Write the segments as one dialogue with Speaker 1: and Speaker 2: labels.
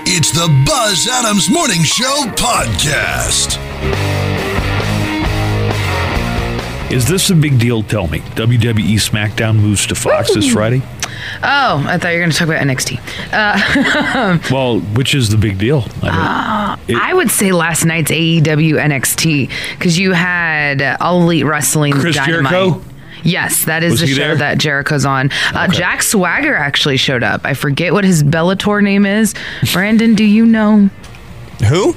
Speaker 1: It's the Buzz Adams Morning Show podcast.
Speaker 2: Is this a big deal? Tell me. WWE SmackDown moves to Fox this Friday.
Speaker 3: Oh, I thought you were going to talk about NXT.
Speaker 2: Well, which is the big deal?
Speaker 3: Ah.
Speaker 2: I mean, it-
Speaker 3: I would say last night's E AEW NXT because you had uh, All Elite Wrestling.
Speaker 2: Chris
Speaker 3: Dynamite.
Speaker 2: Jericho?
Speaker 3: Yes, that is
Speaker 2: Was
Speaker 3: the
Speaker 2: he
Speaker 3: show
Speaker 2: there?
Speaker 3: that Jericho's on. Uh, Jack Swagger actually showed up. I forget what his Bellator name is. Brandon, do you know?
Speaker 4: Who?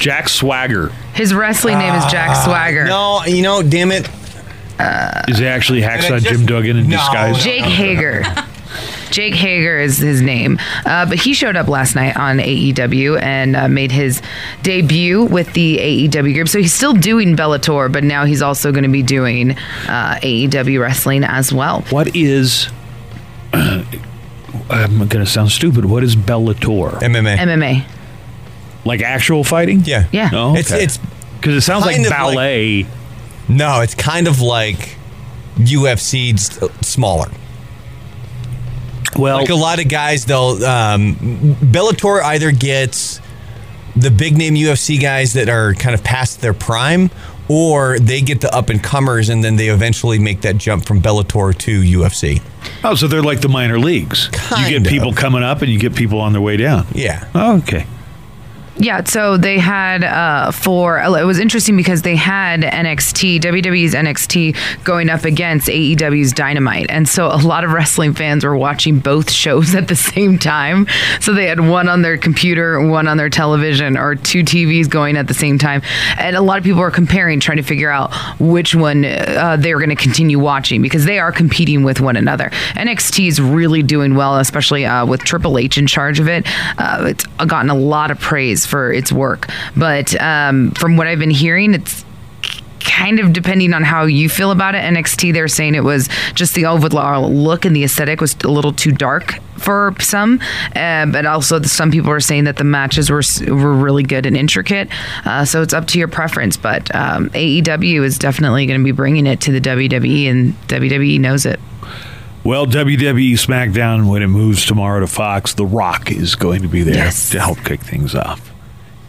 Speaker 2: Jack Swagger
Speaker 3: His wrestling name is Jack
Speaker 2: Ah,
Speaker 3: Swagger.
Speaker 4: No, you know, damn it.
Speaker 2: is actually Hacksaw
Speaker 4: just-
Speaker 2: Jim Duggan in
Speaker 4: No,
Speaker 2: disguise.
Speaker 4: no.
Speaker 3: Jake Hager. Jake Hager is his name. Uh, but he showed up last night on AEW and uh, made his debut with the AEW group. So he's still doing Bellator, but now he's also going to be doing uh, AEW wrestling as well.
Speaker 2: What is? I'm going to sound stupid. What is Bellator?
Speaker 4: MMA.
Speaker 3: MMA.
Speaker 2: like actual fighting?
Speaker 4: Yeah.
Speaker 3: Yeah.
Speaker 2: No,
Speaker 4: It's- it's
Speaker 2: because it sounds like
Speaker 4: kind of like-
Speaker 2: ballet.
Speaker 4: No, it's kind of like UFC s- smaller.
Speaker 2: well,
Speaker 4: Like a lot of guys, though, um, Bellator either gets the big name UFC guys that are kind of past their prime, or they get the up and comers, and then they eventually make that jump from Bellator to UFC.
Speaker 2: oh, so they're like the minor leagues. you
Speaker 4: Kind
Speaker 2: get people
Speaker 4: of.
Speaker 2: coming up, and you get people on their way down.
Speaker 4: Yeah.
Speaker 2: Oh, okay.
Speaker 3: Yeah, so they had uh, for it was interesting because they had NXT WWE's NXT going up against AEW's Dynamite, and so a lot of wrestling fans were watching both shows at the same time. So they had one on their computer, one on their television, or two TVs going at the same time, and a lot of people were comparing, trying to figure out which one uh, they were going to continue watching because they are competing with one another. NXT is really doing well, especially uh, with Triple H in charge of it. Uh, it's gotten a lot of praise for its work, but um, from what I've been hearing, it's kind of depending on how you feel about it. NXT, they're saying it was just the overall look and the aesthetic was a little too dark for some, uh, but also some people are saying that the matches were s- were really good and intricate. Uh, so it's up to your preference, but um, AEW is definitely going to be bringing it to the WWE, and WWE knows it.
Speaker 2: Well, WWE SmackDown, when it moves tomorrow to Fox, The Rock is going to be there
Speaker 3: Yes.
Speaker 2: to help kick things off.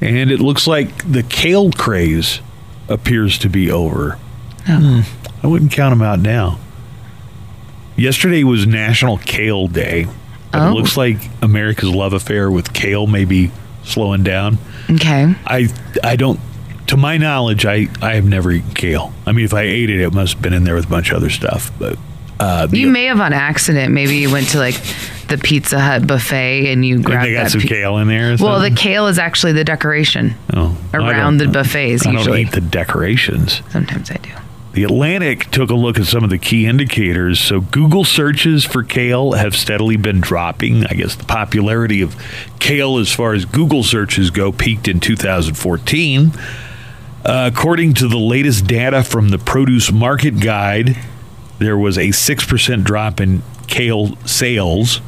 Speaker 2: And it looks like the kale craze appears to be over.
Speaker 3: Oh.
Speaker 2: Hmm. I wouldn't count them out now. Yesterday was National Kale Day. but
Speaker 3: Oh.
Speaker 2: It looks like America's love affair with kale may be slowing down.
Speaker 3: Okay.
Speaker 2: I I don't to my knowledge I I have never eaten kale. I mean if I ate it it must have been in there with a bunch of other stuff, but uh,
Speaker 3: You may have on accident. Maybe you went to like the Pizza Hut buffet and you
Speaker 2: And
Speaker 3: grabbed
Speaker 2: they got
Speaker 3: that.
Speaker 2: some
Speaker 3: pi-
Speaker 2: kale in there. or
Speaker 3: Well, the
Speaker 2: something?
Speaker 3: kale is actually the decoration
Speaker 2: Oh, I
Speaker 3: around the
Speaker 2: don't-
Speaker 3: buffets.
Speaker 2: I don't
Speaker 3: usually,
Speaker 2: eat the decorations.
Speaker 3: sometimes I do.
Speaker 2: The Atlantic took a look at some of the key indicators. So, Google searches for kale have steadily been dropping. I guess the popularity of kale, as far as Google searches go, peaked in 2014. Uh, according to the latest data from the Produce Market Guide, there was a 6% drop in kale sales.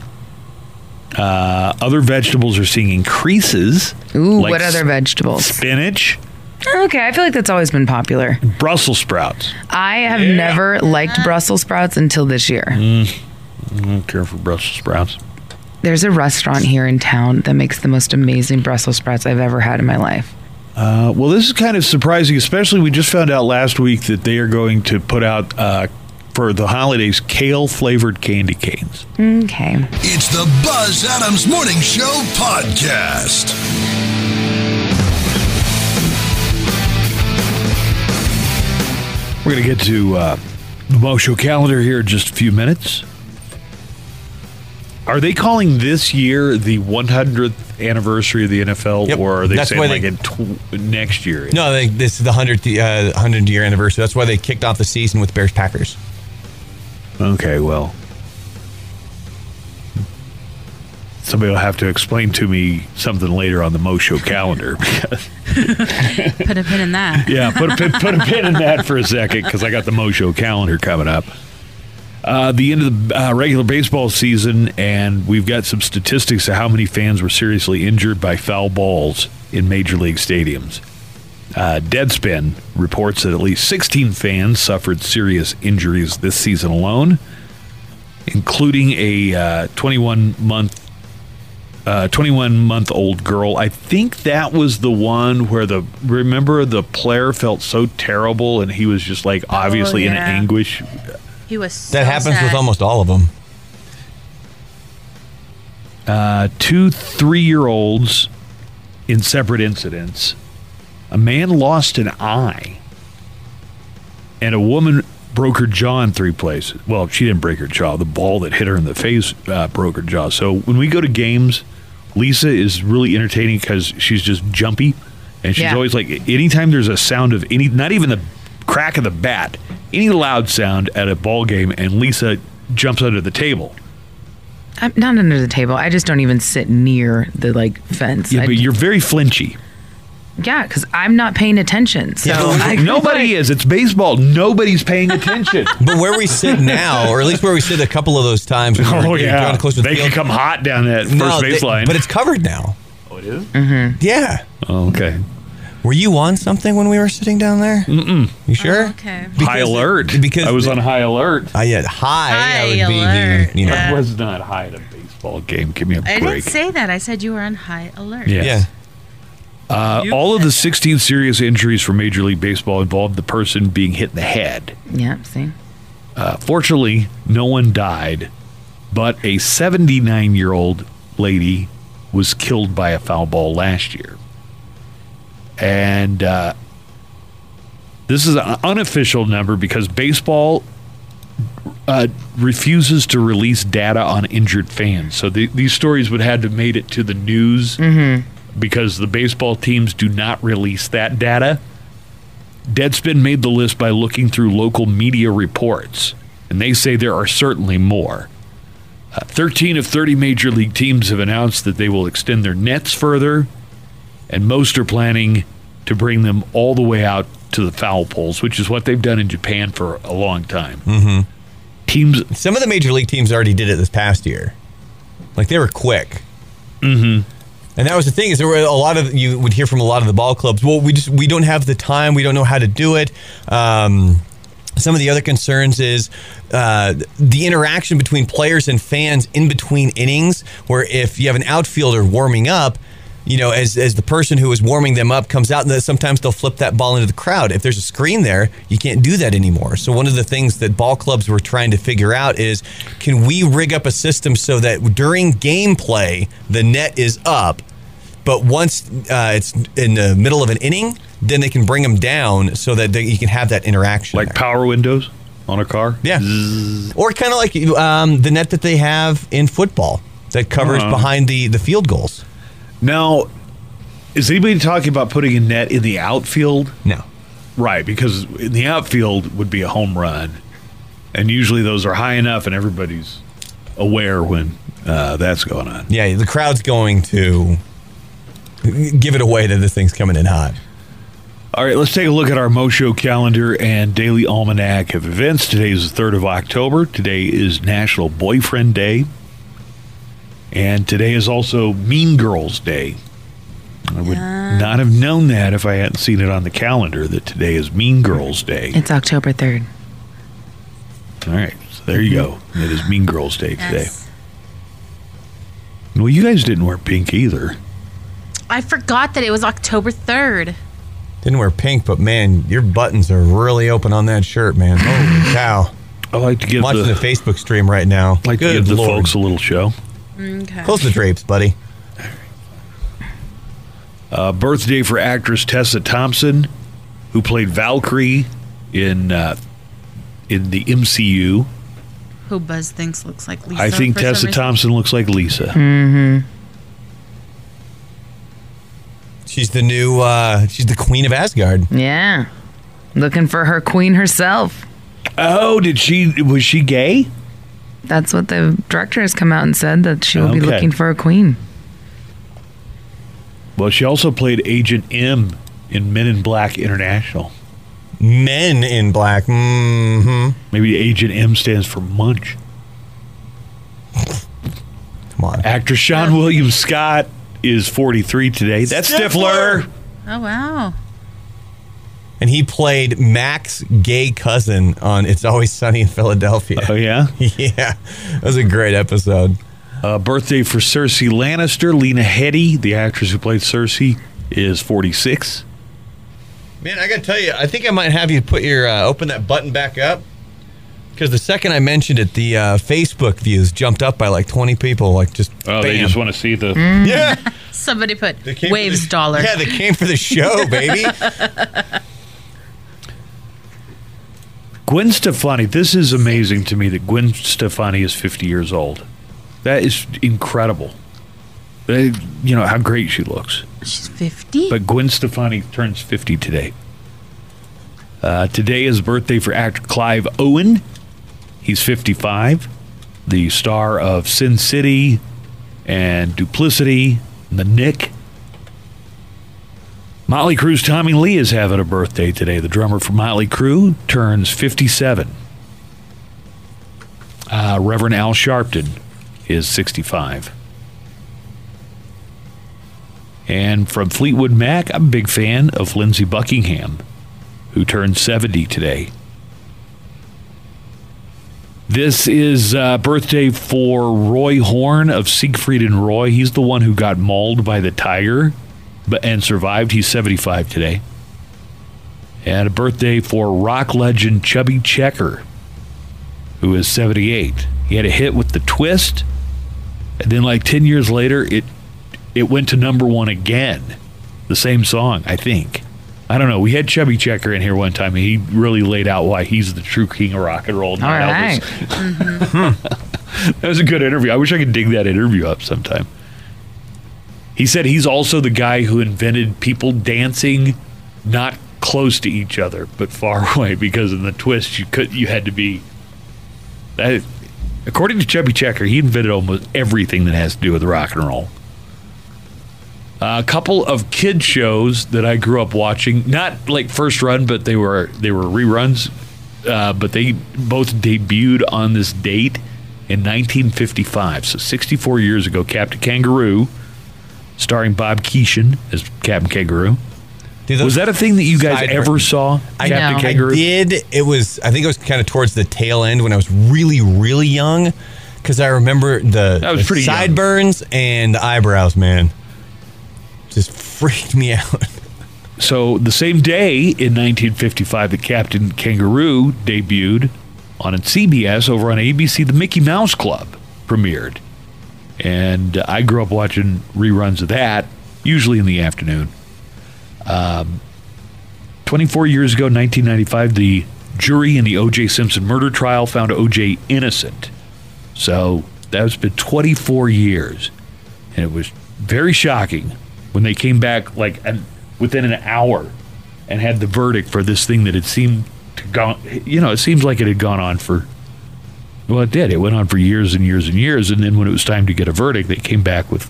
Speaker 2: Uh, other vegetables are seeing increases.
Speaker 3: Ooh,
Speaker 2: like
Speaker 3: what other vegetables?
Speaker 2: Spinach,
Speaker 3: Okay, I feel like that's always been popular.
Speaker 2: Brussels sprouts.
Speaker 3: I have never liked Brussels sprouts until this year.
Speaker 2: I don't care for Brussels sprouts.
Speaker 3: There's a restaurant here in town that makes the most amazing Brussels sprouts I've ever had in my life.
Speaker 2: Uh, well, this is kind of surprising, especially we just found out last week that they are going to put out uh, for the holidays kale flavored candy canes.
Speaker 3: Okay.
Speaker 1: It's the Buzz Adams Morning Show podcast.
Speaker 2: We're going to get to uh, the Mo Show calendar here in just a few minutes. Are they calling this year the 100th anniversary of the NFL,
Speaker 4: Yep,
Speaker 2: or are they
Speaker 4: that's
Speaker 2: saying
Speaker 4: why
Speaker 2: like
Speaker 4: they-
Speaker 2: in tw- next year?
Speaker 4: No, they, this is the 100th, uh, 100 year anniversary. That's why they kicked off the season with Bears Packers.
Speaker 2: Okay, well, somebody will have to explain to me something later on the Mo Show calendar. because-
Speaker 5: Put a pin in that.
Speaker 2: yeah, put a pin, put a pin in that for a second because I got the Mo Show calendar coming up. Uh, the end of the uh, regular baseball season, and we've got some statistics of how many fans were seriously injured by foul balls in major league stadiums. Uh, Deadspin reports that at least 16 fans suffered serious injuries this season alone, including a 21 uh, month uh, 21 month old girl. I think that was the one where the remember the player felt so terrible and he was just like obviously in
Speaker 5: yeah.
Speaker 2: anguish.
Speaker 5: He was. So
Speaker 4: That happens
Speaker 5: sad.
Speaker 4: with almost all of them.
Speaker 2: Uh, two three year olds in separate incidents. A man lost an eye, and a woman broke her jaw in three places. Well, she didn't break her jaw. The ball that hit her in the face uh, broke her jaw. So when we go to games, Lisa is really entertaining because she's just jumpy, and she's
Speaker 3: Yeah.
Speaker 2: always like, anytime there's a sound of any, not even the crack of the bat, any loud sound at a ball game, and Lisa jumps under the table.
Speaker 3: I'm not under the table. I just don't even sit near the like fence.
Speaker 2: Yeah,
Speaker 3: I-
Speaker 2: but you're very flinchy.
Speaker 3: yeah, because I'm not paying attention. So I-
Speaker 2: Nobody is. It's baseball. Nobody's paying attention.
Speaker 4: But where we sit now, or at least where we sit a couple of those times, when
Speaker 5: Oh,
Speaker 4: we're getting drawn close to the
Speaker 2: Oh, they
Speaker 4: field,
Speaker 2: can come hot down that first
Speaker 4: No, they-
Speaker 2: baseline.
Speaker 4: but it's covered now.
Speaker 2: oh, it is?
Speaker 4: Yeah.
Speaker 2: Oh, okay.
Speaker 4: Were you on something when we were sitting down there? Mm-mm. You sure?
Speaker 5: Oh, okay.
Speaker 2: high alert.
Speaker 4: because
Speaker 2: I was
Speaker 4: the-
Speaker 2: on high alert.
Speaker 4: I had high. I would
Speaker 5: High
Speaker 4: be
Speaker 5: alert,
Speaker 4: the, you know.
Speaker 5: yeah.
Speaker 2: I was not high at a baseball game. Give me a break.
Speaker 5: I didn't say that. I said you were on high alert.
Speaker 2: Yeah.
Speaker 4: Yeah.
Speaker 2: Uh, all of the 16 serious injuries for Major League Baseball involved the person being hit in the head.
Speaker 3: yeah, see,
Speaker 2: Uh, fortunately, no one died, but a 79 year old lady was killed by a foul ball last year. And uh, this is an unofficial number because baseball uh, refuses to release data on injured fans. So the, these stories would have to made it to the news because the baseball teams do not release that data. Deadspin made the list by looking through local media reports, and they say there are certainly more. Uh, 13 of 30 major league teams have announced that they will extend their nets further, and most are planning to bring them all the way out to the foul poles, which is what they've done in Japan for a long time. Mm-hmm. Teams
Speaker 4: Some of the major league teams already did it this past year. Like they were quick. Mm-hmm. And that was the thing is there were a lot of you would hear from a lot of the ball clubs. Well, we just we don't have the time. We don't know how to do it. Um, some of the other concerns is uh, the interaction between players and fans in between innings. Where if you have an outfielder warming up, you know, as as the person who is warming them up comes out, and then sometimes they'll flip that ball into the crowd. If there's a screen there, you can't do that anymore. So one of the things that ball clubs were trying to figure out is, can we rig up a system so that during gameplay the net is up, but once uh, it's in the middle of an inning, then they can bring them down so that they, you can have that interaction.
Speaker 2: like
Speaker 4: there.
Speaker 2: power windows on a car.
Speaker 4: Yeah. Or kind of like um, the net that they have in football that covers
Speaker 2: Uh-huh.
Speaker 4: behind the, the field goals.
Speaker 2: Now, is anybody talking about putting a net in the outfield?
Speaker 4: No.
Speaker 2: Right, because in the outfield would be a home run, and usually those are high enough, and everybody's aware when uh, that's going on.
Speaker 4: Yeah, the crowd's going to give it away that this thing's coming in hot.
Speaker 2: All right, let's take a look at our Mosho calendar and daily almanac of events. Today is the 3rd of October. Today is National Boyfriend Day. And today is also Mean Girls Day. I would not have known that if I hadn't seen it on the calendar that today is Mean Girls Day.
Speaker 3: it's October third.
Speaker 2: All right, so there you go. It is Mean Girls Day today.
Speaker 5: Yes.
Speaker 2: Well, you guys didn't wear pink either.
Speaker 5: I forgot that it was October 3rd.
Speaker 4: Didn't wear pink, but man, your buttons are really open on that shirt, man. Holy cow.
Speaker 2: I like to give
Speaker 4: I'm watching the,
Speaker 2: the,
Speaker 4: Facebook stream right now.
Speaker 2: like to
Speaker 4: Good
Speaker 2: give the
Speaker 4: Lord.
Speaker 2: folks a little show.
Speaker 5: Okay.
Speaker 4: Close the drapes, buddy.
Speaker 2: Uh, birthday for actress Tessa Thompson, who played Valkyrie in uh, in the MCU.
Speaker 5: Who Buzz thinks looks like Lisa.
Speaker 2: I think
Speaker 5: for some
Speaker 2: Tessa
Speaker 5: reason.
Speaker 2: Thompson looks like Lisa.
Speaker 4: She's the new, uh, she's the queen of Asgard.
Speaker 3: Yeah, looking for her queen herself.
Speaker 2: Oh, did she? Was she gay?
Speaker 3: That's what the director has come out and said that she will be
Speaker 2: Okay.
Speaker 3: looking for a queen.
Speaker 2: Well, she also played Agent M in Men in Black International.
Speaker 4: Men in black. Mm hmm.
Speaker 2: Maybe Agent M stands for Munch.
Speaker 4: Come on.
Speaker 2: Actor Sean William Scott is 43 today. That's Stifler.
Speaker 4: Stifler.
Speaker 5: Oh, wow.
Speaker 4: and he played Mac's gay cousin on It's Always Sunny in Philadelphia.
Speaker 2: Oh yeah.
Speaker 4: yeah, that was a great episode.
Speaker 2: Uh, birthday for Cersei Lannister, Lena Headey, the actress who played Cersei, is 46.
Speaker 4: Man, I gotta tell you, I think I might have you put your uh, open that button back up because the second I mentioned it, the uh, Facebook views jumped up by like twenty people. Like just
Speaker 2: Oh, they
Speaker 4: bam.
Speaker 2: just want to see the.
Speaker 4: yeah.
Speaker 5: Somebody put
Speaker 4: They came for
Speaker 5: waves
Speaker 4: the-
Speaker 5: dollar.
Speaker 4: Yeah, they came for the show, baby.
Speaker 2: Gwen Stefani, this is amazing to me that Gwen Stefani is 50 years old. That is incredible. They, you know how great she looks.
Speaker 5: She's 50.
Speaker 2: But Gwen Stefani turns 50 today. Uh, today is birthday for actor Clive Owen. He's 55, the star of Sin City and Duplicity, and The Nick. Motley Crue's Tommy Lee is having a birthday today. The drummer for Motley Crue turns 57. Uh, Reverend Al Sharpton is 65. And from Fleetwood Mac, I'm a big fan of Lindsey Buckingham, who turned 70 today. This is uh, birthday for Roy Horn of Siegfried and Roy. He's the one who got mauled by the tiger but, and survived. He's 75 today. And a birthday for rock legend Chubby Checker, who is 78. He had a hit with The Twist, and then like 10 years later, it it went to number one again. The same song, I think. I don't know. We had Chubby Checker in here one time, and he really laid out why he's the true king of rock and roll. not
Speaker 3: All
Speaker 2: Elvis.
Speaker 3: right.
Speaker 2: That was a good interview. I wish I could dig that interview up sometime. He said he's also the guy who invented people dancing not close to each other but far away because in the twist you could you had to be that according to Chubby Checker, he invented almost everything that has to do with rock and roll. A couple of kid shows that I grew up watching, not like first run, but they were they were reruns. Uh, but they both debuted on this date in 1955, so 64 years ago. Captain Kangaroo, starring Bob Keeshan as Captain Kangaroo,
Speaker 4: Dude, those-
Speaker 2: was that a thing that you guys
Speaker 4: Side
Speaker 2: ever
Speaker 4: burn.
Speaker 2: saw?
Speaker 4: I,
Speaker 2: Captain
Speaker 3: No.
Speaker 4: I
Speaker 2: Kangaroo.
Speaker 4: did. It was. I think it was kind of towards the tail end when I was really, really young, because I remember the,
Speaker 2: That was
Speaker 4: the
Speaker 2: pretty young.
Speaker 4: sideburns and the eyebrows. Man, just freaked me out.
Speaker 2: So the same day in 1955 that Captain Kangaroo debuted on CBS over on ABC, the Mickey Mouse Club premiered, and uh, I grew up watching reruns of that, usually in the afternoon. Um, 24 years ago, 1995, the jury in the O.J. Simpson murder trial found O.J. innocent. So that's been 24 years and it was very shocking when they came back like an, within an hour and had the verdict for this thing that had seemed to gone you know it seems like it had gone on for well it did it went on for years and years and years and then when it was time to get a verdict they came back with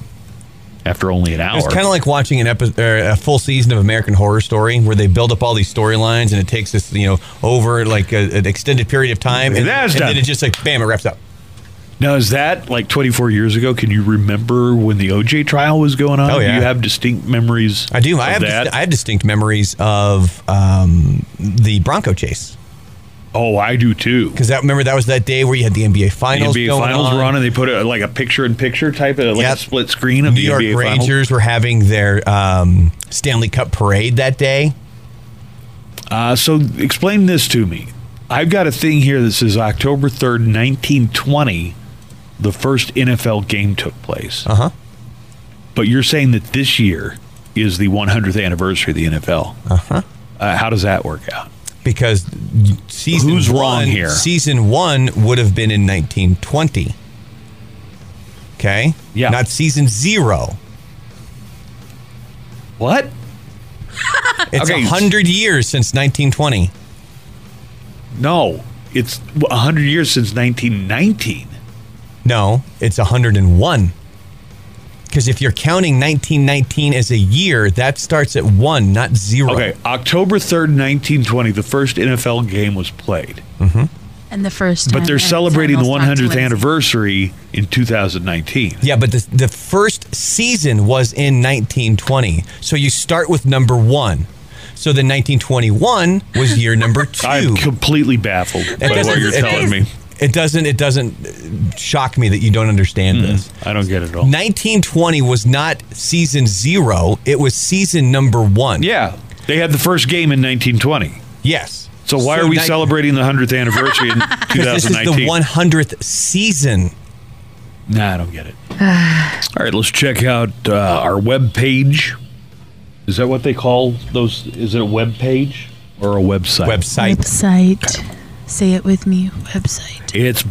Speaker 2: after only an hour
Speaker 4: It's kind of like watching an episode, a full season of American Horror Story, where they build up all these storylines, and it takes us, you know, over like a, an extended period of time, and,
Speaker 2: That's
Speaker 4: and
Speaker 2: done.
Speaker 4: then it just like bam, it wraps up.
Speaker 2: now is that like 24 years ago can you remember when the oj trial was going on
Speaker 4: Oh, yeah.
Speaker 2: you have distinct memories
Speaker 4: I do.
Speaker 2: of
Speaker 4: I have,
Speaker 2: that
Speaker 4: dist- I have distinct memories of um, the Bronco chase.
Speaker 2: oh i do too
Speaker 4: Because that remember that was that day where you had the NBA
Speaker 2: the
Speaker 4: finals.
Speaker 2: NBA
Speaker 4: going
Speaker 2: finals
Speaker 4: on.
Speaker 2: were on, and they put a, like a picture-in-picture type of like
Speaker 4: Yep.
Speaker 2: a split screen of
Speaker 4: New
Speaker 2: the
Speaker 4: York
Speaker 2: NBA finals.
Speaker 4: Rangers were having their um, Stanley Cup parade that day.
Speaker 2: Uh, so explain this to me. I've got a thing here that says October 3rd, 1920, the first NFL game took place.
Speaker 4: Uh huh.
Speaker 2: But you're saying that this year is the 100th anniversary of the NFL. Uh-huh. how does that work out?
Speaker 4: Because season
Speaker 2: Who's
Speaker 4: one,
Speaker 2: wrong here?
Speaker 4: Season one would have been in 1920. Okay.
Speaker 2: Yeah.
Speaker 4: Not season zero.
Speaker 2: What?
Speaker 4: It's a
Speaker 2: Okay.
Speaker 4: hundred years since 1920.
Speaker 2: No. It's 100 years since 1919.
Speaker 4: No, it's 101. Because if you're counting 1919 as a year, that starts at one, not zero.
Speaker 2: Okay, October 3rd, 1920, the first NFL game was played.
Speaker 4: Mm-hmm.
Speaker 5: and the first time
Speaker 2: But they're
Speaker 5: Anne's
Speaker 2: celebrating the
Speaker 5: almost on
Speaker 2: 100th
Speaker 5: Wednesday.
Speaker 2: anniversary in 2019.
Speaker 4: Yeah, but the, the first season was in 1920. So you start with number one. So then 1921 was year number 2
Speaker 2: I'm completely baffled by
Speaker 4: doesn't-
Speaker 2: what you're
Speaker 4: it-
Speaker 2: telling me.
Speaker 4: It doesn't. It doesn't shock me that you don't understand this.
Speaker 2: I don't get it at all.
Speaker 4: 1920 was not season zero. It was season number one.
Speaker 2: Yeah, they had the first game in 1920.
Speaker 4: Yes.
Speaker 2: So why are we
Speaker 4: ni-
Speaker 2: celebrating the 100th anniversary in 2019?
Speaker 4: This is the 100th season.
Speaker 2: Nah, I don't get it. All right, let's check out uh, our web page. Is that what they call those? Is it a web page or a website?
Speaker 4: Website.
Speaker 5: Website. Say it with me. Website.
Speaker 2: It's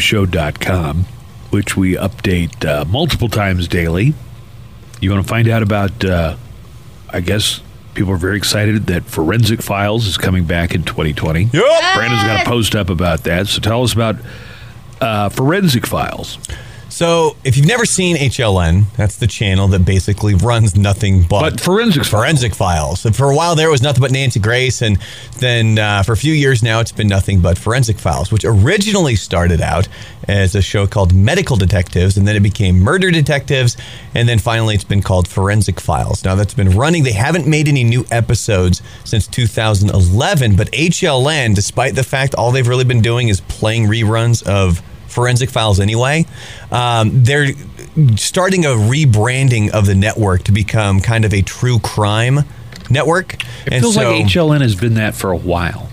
Speaker 2: buzzadamshow.com, which we update uh, multiple times daily. You want to find out about, uh, I guess people are very excited that Forensic Files is coming back in 2020.
Speaker 4: Yep.
Speaker 2: Brandon's got a post up about that. So tell us about uh, Forensic Files.
Speaker 4: So if you've never seen HLN, that's the channel that basically runs nothing but,
Speaker 2: But Forensic Files.
Speaker 4: forensic files. And for a while there, it was nothing but Nancy Grace, and then uh, for a few years now, it's been nothing but forensic files, which originally started out as a show called Medical Detectives, and then it became Murder Detectives, and then finally it's been called Forensic Files. Now that's been running. They haven't made any new episodes since 2011, but HLN, despite the fact all they've really been doing is playing reruns of Forensic Files anyway. Um, they're starting a rebranding of the network to become kind of a true crime network.
Speaker 2: It feels like HLN has been that for a while.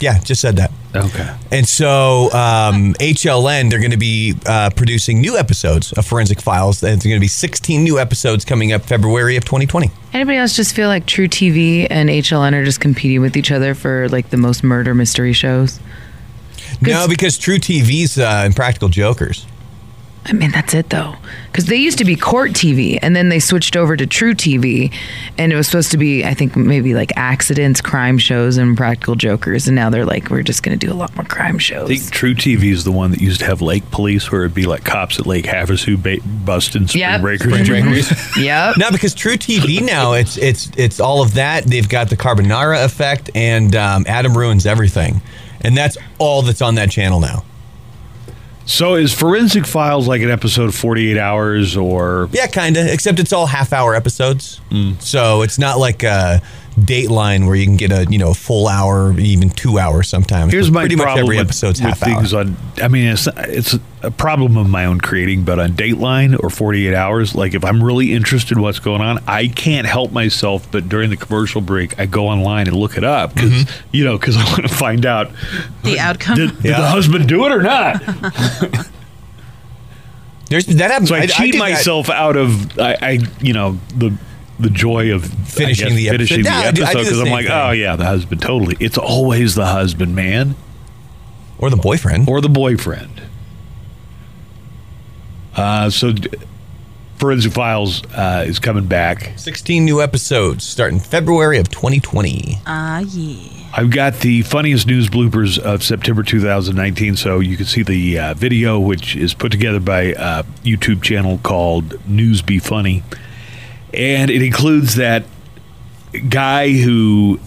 Speaker 4: yeah, just said that.
Speaker 2: Okay.
Speaker 4: And so um, HLN, they're going to be uh, producing new episodes of Forensic Files. There's going to be 16 new episodes coming up February of 2020.
Speaker 3: Anybody else just feel like True TV and HLN are just competing with each other for like the most murder mystery shows?
Speaker 4: No, because True TV's uh, Impractical Jokers.
Speaker 3: I mean, that's it though. Because they used to be court TV and then they switched over to True TV and it was supposed to be, I think, maybe like accidents, crime shows, and practical jokers. And now they're like, we're just going to do a lot more crime shows.
Speaker 2: I think True TV is the one that used to have Lake Police, where it'd be like cops at Lake Havasu ba- busting spring
Speaker 3: Yep.
Speaker 2: breakers.
Speaker 3: yep.
Speaker 4: No, because True TV now it's it's it's all of that. They've got the Carbonara effect and um, Adam ruins everything, and that's all that's on that channel now.
Speaker 2: So is Forensic Files like an episode of 48 hours or
Speaker 4: Yeah, kind of. Except it's all half hour episodes,
Speaker 2: Mm.
Speaker 4: so it's not like a Dateline where you can get a you know a full hour, even two hours sometimes.
Speaker 2: Here's
Speaker 4: But
Speaker 2: my
Speaker 4: pretty
Speaker 2: problem
Speaker 4: much every
Speaker 2: with,
Speaker 4: episode's
Speaker 2: with
Speaker 4: half hour.
Speaker 2: things on. I mean, it's it's a problem of my own creating, but on Dateline or 48 Hours, like if I'm really interested in what's going on, I can't help myself. But during the commercial break, I go online and look it up because you know because I want to find out
Speaker 5: The outcome.
Speaker 2: did, did the
Speaker 4: Mm-hmm. Yeah.
Speaker 2: husband do it or not.
Speaker 4: There's that happens.
Speaker 2: So I, cheat
Speaker 4: did that
Speaker 2: myself out of I, I you know the the joy of I
Speaker 4: Finishing
Speaker 2: guess,
Speaker 4: the episode.
Speaker 2: finishing
Speaker 4: Yeah,
Speaker 2: the
Speaker 4: I do- I
Speaker 2: episode
Speaker 4: do the
Speaker 2: because I'm
Speaker 4: same
Speaker 2: like
Speaker 4: thing.
Speaker 2: oh yeah the husband totally it's always the husband man
Speaker 4: or the boyfriend.
Speaker 2: or the boyfriend. Uh, so d- forensic files uh, is coming back.
Speaker 4: 16 new episodes starting February of 2020.
Speaker 5: Ah, yeah.
Speaker 2: I've got the funniest news bloopers of September 2019, so you can see the uh, video, which is put together by a YouTube channel called News Be Funny. And it includes that guy who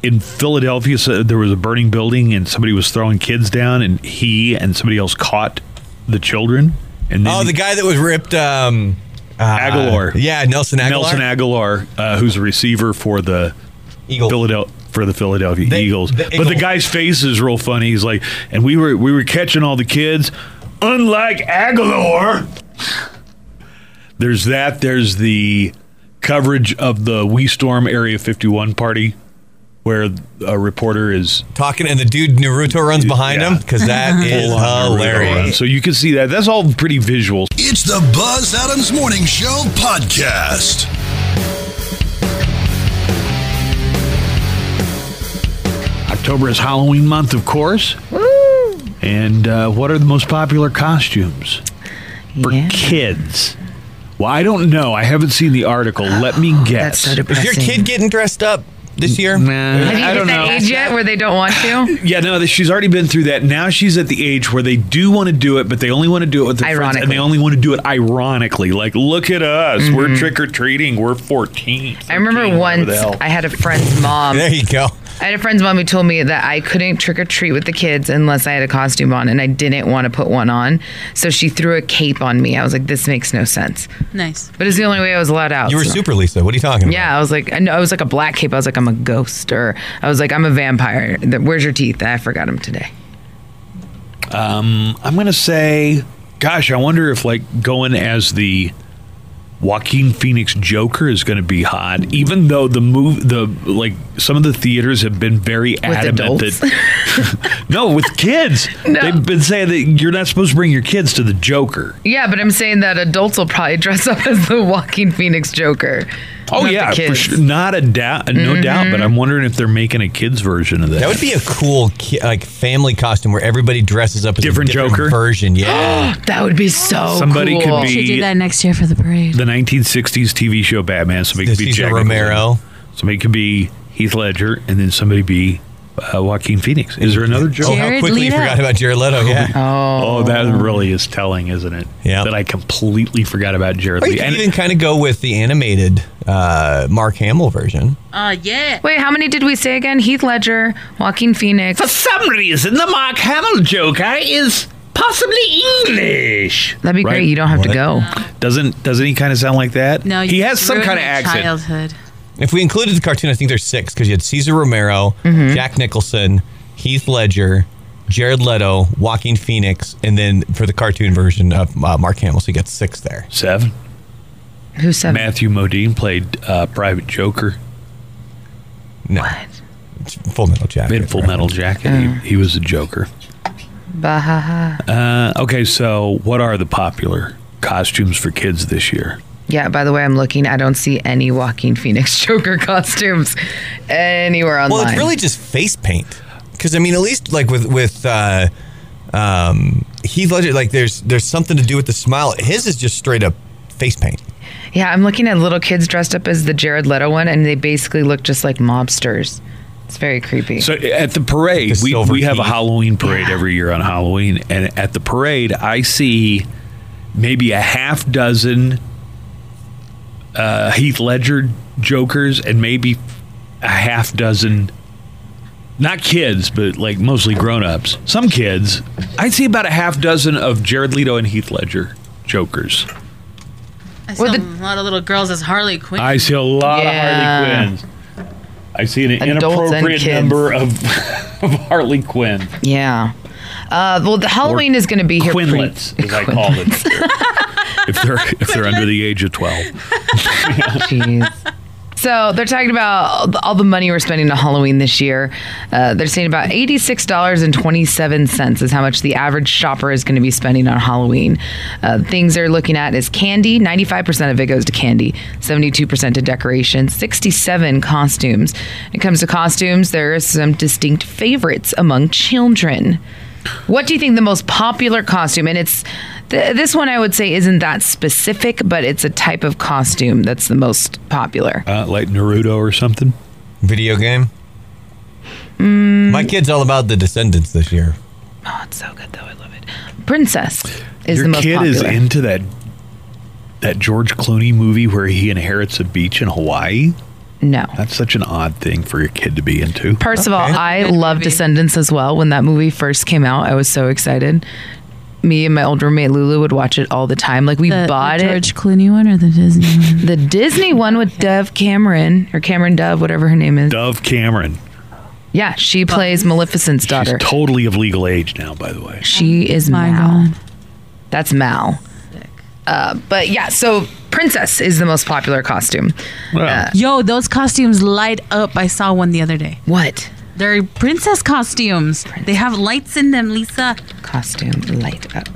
Speaker 2: in Philadelphia so there was a burning building and somebody was throwing kids down, and he and somebody else caught the children. And then
Speaker 4: Oh, the guy that was ripped. Um, uh,
Speaker 2: Aguilar.
Speaker 4: Yeah, Nelson Aguilar.
Speaker 2: Nelson Aguilar, uh, who's a receiver for the
Speaker 4: Eagle.
Speaker 2: Philadelphia for the Philadelphia
Speaker 4: They-
Speaker 2: Eagles.
Speaker 4: the
Speaker 2: But the
Speaker 4: Eagles.
Speaker 2: guy's face is real funny. He's like, and we were we were catching all the kids. Unlike Aguilar, there's that. There's the coverage of the We Storm Area 51 party, where a reporter is
Speaker 4: talking, and the dude Naruto runs behind
Speaker 2: Yeah.
Speaker 4: him because that is hilarious.
Speaker 2: So you can see that. That's all pretty visual.
Speaker 1: It's the Buzz Adams Morning Show podcast.
Speaker 2: October is Halloween month, of course. And uh, what are the most popular costumes for
Speaker 3: Yeah.
Speaker 2: kids? Well, I don't know. I haven't seen the article. Let me
Speaker 3: That's
Speaker 2: guess.
Speaker 3: so
Speaker 4: Is
Speaker 3: depressing.
Speaker 4: your kid getting dressed up this year?
Speaker 3: Have you
Speaker 2: I
Speaker 3: hit
Speaker 2: don't
Speaker 3: that
Speaker 2: know.
Speaker 3: age yet where they don't want to?
Speaker 2: Yeah, no, that- she's already been through that. Now she's at the age where they do want to do it, but they only want to do it with their friends, and
Speaker 3: Ironically. Mm-hmm.
Speaker 2: they only want to do it ironically. Like, look at us. We're trick or treating. We're 14.
Speaker 3: I remember
Speaker 2: 13, whatever
Speaker 3: once
Speaker 2: the hell.
Speaker 3: I had a friend's mom
Speaker 4: There you go.
Speaker 3: I had a friend's mom who told me that I couldn't trick or treat with the kids unless I had a costume on, and I didn't want to put one on. So she threw a cape on me. I was like, this makes no sense.
Speaker 5: Nice.
Speaker 3: But it's the only way I was allowed out.
Speaker 4: You were
Speaker 3: so-
Speaker 4: super Lisa. What are you talking about?
Speaker 3: Yeah, I was like, I know, I was like a black cape. I was like, I'm a ghost, or I was like, I'm a vampire. That- Where's your teeth? I forgot them today.
Speaker 2: I'm going to say, gosh, I wonder if like going as the Joaquin Phoenix Joker is going to be hot, even though the move, the like some of the theaters have been very adamant
Speaker 3: adults?
Speaker 2: that no, with kids,
Speaker 3: No.
Speaker 2: they've been saying that you're not supposed to bring your kids to the Joker.
Speaker 3: Yeah, but I'm saying that adults will probably dress up as the walking Phoenix Joker.
Speaker 2: Oh
Speaker 3: Not the
Speaker 2: yeah, for
Speaker 3: kids.
Speaker 2: sure. Mm-hmm. not a doubt, uh, no doubt. But I'm wondering if they're making a kids version of that.
Speaker 4: That would be a cool ki- like family costume where everybody dresses up as
Speaker 2: Different
Speaker 4: a different
Speaker 2: Joker?
Speaker 4: version. Yeah.
Speaker 3: That would be so.
Speaker 2: Somebody could
Speaker 3: cool.
Speaker 2: be-
Speaker 5: Should do that Uh, next year for the parade.
Speaker 2: the 1960s TV show Batman. Somebody
Speaker 4: This
Speaker 2: could be
Speaker 4: is
Speaker 2: Jack
Speaker 4: Romero.
Speaker 2: Nicholson. Somebody could be Heath Ledger, and then somebody be uh, Joaquin Phoenix. Is there another
Speaker 4: Oh,
Speaker 2: joke?
Speaker 4: how
Speaker 5: Jared
Speaker 4: quickly you
Speaker 5: Leto.
Speaker 4: forgot about Jared Leto. Yeah.
Speaker 2: Oh, that really is telling, isn't it?
Speaker 4: Yeah.
Speaker 2: That I completely forgot about Jared.
Speaker 4: Or you
Speaker 2: Leto.
Speaker 4: can
Speaker 2: And-
Speaker 4: even kind of go with the animated uh, Mark Hamill version.
Speaker 5: Uh, yeah.
Speaker 3: Wait, how many did we say again? Heath Ledger, Walking Phoenix.
Speaker 2: for some reason, the Mark Hamill Joker is possibly English.
Speaker 3: That'd be great.
Speaker 2: Right?
Speaker 3: You don't have to go.
Speaker 2: Doesn't doesn't he kind of sound like that?
Speaker 5: No,
Speaker 2: he
Speaker 5: you
Speaker 2: has some
Speaker 5: ruined
Speaker 2: kind of
Speaker 5: my
Speaker 2: accent.
Speaker 5: Childhood.
Speaker 4: If we included the cartoon, I think there's six because you had Caesar Romero,
Speaker 3: Mm-hmm.
Speaker 4: Jack Nicholson, Heath Ledger, Jared Leto, Joaquin Phoenix, and then for the cartoon version of uh, Mark Hamill, so you got six there.
Speaker 2: Seven.
Speaker 3: Who's seven?
Speaker 2: Matthew Modine played uh, Private Joker.
Speaker 4: No,
Speaker 3: What?
Speaker 4: it's Full Metal Jacket.
Speaker 2: Mid Full Metal Jacket. He, he was a Joker.
Speaker 3: Bahaha.
Speaker 2: Uh, okay, so what are the popular costumes for kids this year?
Speaker 3: Yeah. By the way, I'm looking. I don't see any Walking Phoenix Joker costumes anywhere online.
Speaker 4: Well, it's really just face paint. Because I mean, at least like with with uh, um, Heath Ledger, like there's there's something to do with the smile. His is just straight up face paint.
Speaker 3: Yeah, I'm looking at little kids dressed up as the Jared Leto one, and they basically look just like mobsters. It's very creepy.
Speaker 2: So at the parade,
Speaker 4: The
Speaker 2: we,
Speaker 4: silver
Speaker 2: we have a
Speaker 4: key.
Speaker 2: Halloween parade every year on Halloween. And at the parade, I see maybe a half dozen uh, Heath Ledger Jokers and maybe a half dozen, not kids, but like mostly grown ups. Some kids. I see about a half dozen of Jared Leto and Heath Ledger Jokers.
Speaker 5: I saw
Speaker 3: Well, the-
Speaker 5: a lot of little girls as Harley Quinn.
Speaker 2: I see a lot
Speaker 3: Yeah.
Speaker 2: of Harley Quinns. I see an
Speaker 3: Adults and
Speaker 2: inappropriate
Speaker 3: kids.
Speaker 2: number of, of Harley Quinn.
Speaker 3: yeah. Uh, well, the Halloween is going to be here. pretty-
Speaker 2: Quinlets, as I call them. here. if they're if they're under the age of twelve.
Speaker 3: Jeez. So they're talking about all the- all the money we're spending on Halloween this year. Uh, they're saying about eighty-six dollars and twenty-seven cents is how much the average shopper is going to be spending on Halloween. Uh, things they're looking at is candy. Ninety-five percent of it goes to candy. Seventy-two percent to decoration. Sixty-seven costumes. When it comes to costumes, there are some distinct favorites among children. What do you think the most popular costume? And it's th- this one I would say isn't that specific, but it's a type of costume that's the most popular.
Speaker 2: Uh, like Naruto or something.
Speaker 4: Video game.
Speaker 3: Mm.
Speaker 4: My kid's all about the Descendants this year.
Speaker 3: Oh, it's so good though. I love it. Princess is
Speaker 2: Your
Speaker 3: the most
Speaker 2: kid
Speaker 3: popular.
Speaker 2: is into that that George Clooney movie where he inherits a beach in Hawaii.
Speaker 3: no.
Speaker 2: That's such an odd thing for your kid to be into.
Speaker 3: First of all,
Speaker 4: Okay.
Speaker 3: I
Speaker 5: Good
Speaker 3: love
Speaker 5: movie.
Speaker 3: Descendants as well. When that movie first came out, I was so excited. Me and my old roommate Lulu would watch it all the time. Like we
Speaker 5: the, the
Speaker 3: bought it.
Speaker 5: George Clooney one or the Disney one?
Speaker 3: The Disney one with Dove Cameron or Cameron Dove, whatever her name is.
Speaker 2: Dove Cameron.
Speaker 3: Yeah, she plays Maleficent's daughter.
Speaker 2: She's totally of legal age now, by the way.
Speaker 3: she is
Speaker 5: My
Speaker 3: Mal.
Speaker 5: God.
Speaker 3: That's Mal. Uh, but yeah, so princess is the most popular costume.
Speaker 2: Well,
Speaker 3: uh,
Speaker 5: Yo, those costumes light up. I saw one the other day.
Speaker 3: What
Speaker 5: They're princess costumes. They have lights in them, Lisa.
Speaker 3: costume light up?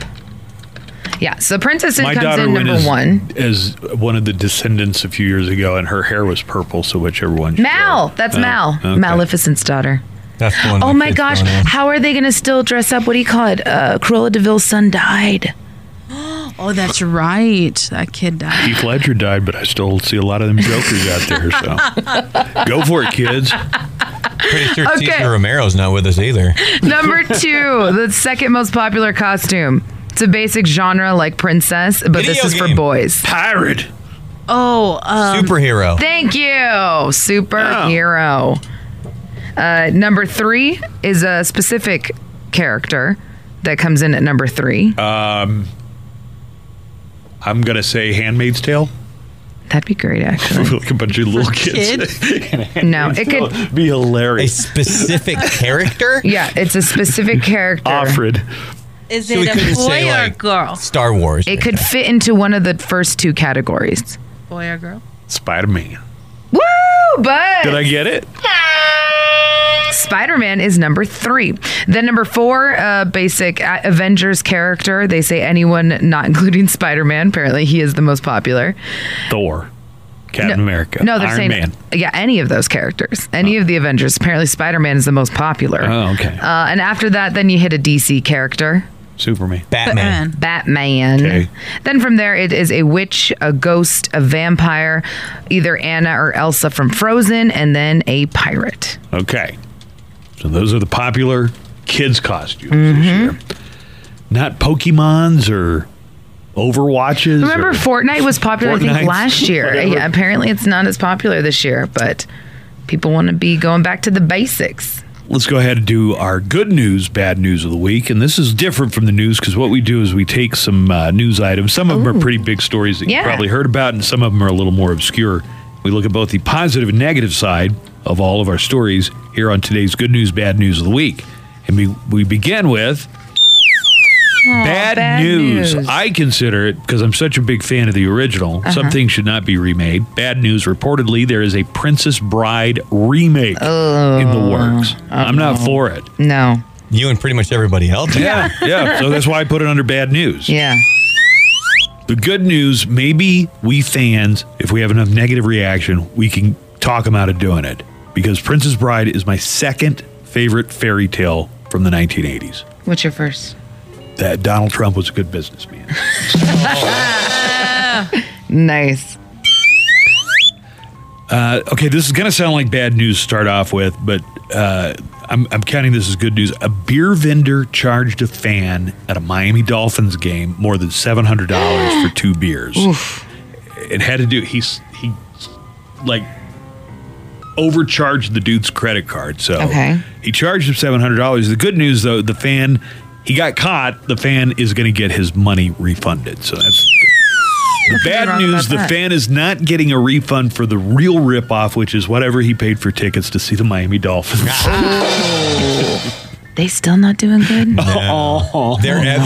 Speaker 3: Yeah, so princess is
Speaker 2: my
Speaker 3: comes
Speaker 2: daughter
Speaker 3: in
Speaker 2: went
Speaker 3: number
Speaker 2: as,
Speaker 3: one.
Speaker 2: as one of the descendants a few years ago, and her hair was purple. So whichever one. she
Speaker 3: Mal,
Speaker 2: wore.
Speaker 3: that's
Speaker 2: Oh,
Speaker 3: Mal,
Speaker 2: okay.
Speaker 3: Maleficent's daughter.
Speaker 4: That's the one.
Speaker 3: Oh my
Speaker 4: kid's
Speaker 3: gosh,
Speaker 4: going on.
Speaker 3: how are they gonna still dress up? What do you call it? Uh, Cruella Deville's son died.
Speaker 5: Oh, that's right. That kid died.
Speaker 2: Heath Ledger died, but I still see a lot of them jokers out there. So go for it, kids.
Speaker 4: Pretty sure
Speaker 3: Okay.
Speaker 4: Caesar Romero's not with us either.
Speaker 3: Number two, the second most popular costume. It's a basic genre like princess, but
Speaker 4: Video
Speaker 3: this is for
Speaker 4: game.
Speaker 3: boys.
Speaker 2: Pirate.
Speaker 5: Oh, um,
Speaker 4: Superhero.
Speaker 3: Thank you, superhero. Uh, number three is a specific character that comes in at number three.
Speaker 2: Uh, I'm gonna say Handmaid's Tale.
Speaker 3: That'd be great, actually.
Speaker 2: like a bunch of little kids.
Speaker 3: no, it could.
Speaker 2: be
Speaker 4: A
Speaker 2: hilarious.
Speaker 4: specific character?
Speaker 3: Yeah, it's a specific character.
Speaker 2: Alfred.
Speaker 5: Is
Speaker 4: So we
Speaker 5: it
Speaker 4: couldn't
Speaker 5: a boy
Speaker 4: say,
Speaker 5: or
Speaker 4: like,
Speaker 5: a girl?
Speaker 4: Star Wars.
Speaker 3: It could fit into one of the first two categories.
Speaker 5: Boy or girl?
Speaker 2: Spider Man.
Speaker 3: Woo! But
Speaker 2: Did I get it?
Speaker 3: Spider Man is number three. Then number four, uh, basic uh, Avengers character. They say anyone not including Spider Man. Apparently, he is the most popular.
Speaker 2: Thor. Captain America.
Speaker 3: No, they're
Speaker 2: Iron
Speaker 3: saying
Speaker 2: Man.
Speaker 3: yeah, any of those characters, any of the Avengers. Apparently, Spider Man is the most popular.
Speaker 2: Oh, okay.
Speaker 3: Uh, and after that, then you hit a DC character,
Speaker 2: Superman.
Speaker 4: Batman.
Speaker 3: Batman.
Speaker 2: Okay.
Speaker 3: Then from there, it is a witch, a ghost, a vampire, either Anna or Elsa from Frozen, and then a pirate.
Speaker 2: Okay. So those are the popular kids costumes
Speaker 3: Mm-hmm.
Speaker 2: this year. Not Pokemons or Overwatches.
Speaker 3: Remember,
Speaker 2: or-
Speaker 3: Fortnite was popular, I
Speaker 2: Fortnite,
Speaker 3: think, last year.
Speaker 2: whatever.
Speaker 3: Yeah, apparently, it's not as popular this year, but people want to be going back to the basics.
Speaker 2: Let's go ahead and do our good news, bad news of the week. And this is different from the news because what we do is we take some uh, news items. Some of them are pretty big stories that you
Speaker 3: Yeah.
Speaker 2: probably heard about, and some of them are a little more obscure. We look at both the positive and negative side of all of our stories here on today's good news, bad news of the week. And we, we begin with. Bad,
Speaker 3: bad
Speaker 2: news.
Speaker 3: news. Uh-huh.
Speaker 2: I consider it because I'm such a big fan of the original. Some things should not be remade. Bad news. Reportedly, there is a Princess Bride remake
Speaker 3: Oh,
Speaker 2: in the works.
Speaker 3: uh-huh.
Speaker 2: I'm not for it.
Speaker 3: No.
Speaker 4: You and pretty much everybody else.
Speaker 2: Yeah, yeah. So that's why I put it under bad news.
Speaker 3: Yeah.
Speaker 2: The good news, maybe we fans, if we have enough negative reaction, we can talk them out of doing it. Because Princess Bride is my second favorite fairy tale from the 1980s.
Speaker 3: What's your first?
Speaker 2: That Donald Trump was a good businessman.
Speaker 3: Nice.
Speaker 2: Uh, Okay, this is going to sound like bad news to start off with, but uh, I'm, I'm counting this as good news. A beer vendor charged a fan at a Miami Dolphins game more than $700 for two beers. It had to do, he, s- he like overcharged the dude's credit card. So
Speaker 3: Okay.
Speaker 2: he charged him $700. The good news, though, the fan, he got caught. The fan is going to get his money refunded. So that's the bad
Speaker 3: wrong
Speaker 2: news
Speaker 3: about
Speaker 2: the
Speaker 3: that.
Speaker 2: fan is not getting a refund for the real ripoff, which is whatever he paid for tickets to see the Miami Dolphins.
Speaker 3: They still not doing good?
Speaker 4: They're
Speaker 2: Oh.
Speaker 4: ep-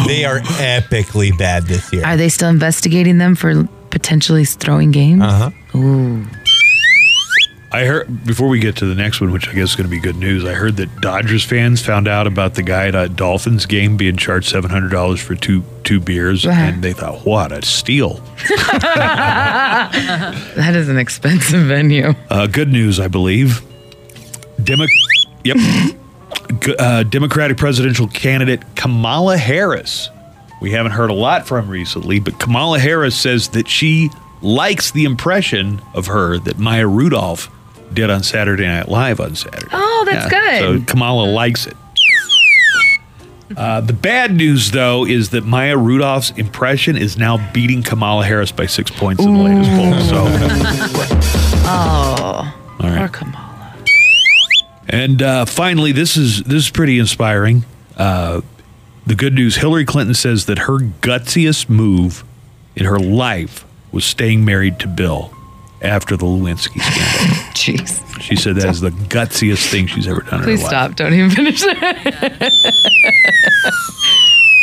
Speaker 4: they are epically bad this year.
Speaker 3: Are they still investigating them for potentially throwing games?
Speaker 2: Uh,
Speaker 4: Uh-huh.
Speaker 2: I heard before we get to the next one, which I guess is going to be good news. I heard that Dodgers fans found out about the guy at a Dolphins game being charged seven hundred dollars for two two beers,
Speaker 3: Uh-huh.
Speaker 2: and they thought, "What a steal!"
Speaker 3: That is an expensive venue.
Speaker 2: Uh, good news, I believe. Demo- yep. G- uh, Democratic presidential candidate Kamala Harris. We haven't heard a lot from recently, but Kamala Harris says that she likes the impression of her that Maya Rudolph did on Saturday Night Live on Saturday.
Speaker 3: Oh, that's
Speaker 2: Yeah,
Speaker 3: good.
Speaker 2: So Kamala likes it. Uh, the bad news, though, is that Maya Rudolph's impression is now beating Kamala Harris by six points in the latest poll. So,
Speaker 3: oh,
Speaker 2: all right.
Speaker 3: poor Kamala.
Speaker 2: And uh, finally, this is this is pretty inspiring. Uh, the good news: Hillary Clinton says that her gutsiest move in her life was staying married to Bill after the Lewinsky scandal.
Speaker 3: Jeez.
Speaker 2: she said that is the gutsiest thing she's ever done in
Speaker 3: Please
Speaker 2: her life.
Speaker 3: stop. Don't even finish that.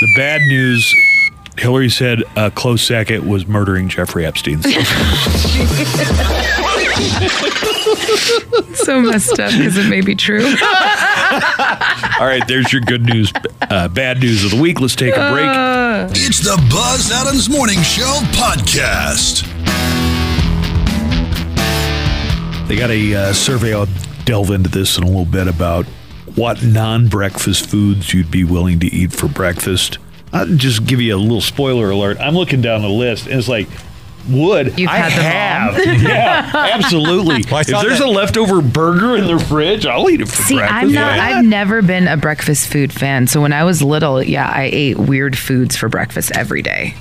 Speaker 2: The bad news: Hillary said a close second was murdering Jeffrey Epstein. So
Speaker 3: so messed up because it may be true.
Speaker 2: All right, there's your good news, uh, bad news of the week. Let's take a break.
Speaker 3: Uh.
Speaker 1: It's the Buzz Adams Morning Show podcast.
Speaker 2: They got a uh, survey. I'll delve into this in a little bit about what non-breakfast foods you'd be willing to eat for breakfast. I'll just give you a little spoiler alert. I'm looking down the list, and it's like would
Speaker 3: You've
Speaker 2: I
Speaker 3: had them
Speaker 2: have? yeah, absolutely.
Speaker 4: Well, I
Speaker 2: if
Speaker 4: saw
Speaker 2: there's
Speaker 4: that-
Speaker 2: a leftover burger in the fridge, I'll eat it for
Speaker 3: See,
Speaker 2: breakfast.
Speaker 3: I'm not.
Speaker 2: Why
Speaker 3: I've never been a breakfast food fan. So when I was little, yeah, I ate weird foods for breakfast every day.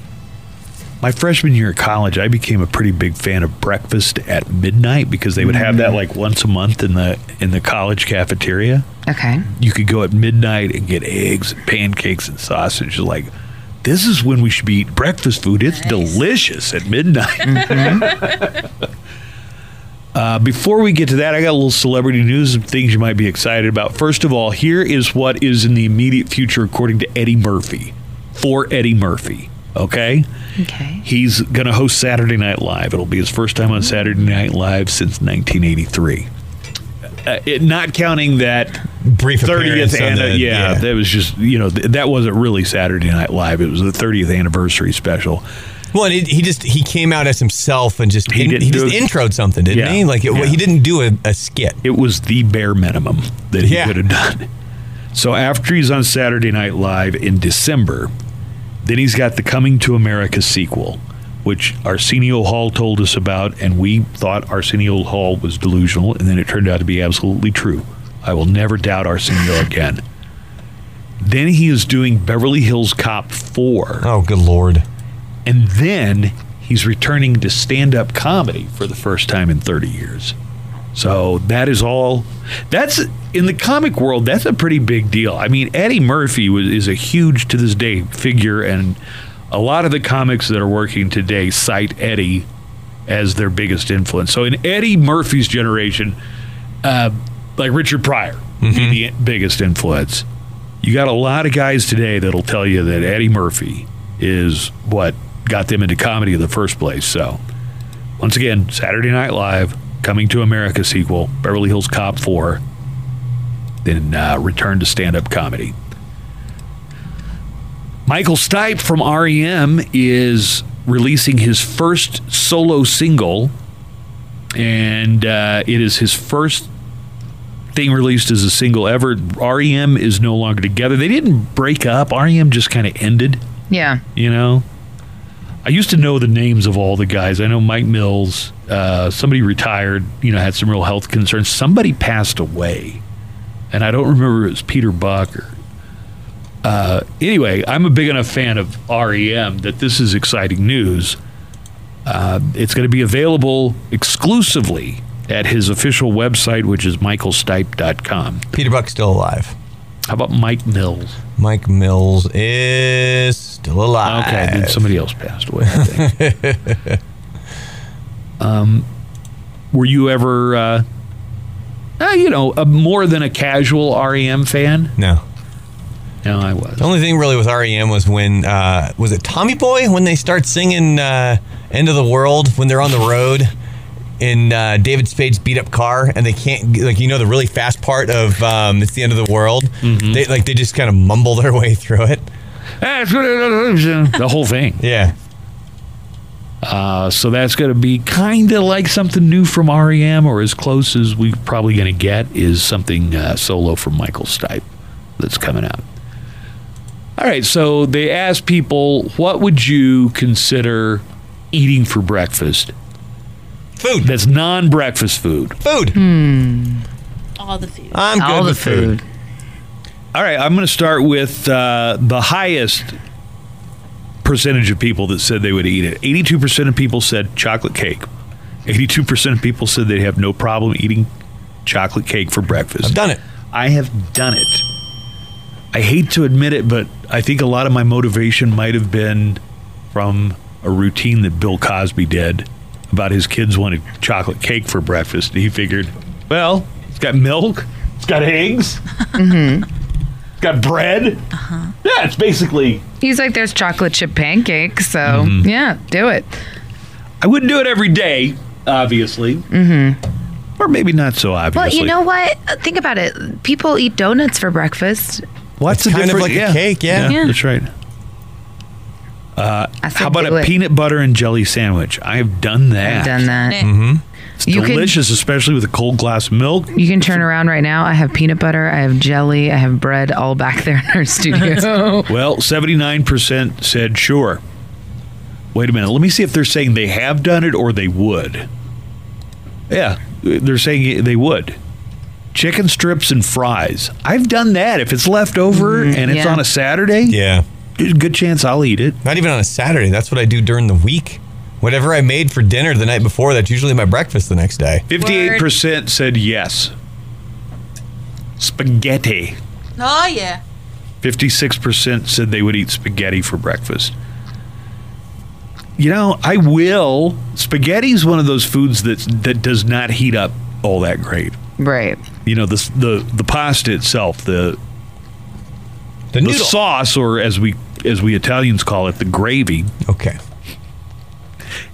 Speaker 2: My freshman year at college, I became a pretty big fan of breakfast at midnight because they would have that like once a month in the in the college cafeteria.
Speaker 3: Okay.
Speaker 2: You could go at midnight and get eggs and pancakes and sausage. You're Like, this is when we should be eating breakfast food. It's delicious at midnight. uh, before we get to that, I got a little celebrity news and things you might be excited about. First of all, here is what is in the immediate future according to Eddie Murphy. For Eddie Murphy. Okay?
Speaker 3: Okay.
Speaker 2: He's going to host Saturday Night Live. It'll be his first time on Saturday Night Live since 1983. Uh, it, not counting that
Speaker 4: Brief
Speaker 2: 30th
Speaker 4: appearance on
Speaker 2: anniversary.
Speaker 4: the-
Speaker 2: yeah,
Speaker 4: yeah.
Speaker 2: that was just you know th- that wasn't really Saturday Night Live. It was the 30th anniversary special.
Speaker 4: Well, and he, he just he came out as himself and just
Speaker 2: He
Speaker 4: he,
Speaker 2: didn't
Speaker 4: he
Speaker 2: do
Speaker 4: just
Speaker 2: it.
Speaker 4: introed something, didn't
Speaker 2: Yeah.
Speaker 4: he? Like it,
Speaker 2: Yeah.
Speaker 4: he didn't do a, a skit.
Speaker 2: It was the bare minimum that he
Speaker 4: Yeah.
Speaker 2: could have done. So after he's on Saturday Night Live in December, then he's got the Coming to America sequel, which Arsenio Hall told us about, and we thought Arsenio Hall was delusional, and then it turned out to be absolutely true. I will never doubt Arsenio again. Then he is doing Beverly Hills Cop 4.
Speaker 4: Oh, good lord!
Speaker 2: And then he's returning to stand up comedy for the first time in 30 years. So that is all. That's in the comic world, that's a pretty big deal. I mean, Eddie Murphy was, is a huge to this day figure, and a lot of the comics that are working today cite Eddie as their biggest influence. So in Eddie Murphy's generation, uh, like Richard Pryor, would be the biggest influence. You got a lot of guys today that'll tell you that Eddie Murphy is what got them into comedy in the first place. So, once again, Saturday Night Live, Coming to America sequel, Beverly Hills Cop 4, then uh, return to stand up comedy. Michael Stipe from REM is releasing his first solo single, and uh, it is his first thing released as a single ever. REM is no longer together. They didn't break up. REM just kind of ended,
Speaker 3: Yeah.
Speaker 2: you know? I used to know the names of all the guys. I know Mike Mills, uh, somebody retired, you know, had some real health concerns. Somebody passed away. And I don't remember if it was Peter Buck or. Uh, anyway, I'm a big enough fan of REM that this is exciting news. Uh, it's going to be available exclusively at his official website, which is michaelstipe.com.
Speaker 4: Peter Buck's still alive.
Speaker 2: How about Mike Mills?
Speaker 4: Mike Mills is still alive.
Speaker 2: Okay, then somebody else passed away. I think. um, were you ever, uh, uh, you know, a, more than a casual REM fan?
Speaker 4: No.
Speaker 2: No, I
Speaker 4: The
Speaker 2: was.
Speaker 4: only thing really with REM was when uh, was it Tommy Boy when they start singing uh, "End of the World" when they're on the road in uh, David Spade's beat up car and they can't like you know the really fast part of um, "It's the End of the World." They like they just kind of mumble their way through it.
Speaker 2: the whole thing.
Speaker 4: Yeah,
Speaker 2: Uh, so that's going to be kind of like something new from REM, or as close as we're probably going to get is something uh, solo from Michael Stipe that's coming out. All right, so they asked people, what would you consider eating for breakfast
Speaker 4: food,
Speaker 2: that's non breakfast food?
Speaker 4: food.
Speaker 5: All the food.
Speaker 4: I'm good
Speaker 3: All the
Speaker 4: with food.
Speaker 3: food.
Speaker 2: All right, I'm going to start with uh, the highest percentage of people that said they would eat it. 82% of people said chocolate cake. 82% of people said they'd have no problem eating chocolate cake for breakfast.
Speaker 4: I've done it.
Speaker 2: I have done it. I hate to admit it, but I think a lot of my motivation might have been from a routine that Bill Cosby did about his kids wanted chocolate cake for breakfast. He figured, well, it's got milk, it's got eggs,
Speaker 3: Mm-hmm.
Speaker 2: it's got bread.
Speaker 3: Uh-huh.
Speaker 2: Yeah, it's basically.
Speaker 3: He's like, there's chocolate chip pancake. So
Speaker 2: Mm-hmm.
Speaker 3: yeah, do it.
Speaker 2: I wouldn't do it every day, obviously. Mm-hmm. Or maybe not so
Speaker 3: Well,
Speaker 2: obviously.
Speaker 3: you know what? Uh, Think about it. People eat donuts for breakfast.
Speaker 4: It's
Speaker 2: what's the
Speaker 4: kind of
Speaker 2: difference?
Speaker 4: like a cake, yeah.
Speaker 3: Yeah.
Speaker 2: that's right.
Speaker 3: I
Speaker 2: How
Speaker 3: said
Speaker 2: about
Speaker 3: do
Speaker 2: a
Speaker 3: it.
Speaker 2: peanut butter and jelly sandwich? I have done that.
Speaker 3: I've done that.
Speaker 2: It's
Speaker 3: You can-
Speaker 2: delicious, especially with a cold glass of milk.
Speaker 3: You can turn around right now. I have peanut butter, I have jelly, I have bread all back there in our studio.
Speaker 2: Well, 79% said sure. Wait a minute. Let me see if they're saying they have done it or they would. Yeah, they're saying they would. Chicken strips and fries. I've done that. If it's left over and it's
Speaker 3: Mm-hmm. yeah.
Speaker 2: on a Saturday,
Speaker 4: Yeah,
Speaker 2: there's a good chance I'll eat it.
Speaker 4: Not even on a Saturday. That's what I do during the week. Whatever I made for dinner the night before, that's usually my breakfast the next day.
Speaker 2: 58% said yes. Spaghetti.
Speaker 5: Oh yeah.
Speaker 2: 56% said they would eat spaghetti for breakfast. You know, I will. Spaghetti's one of those foods that that does not heat up all that great.
Speaker 3: Right.
Speaker 2: You know, the s- the the pasta itself, the
Speaker 4: The
Speaker 2: the
Speaker 4: noodle.
Speaker 2: sauce or as we as we Italians call it, the gravy
Speaker 4: Okay.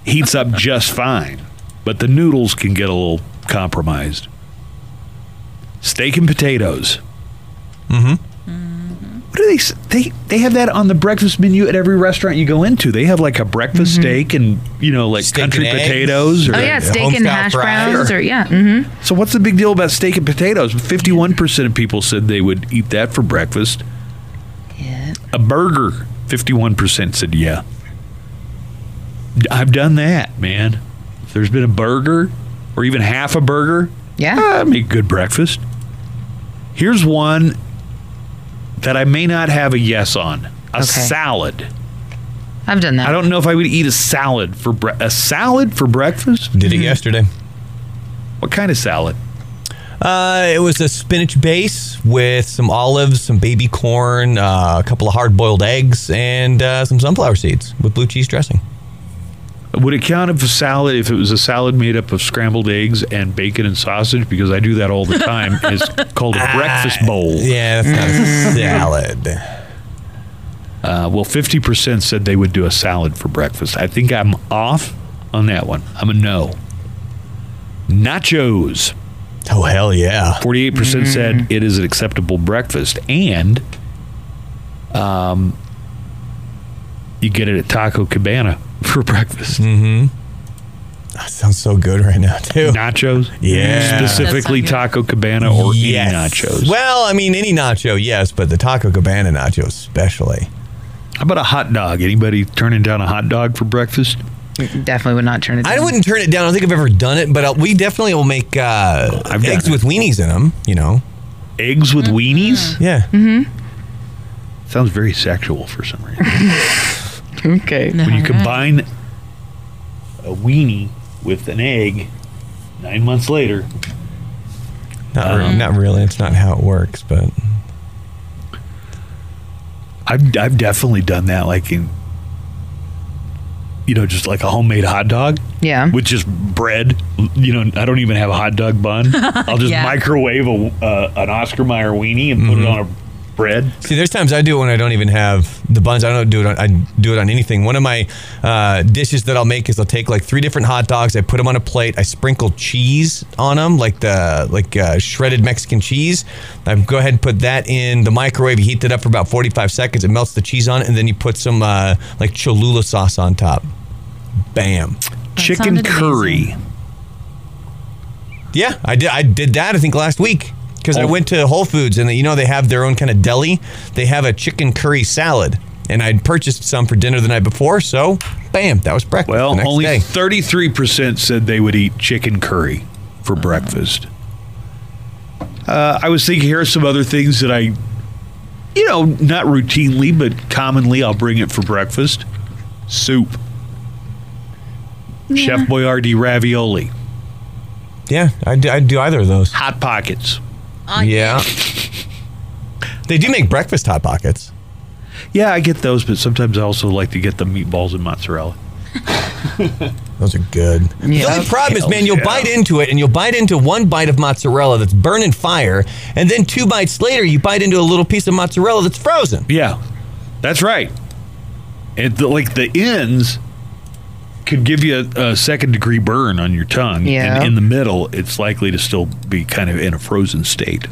Speaker 2: heats up just fine, but the noodles can get a little compromised. Steak and potatoes. Mm-hmm. What do they s- they they have that on the breakfast menu at every restaurant you go into? They have like a breakfast steak and you know like
Speaker 4: Steak
Speaker 2: country
Speaker 4: and eggs.
Speaker 2: potatoes. Or,
Speaker 3: Mm-hmm. Oh yeah,
Speaker 4: Yeah,
Speaker 3: steak and
Speaker 4: homestyle
Speaker 3: hash
Speaker 4: fries.
Speaker 3: browns, or yeah. hmm
Speaker 2: So what's the big deal about steak and potatoes? Fifty one percent of people said they would eat that for breakfast.
Speaker 3: Yeah.
Speaker 2: A burger. Fifty one percent said yeah. D- I've done that, man. If there's been a burger or even half a burger,
Speaker 3: Yeah.
Speaker 2: I make good breakfast. Here's one that I may not have a yes on. A
Speaker 3: Okay.
Speaker 2: salad.
Speaker 3: I've done that.
Speaker 2: I don't know if I would eat a salad for bre- a salad for breakfast.
Speaker 4: Did it yesterday.
Speaker 2: What kind of salad?
Speaker 4: Uh, it was a spinach base with some olives, some baby corn, uh, a couple of hard boiled eggs, and uh, some sunflower seeds with blue cheese dressing.
Speaker 2: Would it count if a salad if it was a salad made up of scrambled eggs and bacon and sausage? Because I do that all the time. It's called a breakfast bowl.
Speaker 4: Ah. Yeah, that's not a salad.
Speaker 2: Uh, well, fifty percent said they would do a salad for breakfast. I think I'm off on that one. I'm a no. Nachos.
Speaker 4: Oh, hell yeah.
Speaker 2: 48%
Speaker 4: Mm.
Speaker 2: said it is an acceptable breakfast and um, you get it at taco cabana for breakfast
Speaker 4: Mm. That sounds so good right now, too.
Speaker 2: nachos
Speaker 4: Yeah.
Speaker 2: specifically
Speaker 5: That sounds
Speaker 2: taco cabana or
Speaker 4: Yes.
Speaker 2: any nachos
Speaker 4: Well, I mean, any nacho, yes, but the Taco Cabana nacho, especially.
Speaker 2: how about a hot dog anybody turning down a hot dog for breakfast
Speaker 3: Definitely would not turn it. Down.
Speaker 4: I wouldn't turn it down. I don't think I've ever done it, but uh we definitely will make uh,
Speaker 2: I've done
Speaker 4: eggs
Speaker 2: it.
Speaker 4: with weenies in them, you know?
Speaker 2: eggs
Speaker 5: Mm-hmm.
Speaker 2: with weenies
Speaker 4: Yeah.
Speaker 2: sounds very sexual for some reason
Speaker 3: Okay.
Speaker 2: when you combine a weenie with an egg nine months later
Speaker 4: Not, re-
Speaker 2: Um,
Speaker 4: not really. It's not how it works, but.
Speaker 2: I've I've definitely done that, like in you know, just like a homemade hot dog.
Speaker 3: Yeah.
Speaker 2: With just bread, you know, I don't even have a hot dog bun. I'll just
Speaker 5: Yeah. Mm-hmm.
Speaker 2: microwave a, uh, an Oscar Mayer weenie and put it on a bread.
Speaker 4: See, there's times I do it when I don't even have the buns. I don't do it. On, I do it on anything. One of my uh, dishes that I'll make is I'll take like three different hot dogs. I put them on a plate. I sprinkle cheese on them, like the like uh, shredded Mexican cheese. I go ahead and put that in the microwave. You heat that up for about 45 seconds. It melts the cheese on it, and then you put some uh, like Cholula sauce on top. Bam.
Speaker 2: Chicken
Speaker 5: sounded
Speaker 2: curry.
Speaker 5: amazing.
Speaker 4: Yeah, I did. I did that. I think last week because I
Speaker 2: Oh.
Speaker 4: went to Whole Foods and you know they have their own kind of deli. They have a chicken curry salad, and I'd purchased some for dinner the night before. So, bam, that was breakfast. the
Speaker 2: Well,
Speaker 4: next
Speaker 2: only
Speaker 4: day.
Speaker 2: 33% said they would eat chicken curry for
Speaker 4: Uh-huh.
Speaker 2: breakfast. Uh, I was thinking here are some other things that I, you know, not routinely, but commonly I'll bring it for breakfast soup, Chef Boyardee ravioli,
Speaker 4: yeah, I'd, do- I'd do either of those.
Speaker 2: Hot Pockets.
Speaker 5: Oh,
Speaker 4: Yeah, they do make breakfast hot pockets.
Speaker 2: Yeah, I get those, but sometimes I also like to get the meatballs and mozzarella.
Speaker 4: Those are good. The only problem is, man, you'll
Speaker 2: yeah.
Speaker 4: bite into it and you'll bite into one bite of mozzarella that's burning fire, and then two bites later, you bite into a little piece of mozzarella that's frozen.
Speaker 2: Yeah, that's right. And the, like the ends could give you a, a second degree burn on your tongue.
Speaker 3: Yeah.
Speaker 2: And in the middle, it's likely to still be kind of in a frozen state.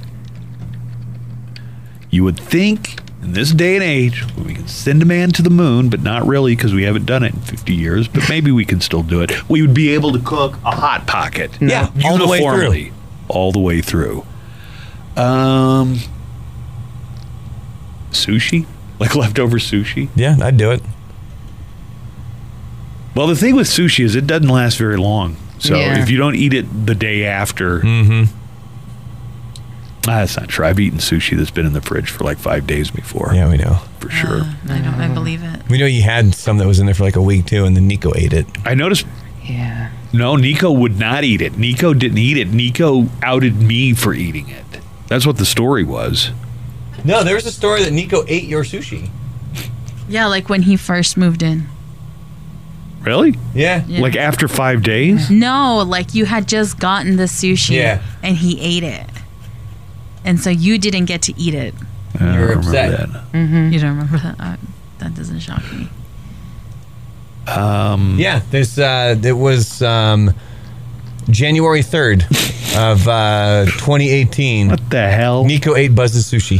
Speaker 2: You would think in this day and age, we can send a man to the moon, but not really because we haven't done it in 50 years, but maybe we can still do it. We would be able to cook a hot pocket.
Speaker 4: Yeah, all the way through.
Speaker 2: uniformly, All the way through. Um, sushi? Like leftover sushi?
Speaker 4: Yeah, I'd do it.
Speaker 2: Well, the thing with sushi is it doesn't last very long. So
Speaker 3: Yeah.
Speaker 4: Mm-hmm.
Speaker 2: if you don't eat it the day after, Ah, that's not true. I've eaten sushi that's been in the fridge for like five days before.
Speaker 4: Yeah, we know.
Speaker 2: for sure.
Speaker 5: I don't.
Speaker 4: Mm.
Speaker 5: I believe it.
Speaker 4: We know you had some that was in there for like a week too, and then Nico ate it.
Speaker 2: I noticed.
Speaker 3: Yeah.
Speaker 2: No, Nico would not eat it. Nico didn't eat it. Nico outed me for eating it. That's what the story was.
Speaker 4: No, there was a story that Nico ate your sushi.
Speaker 5: Yeah, like when he first moved in.
Speaker 2: Really?
Speaker 4: Yeah.
Speaker 5: Yeah.
Speaker 2: Like after five days?
Speaker 5: No, like you had just gotten the sushi
Speaker 4: Yeah.
Speaker 5: and he ate it. And so you didn't get to eat it.
Speaker 2: I
Speaker 4: You were
Speaker 2: don't remember
Speaker 4: upset.
Speaker 2: that.
Speaker 5: You don't remember that? Uh, that doesn't shock me.
Speaker 4: Mm. Yeah. There's uh it was um January third of uh twenty eighteen.
Speaker 2: What the hell?
Speaker 4: Nico ate Buzz's sushi.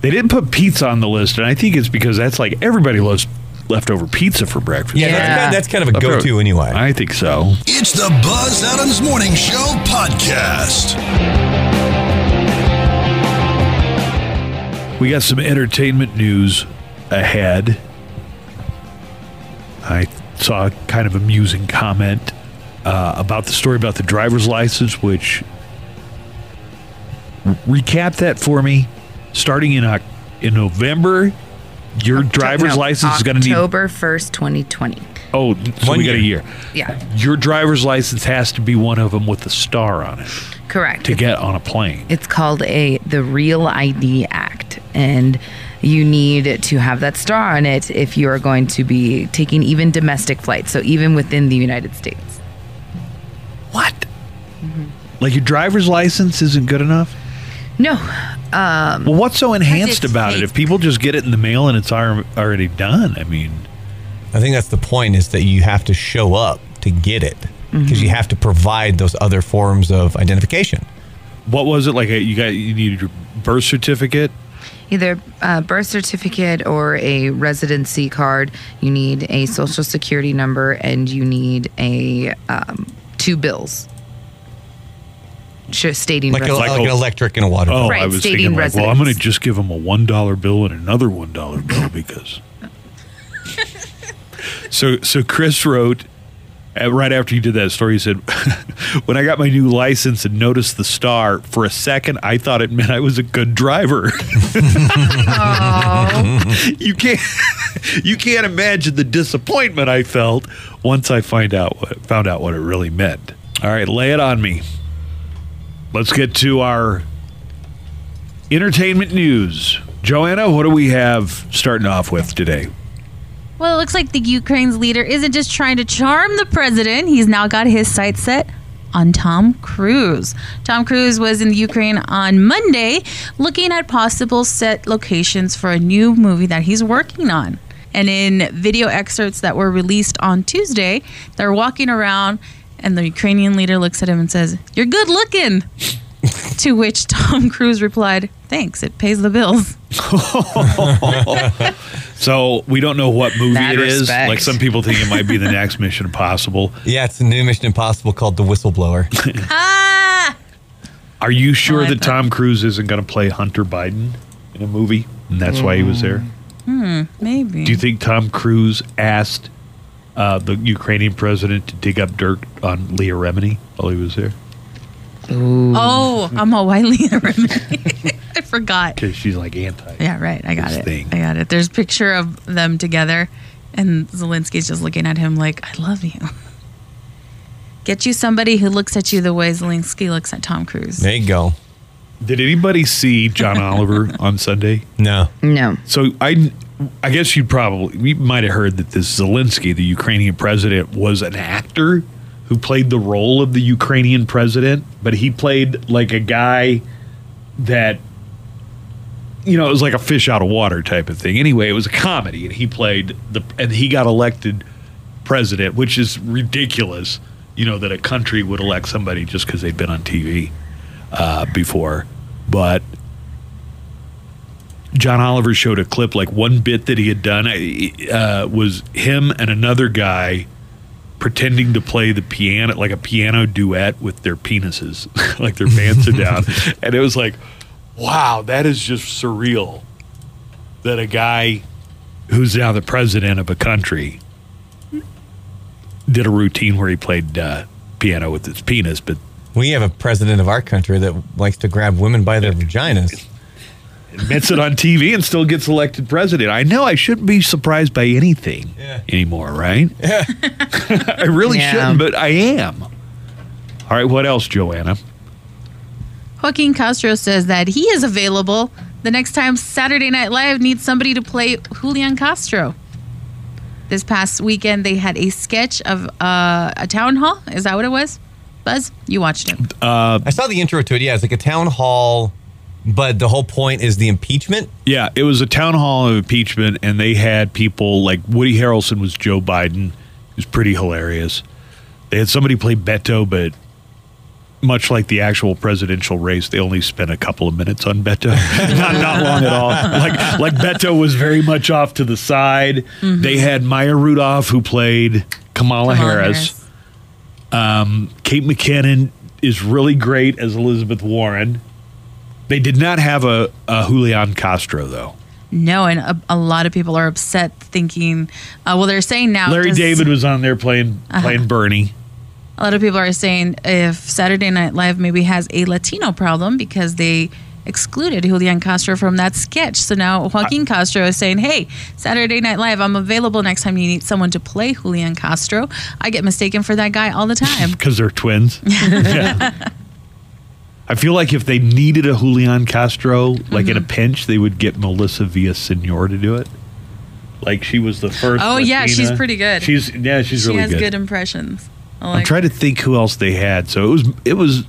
Speaker 2: They didn't put pizza on the list, and I think it's because that's like everybody loves leftover pizza for breakfast.
Speaker 4: Yeah, That's,
Speaker 3: Yeah.
Speaker 4: kind of, that's kind of a go to anyway.
Speaker 2: I think so.
Speaker 1: It's the Buzz Adams Morning Show podcast.
Speaker 2: We got some entertainment news ahead. I saw a kind of amusing comment uh, about the story about the driver's license, which recap that for me. Starting in Oc- in November, your driver's
Speaker 3: No,
Speaker 2: license is going to need.
Speaker 3: October 1st, 2020.
Speaker 2: Oh, so
Speaker 4: One
Speaker 2: we got a
Speaker 4: year.
Speaker 2: year.
Speaker 3: Yeah,
Speaker 2: Your driver's license has to be one of them with a star on it
Speaker 3: correct.
Speaker 2: to get on a plane.
Speaker 3: It's called a the Real ID Act, and you need to have that star on it if you are going to be taking even domestic flights, so even within the United States.
Speaker 2: What? Like your driver's license isn't good enough?
Speaker 3: No,
Speaker 2: Well, what's so enhanced
Speaker 5: it
Speaker 2: about it?
Speaker 5: take-
Speaker 2: If people just get it in the mail and it's ar- already done, I mean,
Speaker 4: I think that's the point is that you have to show up to get it because
Speaker 2: Mm-hmm.
Speaker 4: you have to provide those other forms of identification.
Speaker 2: what was it like? A, you got you needed your birth certificate.
Speaker 3: either a birth certificate or a residency card. You need a social security number, and you need a um, two bills, Sh- stating
Speaker 4: Like, a,
Speaker 3: resi-
Speaker 4: like,
Speaker 2: Like
Speaker 4: an
Speaker 2: a-
Speaker 4: electric and a water bill.
Speaker 2: Oh,
Speaker 3: Right,
Speaker 2: I was
Speaker 3: stating
Speaker 2: thinking like, well, I'm going to
Speaker 3: residence.
Speaker 2: just give them a one dollar bill and another one dollar bill because. so so Chris wrote. uh, Right after you did that story, he said, When I got my new license and noticed the star, for a second I thought it meant I was a good driver. you can't you can't imagine the disappointment I felt once I find out what found out what it really meant. All right, lay it on me. Let's get to our entertainment news. Joanna, what do we have starting off with today?
Speaker 5: Well, it looks like the Ukraine's leader isn't just trying to charm the president. He's now got his sights set on Tom Cruise. Tom Cruise was in the Ukraine on Monday looking at possible set locations for a new movie that he's working on. And in video excerpts that were released on Tuesday, they're walking around and the Ukrainian leader looks at him and says, "You're good looking." to which Tom Cruise replied, "Thanks, it pays the bills."
Speaker 2: So we don't know what movie
Speaker 3: Mad
Speaker 2: it is.
Speaker 3: respect.
Speaker 2: Like some people think it might be the next Mission Impossible.
Speaker 4: Yeah, it's a new Mission Impossible called The Whistleblower.
Speaker 5: Ah!
Speaker 2: Are you sure
Speaker 5: Oh, I
Speaker 2: that
Speaker 5: bet.
Speaker 2: Tom Cruise isn't going to play Hunter Biden in a movie? And that's why he was there.
Speaker 5: Mm. Maybe.
Speaker 2: Do you think Tom Cruise asked uh, the Ukrainian president to dig up dirt on Leah Remini while he was there?
Speaker 5: Oh, I'm a Wiley and Remy. I forgot.
Speaker 2: Because she's like anti.
Speaker 5: Yeah, right. I got
Speaker 2: This
Speaker 5: it.
Speaker 2: thing.
Speaker 5: I got it. There's a picture of them together, and Zelensky's just looking at him like, I love you. Get you somebody who looks at you the way Zelensky looks at Tom Cruise.
Speaker 4: there you go.
Speaker 2: Did anybody see John Oliver on Sunday?
Speaker 4: No.
Speaker 3: no.
Speaker 2: So I, I guess you probably you might have heard that this Zelensky, the Ukrainian president, was an actor who played the role of the Ukrainian president, but he played like a guy that, you know, it was like a fish out of water type of thing. Anyway, it was a comedy, and he played the and he got elected president, which is ridiculous. You know that a country would elect somebody just because they've been on TV uh, before, but John Oliver showed a clip, like one bit that he had done uh, was him and another guy pretending to play the piano, like a piano duet with their penises, like their pants are down. And it was like, wow, that is just surreal that a guy who's now the president of a country did a routine where he played uh, piano with his penis, but
Speaker 4: We have a president of our country that likes to grab women by their vaginas.
Speaker 2: admits it on TV and still gets elected president. I know I shouldn't be surprised by anything
Speaker 4: Yeah.
Speaker 2: anymore, right? Yeah. I really
Speaker 3: Yeah.
Speaker 2: shouldn't, but I am. All right, what else, Joanna?
Speaker 5: Joaquin Castro says that he is available the next time Saturday Night Live needs somebody to play Julian Castro. This past weekend, they had a sketch of uh, a town hall. Is that what it was? Buzz, you watched it.
Speaker 4: I saw the intro to it. Yeah, it's like a town hall, but the whole point is the impeachment.
Speaker 2: Yeah, it was a town hall of impeachment, and they had people like Woody Harrelson was Joe Biden. It was pretty hilarious. They had somebody play Beto, but much like the actual presidential race, they only spent a couple of minutes on Beto. not not long at all. Like like Beto was very much off to the side. They had Maya Rudolph who played Mm-hmm. Kamala,
Speaker 5: Kamala
Speaker 2: Harris. Um, Kate McKinnon is really great as Elizabeth Warren. They did not have a, a Julian Castro though.
Speaker 5: No, and a, a lot of people are upset, thinking, uh, well, they're saying now.
Speaker 2: Larry
Speaker 5: does-
Speaker 2: David was on there playing playing Bernie.
Speaker 5: A lot of people are saying if Saturday Night Live maybe has a Latino problem because they excluded Julian Castro from that sketch. So now Joaquin Castro is saying, hey, Saturday Night Live, I'm available next time you need someone to play Julian Castro. I get mistaken for that guy all the time.
Speaker 2: because they're twins. Yeah. I feel like if they needed a Julian Castro, like
Speaker 5: Mm-hmm.
Speaker 2: in a pinch, they would get Melissa Villasenor to do it. Like she was the first.
Speaker 5: Oh, yeah, she's
Speaker 2: Latina.
Speaker 5: pretty good.
Speaker 2: She's yeah, she's
Speaker 5: she
Speaker 2: really
Speaker 5: has
Speaker 2: good.
Speaker 5: good, impressions. I
Speaker 2: I'm
Speaker 5: like-
Speaker 2: trying to think who else they had. So it was it was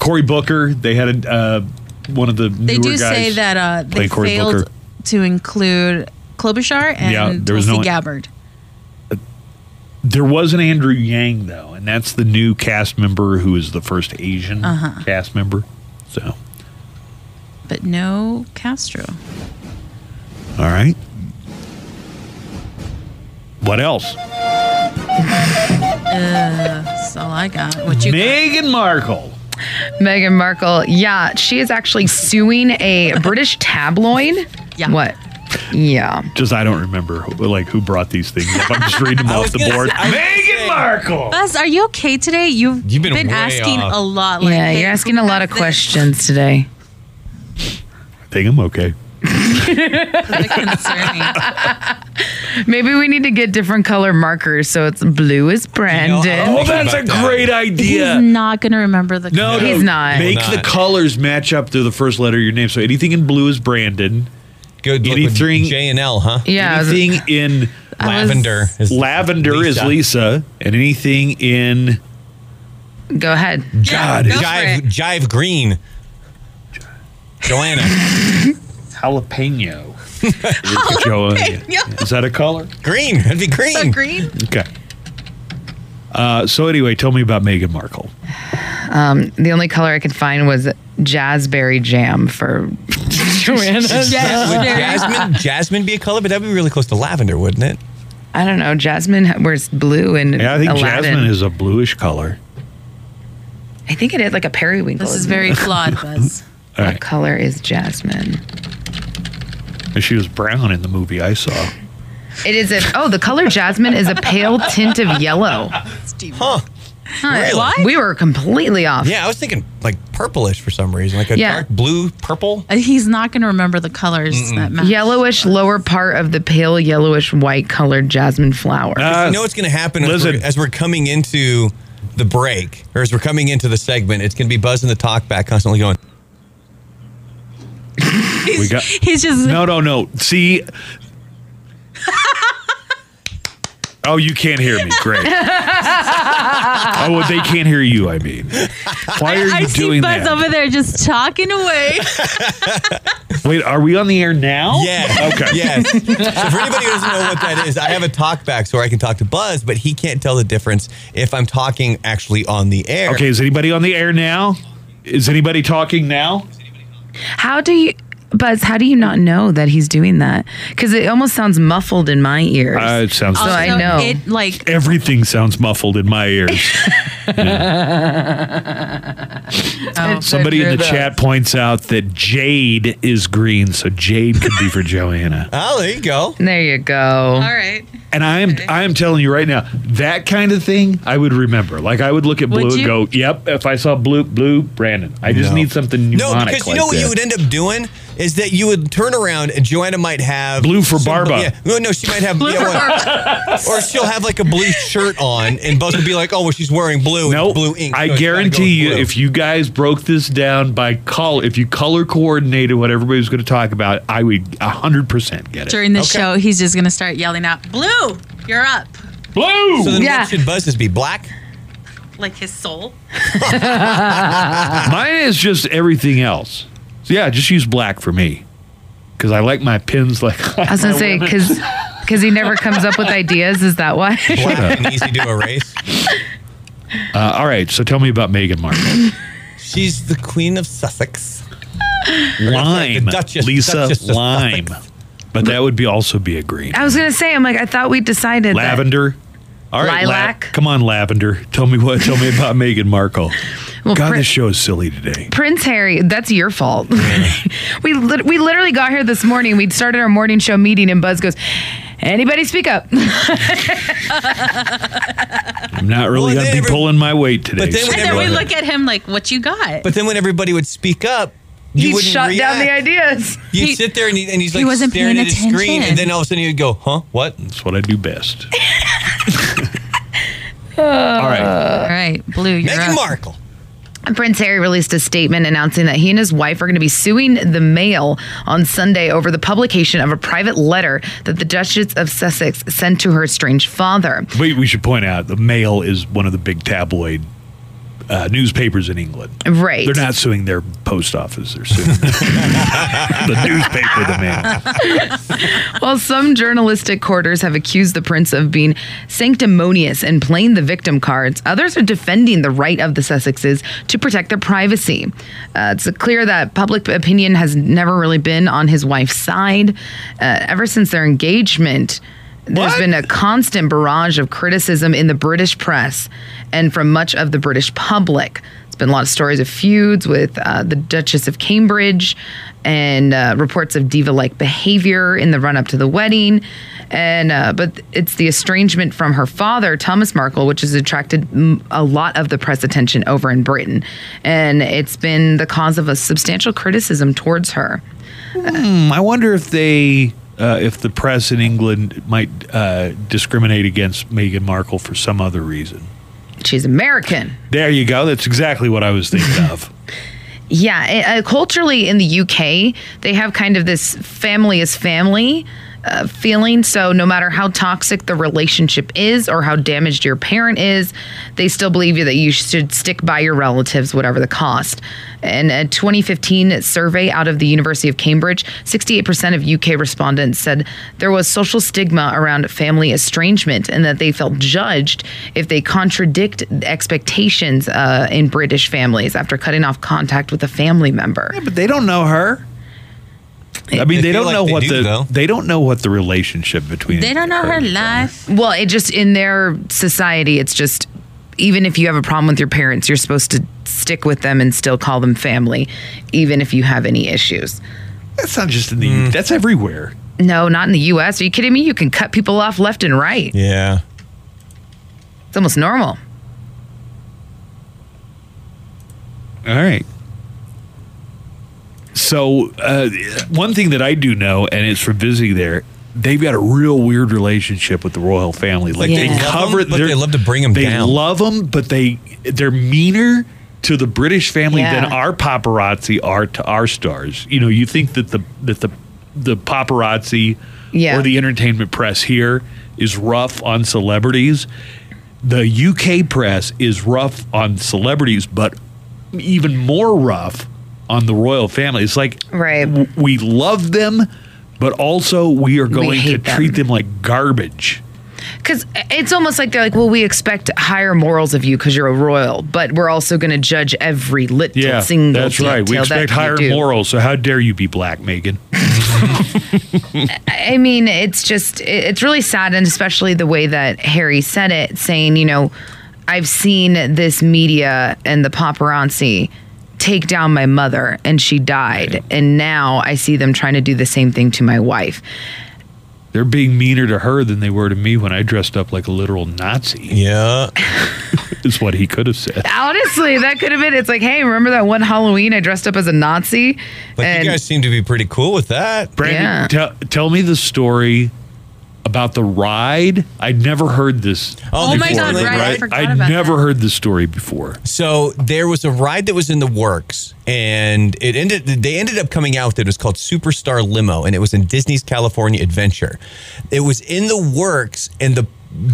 Speaker 2: Cory Booker. They had a, uh, one of the
Speaker 5: they
Speaker 2: newer
Speaker 5: do
Speaker 2: guys.
Speaker 5: say that uh,
Speaker 2: play
Speaker 5: they
Speaker 2: Cory
Speaker 5: failed
Speaker 2: Booker.
Speaker 5: to include Klobuchar and
Speaker 2: Yeah, there was
Speaker 5: Tulsi
Speaker 2: no-
Speaker 5: Gabbard.
Speaker 2: There was an Andrew Yang though, and that's the new cast member who is the first Asian
Speaker 5: Uh-huh.
Speaker 2: cast member. So
Speaker 5: But no Castro.
Speaker 2: All right. What else?
Speaker 5: That's all I got. What you got?
Speaker 2: Meghan Markle.
Speaker 3: Meghan Markle, yeah, she is actually suing a British tabloid.
Speaker 5: Yeah.
Speaker 3: What? Yeah.
Speaker 2: Just I don't remember like who brought these things up. I'm just reading them off the board. Meghan Markle.
Speaker 5: Buzz, are you okay today? You've,
Speaker 4: Oh. You've been way
Speaker 5: asking
Speaker 4: off.
Speaker 5: a lot. Like,
Speaker 3: Yeah,
Speaker 5: hey,
Speaker 3: you're asking a
Speaker 5: who
Speaker 3: lot of
Speaker 5: has this?
Speaker 3: questions today.
Speaker 2: I think I'm okay.
Speaker 5: Concerning.
Speaker 3: Maybe we need to get different color markers so it's blue is Brandon.
Speaker 4: I was thinking about that.
Speaker 2: idea.
Speaker 5: He's not gonna remember the.
Speaker 2: no,
Speaker 5: color.
Speaker 2: no,
Speaker 3: He's not.
Speaker 2: Make
Speaker 4: Will
Speaker 2: the
Speaker 4: not.
Speaker 2: colors match up to the first letter of your name. So anything in blue is Brandon.
Speaker 4: Good look with
Speaker 2: Anything-
Speaker 4: J and L, huh?
Speaker 3: Yeah, I was-
Speaker 2: Anything in
Speaker 4: Lavender. Is
Speaker 2: lavender is Lisa, and anything in
Speaker 3: Go ahead.
Speaker 4: God,
Speaker 5: Go for
Speaker 4: jive,
Speaker 5: it.
Speaker 4: jive green. Joanna,
Speaker 2: jalapeno. Is that a color?
Speaker 4: green. That'd be green.
Speaker 5: So green.
Speaker 2: Okay. Uh, so anyway, tell me about Meghan Markle.
Speaker 3: The only color I could find was jazzberry jam for Joanna.
Speaker 4: Would jasmine, jasmine be a color? But that'd be really close to lavender, wouldn't it?
Speaker 3: I don't know. Jasmine ha- wears blue and
Speaker 2: Yeah, I think
Speaker 3: Aladdin.
Speaker 2: jasmine is a bluish color.
Speaker 3: I think it is like a periwinkle.
Speaker 5: This is
Speaker 3: isn't
Speaker 5: very flawed, Buzz.
Speaker 3: it?
Speaker 2: All
Speaker 3: What
Speaker 2: right.
Speaker 3: color is jasmine?
Speaker 2: And she was brown in the movie I saw.
Speaker 3: It is a oh the color jasmine is a pale tint of yellow.
Speaker 4: Huh? Really?
Speaker 5: What?
Speaker 3: We were completely off.
Speaker 4: Yeah, I was thinking like purplish for some reason, like a
Speaker 3: Yeah.
Speaker 4: dark blue purple.
Speaker 5: Uh, He's not gonna remember the colors that match.
Speaker 3: Yellowish lower part of the pale yellowish white colored jasmine flower.
Speaker 2: Uh, Ah,
Speaker 4: you know what's going to happen as
Speaker 2: listen.
Speaker 4: we're, as we're coming into the break, or as we're coming into the segment. It's going to be buzzing the talk back constantly going.
Speaker 2: we got
Speaker 5: He's just.
Speaker 2: no, no, no. See. Oh, you can't hear me. Great. oh, well, they can't hear you. I mean, why are you
Speaker 5: I see
Speaker 2: doing
Speaker 5: Buzz
Speaker 2: that?
Speaker 5: over there just talking away.
Speaker 2: Wait, are we on the air now?
Speaker 4: Yeah.
Speaker 2: Okay.
Speaker 4: Yes. So for anybody who doesn't know what that is, I have a talk back so I can talk to Buzz, but he can't tell the difference if I'm talking actually on the air.
Speaker 2: Okay. Is anybody on the air now? Is anybody talking now?
Speaker 3: How do you Buzz, how do you not know that he's doing that? Because it almost sounds muffled in my ears.
Speaker 2: Uh, it sounds.
Speaker 3: Oh, I
Speaker 5: Also,
Speaker 3: know.
Speaker 5: It like
Speaker 2: Everything sounds muffled in my ears.
Speaker 5: Oh,
Speaker 2: Somebody in the
Speaker 3: Picture
Speaker 2: chat
Speaker 3: those.
Speaker 2: points out that Jade is green, so Jade could be for Joanna.
Speaker 4: Oh, there you go.
Speaker 3: There you
Speaker 5: All
Speaker 3: go.
Speaker 5: right.
Speaker 2: And I am I am telling you right now, that kind of thing I would remember. Like I would look at blue
Speaker 5: Would
Speaker 2: and
Speaker 5: you?
Speaker 2: go, "Yep." If I saw blue, blue, Brandon. I just
Speaker 4: No.
Speaker 2: need something mnemonic.
Speaker 4: No, because you
Speaker 2: like
Speaker 4: know what
Speaker 2: that.
Speaker 4: you would end up doing is that you would turn around and Joanna might have
Speaker 2: Blue for
Speaker 4: some-
Speaker 2: Barba.
Speaker 4: Yeah, no, no, she might have
Speaker 5: Blue
Speaker 4: yeah, what- or she'll have like a blue shirt on, and Buzz would be like, "Oh, well, she's wearing blue and
Speaker 2: No,
Speaker 4: it's blue ink." so
Speaker 2: I
Speaker 4: it's gotta go
Speaker 2: guarantee
Speaker 4: with
Speaker 2: you,
Speaker 4: blue.
Speaker 2: if you guys broke this down by color, if you color coordinated what everybody was going to talk about, I would hundred percent get it.
Speaker 5: During the
Speaker 4: Okay.
Speaker 5: show, he's just going to start yelling out, Blue, you're up.
Speaker 2: Blue.
Speaker 4: so then
Speaker 3: Yeah.
Speaker 4: what should Buzz's be black?
Speaker 5: Like his soul.
Speaker 2: Mine is just everything else. So yeah, just use black for me because I like my pins like.
Speaker 3: I was gonna say because because he never comes up with ideas. Is that why?
Speaker 4: Black and easy to erase.
Speaker 2: Uh, all right, so tell me about Meghan Markle.
Speaker 4: She's the queen of Sussex.
Speaker 2: Lime,
Speaker 4: Duchess-
Speaker 2: Lisa
Speaker 4: Duchess of
Speaker 2: Lime, but that would be also be a green.
Speaker 3: I was gonna say. I'm like, I thought we decided. that-
Speaker 2: Lavender. All right, la-
Speaker 3: Lilac.
Speaker 2: come on, lavender. Tell me what. Tell me about Meghan Markle.
Speaker 3: Well,
Speaker 2: God,
Speaker 3: Prin-
Speaker 2: this show is silly today.
Speaker 3: Prince Harry, that's your fault. we lit- we literally got here this morning. We'd started our morning show meeting, and Buzz goes, "Anybody speak up?"
Speaker 2: I'm not
Speaker 4: Well,
Speaker 2: really going
Speaker 4: then
Speaker 2: to be
Speaker 4: every-
Speaker 2: pulling my weight today.
Speaker 4: then
Speaker 2: so-
Speaker 5: And then we
Speaker 4: Everyone-
Speaker 5: look at him like, What you got?
Speaker 4: But then when everybody would speak up, you
Speaker 3: He
Speaker 4: wouldn't
Speaker 3: shut down the
Speaker 4: react.
Speaker 3: ideas.
Speaker 4: You'd
Speaker 5: He-
Speaker 4: sit there and, he, and he's
Speaker 5: he
Speaker 4: like
Speaker 5: wasn't
Speaker 4: staring at
Speaker 5: paying
Speaker 4: his screen,
Speaker 5: attention.
Speaker 4: and then all of a sudden you'd go, "Huh? What?"
Speaker 2: That's what I do best. All right.
Speaker 5: All right, Blue, you're
Speaker 4: Meghan
Speaker 5: up.
Speaker 4: Markle.
Speaker 3: Prince Harry released a statement announcing that he and his wife are going to be suing the Mail on Sunday over the publication of a private letter that the Duchess of Sussex sent to her estranged father.
Speaker 2: We, we should point out the Mail is one of the big tabloid uh, newspapers in England.
Speaker 3: Right.
Speaker 2: They're not suing their post office. They're suing the newspaper, the Mail.
Speaker 3: While some journalistic quarters have accused the prince of being sanctimonious and playing the victim cards, others are defending the right of the Sussexes to protect their privacy. Uh, it's clear that public opinion has never really been on his wife's side. Uh, ever since their engagement, there's
Speaker 2: What?
Speaker 3: been a constant barrage of criticism in the British press and from much of the British public. It's been a lot of stories of feuds with uh, the Duchess of Cambridge and uh, reports of diva like behavior in the run up to the wedding. And uh, but it's the estrangement from her father, Thomas Markle, which has attracted mm, a lot of the press attention over in Britain. And it's been the cause of a substantial criticism towards her.
Speaker 2: Hmm, I wonder if they, uh, if the press in England might uh, discriminate against Meghan Markle for some other reason.
Speaker 3: She's American.
Speaker 2: There you go. That's exactly what I was thinking of.
Speaker 3: Yeah, uh, culturally in the UK, they have kind of this family is family uh, feeling. So no matter how toxic the relationship is or how damaged your parent is, they still believe you that you should stick by your relatives, whatever the cost. In a 2015 survey out of the University of Cambridge, 68% of UK respondents said there was social stigma around family estrangement and that they felt judged if they contradict expectations uh, in British families after cutting off contact with a family member.
Speaker 2: But they don't know her. I mean,
Speaker 4: I
Speaker 2: they
Speaker 4: feel
Speaker 2: don't
Speaker 4: like
Speaker 2: know
Speaker 4: they
Speaker 2: what
Speaker 4: do,
Speaker 2: the
Speaker 4: though.
Speaker 2: they don't know what the relationship between
Speaker 5: They don't know her life.
Speaker 3: Well, it just in their society, it's just even if you have a problem with your parents, you're supposed to stick with them and still call them family, even if you have any issues.
Speaker 2: That's not just in the.
Speaker 4: Hmm.
Speaker 2: That's everywhere.
Speaker 3: No, not in the U.S. Are you kidding me? You can cut people off left and right.
Speaker 4: Yeah.
Speaker 3: It's almost normal.
Speaker 2: All right. So uh, one thing that I do know, and it's from visiting there, they've got a real weird relationship with the royal family.
Speaker 4: Like
Speaker 2: Like they
Speaker 4: they love
Speaker 2: cover,
Speaker 4: 'em, but
Speaker 2: they're-
Speaker 4: they love to bring 'em
Speaker 2: they
Speaker 4: down.
Speaker 2: love them, but they they're meaner to the British family
Speaker 3: Yeah.
Speaker 2: than our paparazzi are to our stars. You know, you think that the that the the paparazzi
Speaker 3: Yeah.
Speaker 2: or the entertainment press here is rough on celebrities. The UK press is rough on celebrities, but even more rough on the royal family. It's like
Speaker 3: Right.
Speaker 2: w- we love them, but also we are going to
Speaker 3: hate them.
Speaker 2: treat them like garbage.
Speaker 3: Because it's almost like they're like, well, we expect higher morals of you because you're a royal, but we're also going to judge every little
Speaker 2: Yeah,
Speaker 3: single
Speaker 2: that's right. We
Speaker 3: detail that
Speaker 2: expect
Speaker 3: you
Speaker 2: higher
Speaker 3: do.
Speaker 2: morals. So how dare you be black, Megan?
Speaker 3: I mean, it's just, it- it's really sad, and especially the way that Harry said it, saying, you know, I've seen this media and the paparazzi take down my mother and she died. And now I see them trying to do the same thing to my wife.
Speaker 2: They're being meaner to her than they were to me when I dressed up like a literal Nazi,
Speaker 4: Yeah.
Speaker 2: is what he could have said.
Speaker 3: Honestly, that could have been. It's like, hey, remember that one Halloween I dressed up as a Nazi?
Speaker 4: Like you guys seem to be pretty cool with that.
Speaker 2: Brandon,
Speaker 3: Yeah.
Speaker 2: tell tell me the story about the ride. I'd never heard this.
Speaker 5: Oh my
Speaker 4: before,
Speaker 5: God,
Speaker 4: like,
Speaker 5: right, I forgot
Speaker 2: I'd
Speaker 5: about
Speaker 2: never
Speaker 5: that.
Speaker 2: heard this story before.
Speaker 4: So there was a ride that was in the works, and it ended. They ended up coming out with it. It was called Superstar Limo, and it was in Disney's California Adventure. It was in the works, and the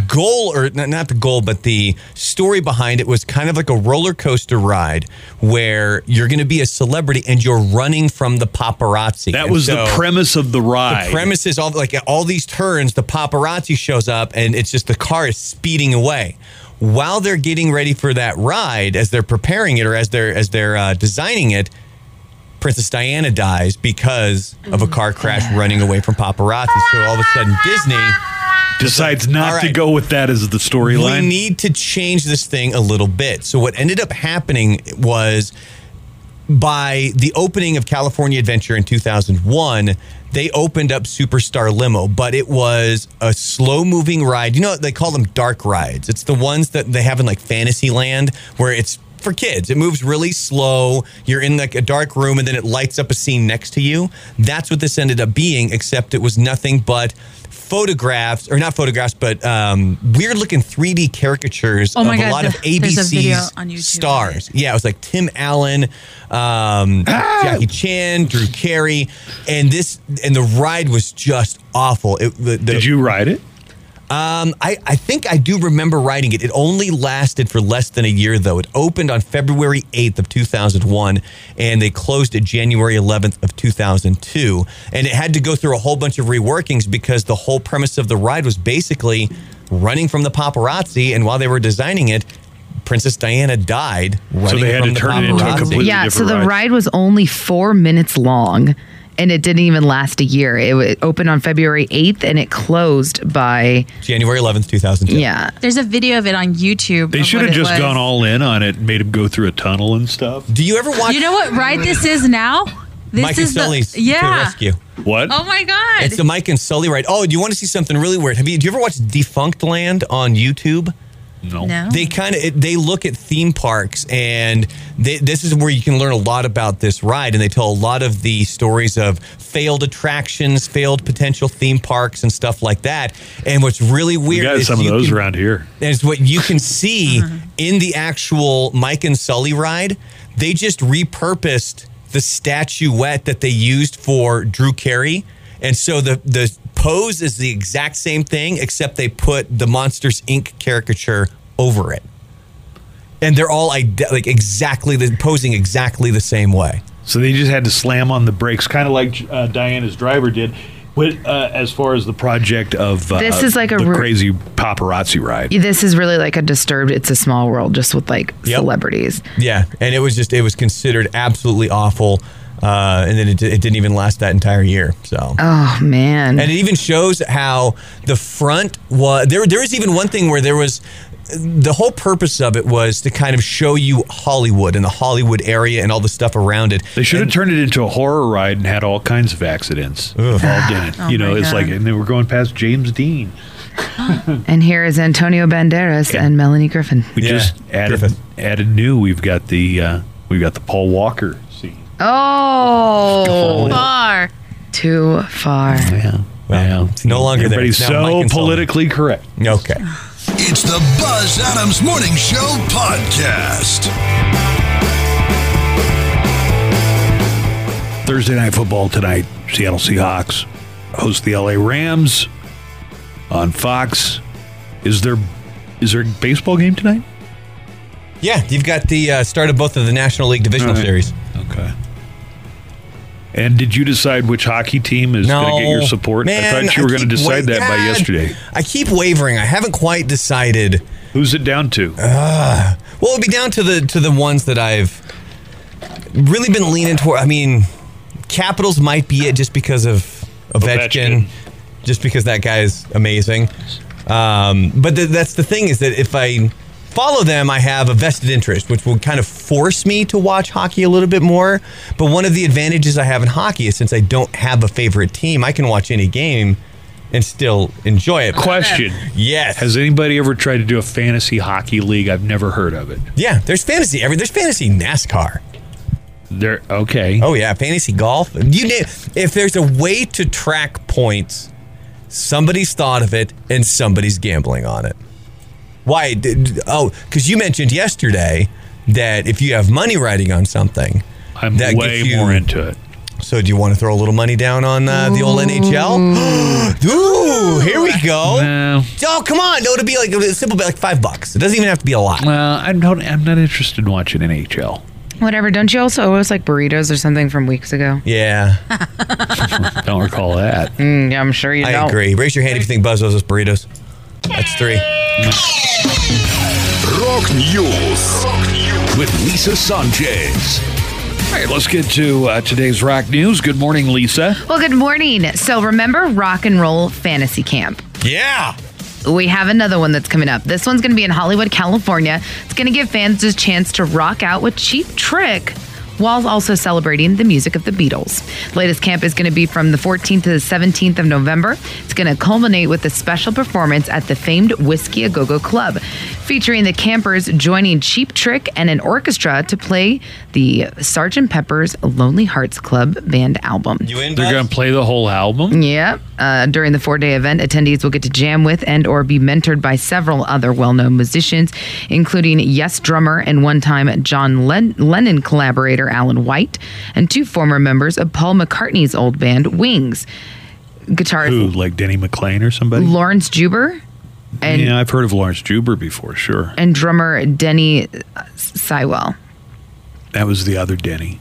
Speaker 4: goal, or not, not the goal, but the story behind it was kind of like a roller coaster ride where you're going to be a celebrity and you're running from the paparazzi.
Speaker 2: That
Speaker 4: And
Speaker 2: was the
Speaker 4: so-
Speaker 2: premise of the ride.
Speaker 4: the premise is all like all these turns, the paparazzi shows up and it's just the car is speeding away. While they're getting ready for that ride, as they're preparing it or as they're as they're uh, designing it, Princess Diana dies because of a car crash running away from paparazzi. So all of a sudden, Disney
Speaker 2: decides not
Speaker 4: All
Speaker 2: to
Speaker 4: right.
Speaker 2: go with that as the
Speaker 4: we
Speaker 2: storyline.
Speaker 4: need to change this thing a little bit. So what ended up happening was by the opening of California Adventure in 2001, they opened up Superstar Limo, but it was a slow moving ride. You know, they call them dark rides. It's the ones that they have in like Fantasyland where it's for kids. It moves really slow. You're in like a dark room and then it lights up a scene next to you. That's what this ended up being, except it was nothing but photographs or not photographs but um, weird looking 3d caricatures
Speaker 5: Oh my
Speaker 4: of a
Speaker 5: God,
Speaker 4: lot of
Speaker 5: th- there's a video
Speaker 4: abc's
Speaker 5: on YouTube of
Speaker 4: stars
Speaker 5: it.
Speaker 4: yeah, it was like Tim Allen, um,
Speaker 2: Ah!
Speaker 4: Jackie Chan, Drew Carey, and this and the ride was just awful. It, the, the,
Speaker 2: Did you ride it?
Speaker 4: I, I think I do remember writing it. It only lasted for less than a year, though. It opened on February 8th of 2001, and they closed it January 11th of 2002. And it had to go through a whole bunch of reworkings because the whole premise of the ride was basically running from the paparazzi. And while they were designing it, Princess Diana died running
Speaker 2: they had
Speaker 4: from
Speaker 2: to
Speaker 4: the
Speaker 2: turn it into a
Speaker 4: paparazzi.
Speaker 2: complete- completely
Speaker 3: yeah, so
Speaker 2: different
Speaker 3: the
Speaker 2: rides.
Speaker 3: ride was only four minutes long and it didn't even last a year. It, wa- it opened on February 8th and it closed by,
Speaker 4: January 11th, 2002.
Speaker 3: yeah.
Speaker 5: There's a video of it on YouTube.
Speaker 2: They
Speaker 5: of
Speaker 2: should
Speaker 5: what
Speaker 2: have
Speaker 5: it
Speaker 2: just
Speaker 5: was.
Speaker 2: gone all in on it, and made him go through a tunnel and stuff.
Speaker 4: Do you ever watch
Speaker 5: You know what ride this is now? This
Speaker 4: Mike and
Speaker 5: is
Speaker 4: Sully's
Speaker 5: the yeah.
Speaker 4: to rescue?
Speaker 2: What?
Speaker 5: Oh my god!
Speaker 4: It's the Mike and Sully ride. Oh, do you want to see something really weird? Have you? Do you ever watch Defunct Land on YouTube?
Speaker 2: no.
Speaker 5: no.
Speaker 4: They kind of they look at theme parks, and they, this is where you can learn a lot about this ride. And they tell a lot of the stories of failed attractions, failed potential theme parks, and stuff like that. And what's really
Speaker 2: We
Speaker 4: weird
Speaker 2: got
Speaker 4: is
Speaker 2: some of
Speaker 4: you
Speaker 2: those
Speaker 4: can-
Speaker 2: around here.
Speaker 4: is what you can see in the actual Mike and Sully ride. They just repurposed the statuette that they used for Drew Carey. And so the, the pose is the exact same thing, except they put the Monsters Inc. caricature over it. And they're all ide- like exactly the posing exactly the same way.
Speaker 2: So they just had to slam on the brakes, kind of like uh, Diana's driver did. With, uh, as far as the project of uh,
Speaker 3: This is like a
Speaker 2: the
Speaker 3: ru-
Speaker 2: crazy paparazzi ride.
Speaker 3: This is really like a disturbed, it's a small world just with like
Speaker 4: Yep.
Speaker 3: celebrities.
Speaker 4: Yeah, and it was just it was considered absolutely awful, uh, and then it, di- it didn't even last that entire year. So
Speaker 3: Oh, man.
Speaker 4: And it even shows how the front was there. There was even one thing where there was the whole purpose of it was to kind of show you Hollywood and the Hollywood area and all the stuff around it.
Speaker 2: They should have turned it into a horror ride and had all kinds of accidents involved in it.
Speaker 5: Oh
Speaker 2: you know,
Speaker 5: my
Speaker 2: it's like,
Speaker 5: God.
Speaker 2: and they were going past James Dean.
Speaker 3: And here is Antonio Banderas and Melanie Griffin.
Speaker 2: We
Speaker 4: Yeah,
Speaker 2: just added
Speaker 4: Griffith.
Speaker 2: added new. We've got the uh, we've got the Paul Walker scene.
Speaker 3: Oh,
Speaker 5: Far.
Speaker 3: too far.
Speaker 2: Yeah.
Speaker 4: Well, it's no longer there.
Speaker 2: Everybody's
Speaker 4: It's now Mike
Speaker 2: so
Speaker 4: and Sully.
Speaker 2: politically correct.
Speaker 4: Okay.
Speaker 1: It's the Buzz Adams Morning Show podcast.
Speaker 2: Thursday night football tonight. Seattle Seahawks host the LA Rams on Fox. Is there is there a baseball game tonight?
Speaker 4: Yeah, you've got the uh, start of both of the National League Divisional
Speaker 2: All right.
Speaker 4: Series.
Speaker 2: Okay. And did you decide which hockey team is going to get your support? I
Speaker 4: Man,
Speaker 2: thought you were going to
Speaker 4: keep
Speaker 2: decide
Speaker 4: wa-
Speaker 2: that by
Speaker 4: God,
Speaker 2: yesterday.
Speaker 4: I keep wavering. I haven't quite decided.
Speaker 2: Who's it down to?
Speaker 4: Uh, Well, it'll be down to the to the ones that I've really been leaning toward. I mean, Capitals might be it just because of Ovechkin,
Speaker 2: Ovechkin.
Speaker 4: just because that guy is amazing. Um, but th- that's the thing is that if I follow them, I have a vested interest, which will kind of force me to watch hockey a little bit more. But one of the advantages I have in hockey is since I don't have a favorite team, I can watch any game and still enjoy it.
Speaker 2: Question.
Speaker 4: Yes.
Speaker 2: Has anybody ever tried to do a fantasy hockey league? I've never heard of it.
Speaker 4: yeah, there's fantasy every there's fantasy NASCAR.
Speaker 2: There. Okay.
Speaker 4: Oh yeah, fantasy golf. You name, if there's a way to track points, somebody's thought of it and somebody's gambling on it. Why? d- d- Oh, because you mentioned yesterday that if you have money riding on something,
Speaker 2: I'm
Speaker 4: that
Speaker 2: way
Speaker 4: gets you-
Speaker 2: more into it.
Speaker 4: So, do you want to throw a little money down on uh, the old NHL? Ooh, here we go.
Speaker 2: No.
Speaker 4: Oh, come on! No, it'd be like a simple, like five bucks. It doesn't even have to be a lot.
Speaker 2: Well, I'm not. I'm not interested in watching NHL.
Speaker 3: Whatever. Don't you also owe us like burritos or something from weeks ago?
Speaker 4: Yeah,
Speaker 2: Don't recall that.
Speaker 3: Mm, yeah, I'm sure you
Speaker 4: I
Speaker 3: don't.
Speaker 4: agree. Raise your hand if you think Buzz owes us burritos. That's three.
Speaker 1: Rock News. With Lisa Sanchez.
Speaker 2: All right, let's get to uh, today's rock news. Good morning, Lisa.
Speaker 3: Well, good morning. So remember Rock and Roll Fantasy Camp.
Speaker 4: Yeah.
Speaker 3: We have another one that's coming up. This one's going to be in Hollywood, California. It's going to give fans a chance to rock out with Cheap Trick while also celebrating the music of the Beatles. The latest camp is going to be from the 14th to the 17th of November. It's going to culminate with a special performance at the famed Whiskey A Go Go Club, featuring the campers joining Cheap Trick and an orchestra to play the Sgt. Pepper's Lonely Hearts Club Band album.
Speaker 4: You in?
Speaker 2: They're
Speaker 4: Buzz?
Speaker 2: going to play the whole
Speaker 4: Mm.
Speaker 2: album.
Speaker 3: Yep. Uh, during the four-day event, attendees will get to jam with and or be mentored by several other well-known musicians, including Yes drummer and one-time John Len- Lennon collaborator Alan White, and two former members of Paul McCartney's old band Wings, guitarist
Speaker 2: Who, like Denny McLean or somebody?
Speaker 3: Lawrence Juber, and
Speaker 2: yeah, I've heard of Lawrence Juber before. Sure,
Speaker 3: and drummer Denny uh, Sywell.
Speaker 2: that was the other Denny.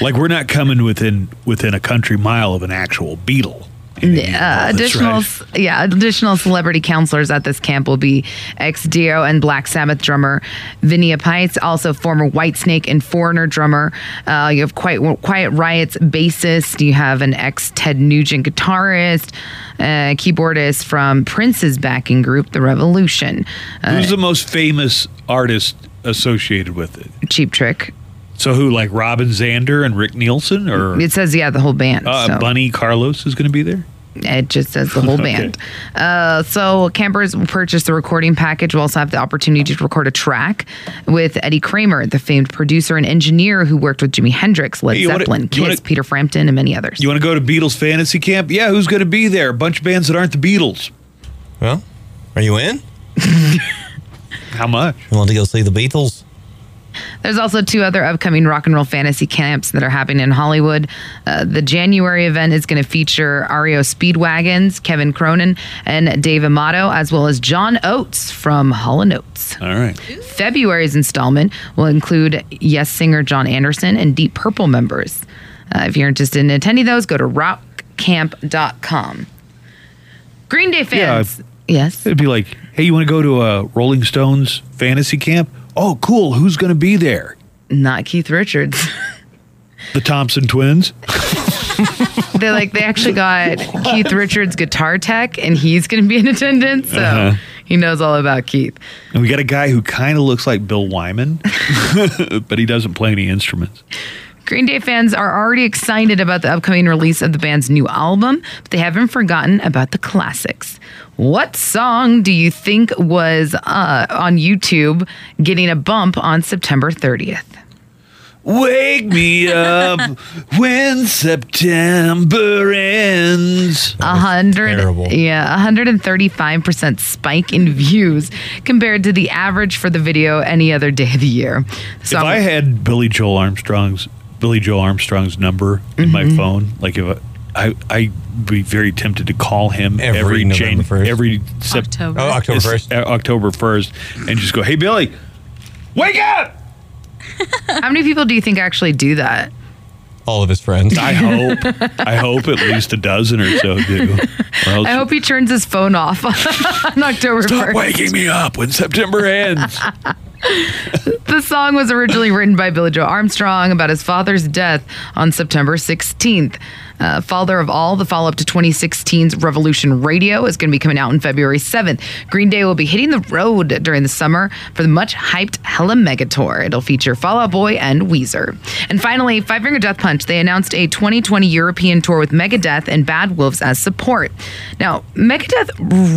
Speaker 2: like we're not coming within within a country mile of an actual Beatle.
Speaker 3: Uh,
Speaker 2: That's
Speaker 3: additional,
Speaker 2: right.
Speaker 3: yeah, additional celebrity counselors at this camp will be ex Dio and Black Sabbath drummer Vinnie Pites, also former Whitesnake and Foreigner drummer. Uh, you have Quiet, Quiet Riot's bassist. You have an ex Ted Nugent guitarist, uh, keyboardist from Prince's backing group, The Revolution. Uh,
Speaker 2: Who's the most famous artist associated with it?
Speaker 3: Cheap Trick.
Speaker 2: So who, like Robin Zander and Rick Nielsen, or
Speaker 3: It says, yeah, the whole band.
Speaker 2: uh,
Speaker 3: so.
Speaker 2: Bunny Carlos is going to be there?
Speaker 3: It just says the whole
Speaker 2: Okay.
Speaker 3: band. Uh, so campers will purchase the recording package. We'll also have the opportunity to record a track with Eddie Kramer, the famed producer and engineer who worked with Jimi Hendrix, Led
Speaker 2: Hey, you wanna-
Speaker 3: Zeppelin, Kiss,
Speaker 2: you wanna-
Speaker 3: Peter Frampton, and many others.
Speaker 2: You want to go to Beatles fantasy camp? Yeah, who's going to be there? A bunch of bands that aren't the Beatles.
Speaker 4: Well, are you in?
Speaker 2: How much?
Speaker 4: You want to go see the Beatles?
Speaker 3: There's also two other upcoming rock and roll fantasy camps that are happening in Hollywood. Uh, the January event is going to feature Ario Speedwagons, Kevin Cronin, and Dave Amato, as well as John Oates from Hall & Oates.
Speaker 2: All right.
Speaker 3: February's installment will include Yes singer John Anderson and Deep Purple members. Uh, if you're interested in attending those, go to rockcamp.com. Green Day fans.
Speaker 2: Yeah.
Speaker 3: Yes.
Speaker 2: It'd be like, hey, you want to go to a Rolling Stones fantasy camp? Oh, cool. Who's going to be there?
Speaker 3: Not Keith Richards.
Speaker 2: The Thompson twins?
Speaker 3: they like they actually got Keith Richards guitar tech and he's going to be in attendance, so
Speaker 2: Uh-huh.
Speaker 3: he knows all about Keith.
Speaker 2: And we got a guy who kind of looks like Bill Wyman, but he doesn't play any instruments.
Speaker 3: Green Day fans are already excited about the upcoming release of the band's new album, but they haven't forgotten about the classics. What song do you think was uh, on YouTube getting a bump on September 30th?
Speaker 2: Wake me up when September ends.
Speaker 3: A hundred,
Speaker 4: terrible.
Speaker 3: yeah, 135 percent spike in views compared to the average for the video any other day of the year. So
Speaker 2: if I had Billy Joel Armstrong's Billy Joel Armstrong's number in
Speaker 4: Mm-hmm.
Speaker 2: my phone, like if I, I I'd be very tempted to call him
Speaker 4: Every
Speaker 2: every
Speaker 4: November 1st.
Speaker 2: every Sep-
Speaker 5: October.
Speaker 4: Oh, October
Speaker 2: is-
Speaker 4: first.
Speaker 2: uh, October first, and just go, hey Billy, wake up!
Speaker 3: how many people do you think actually do that?
Speaker 4: All of his friends.
Speaker 2: I hope I hope at least a dozen or so do. Or else
Speaker 3: I hope he turns his phone off on October
Speaker 2: stop
Speaker 3: 1st.
Speaker 2: waking me up when September ends.
Speaker 3: the song was originally written by Billy Joe Armstrong about his father's death on September 16th. Uh, Father of All, the follow up to 2016's Revolution Radio, is going to be coming out on February 7th. Green Day will be hitting the road during the summer for the much hyped Hella Mega Tour. It'll feature Fall Out Boy and Weezer. And finally, Five Finger Death Punch, they announced a 2020 European tour with Megadeth and Bad Wolves as support. Now, Megadeth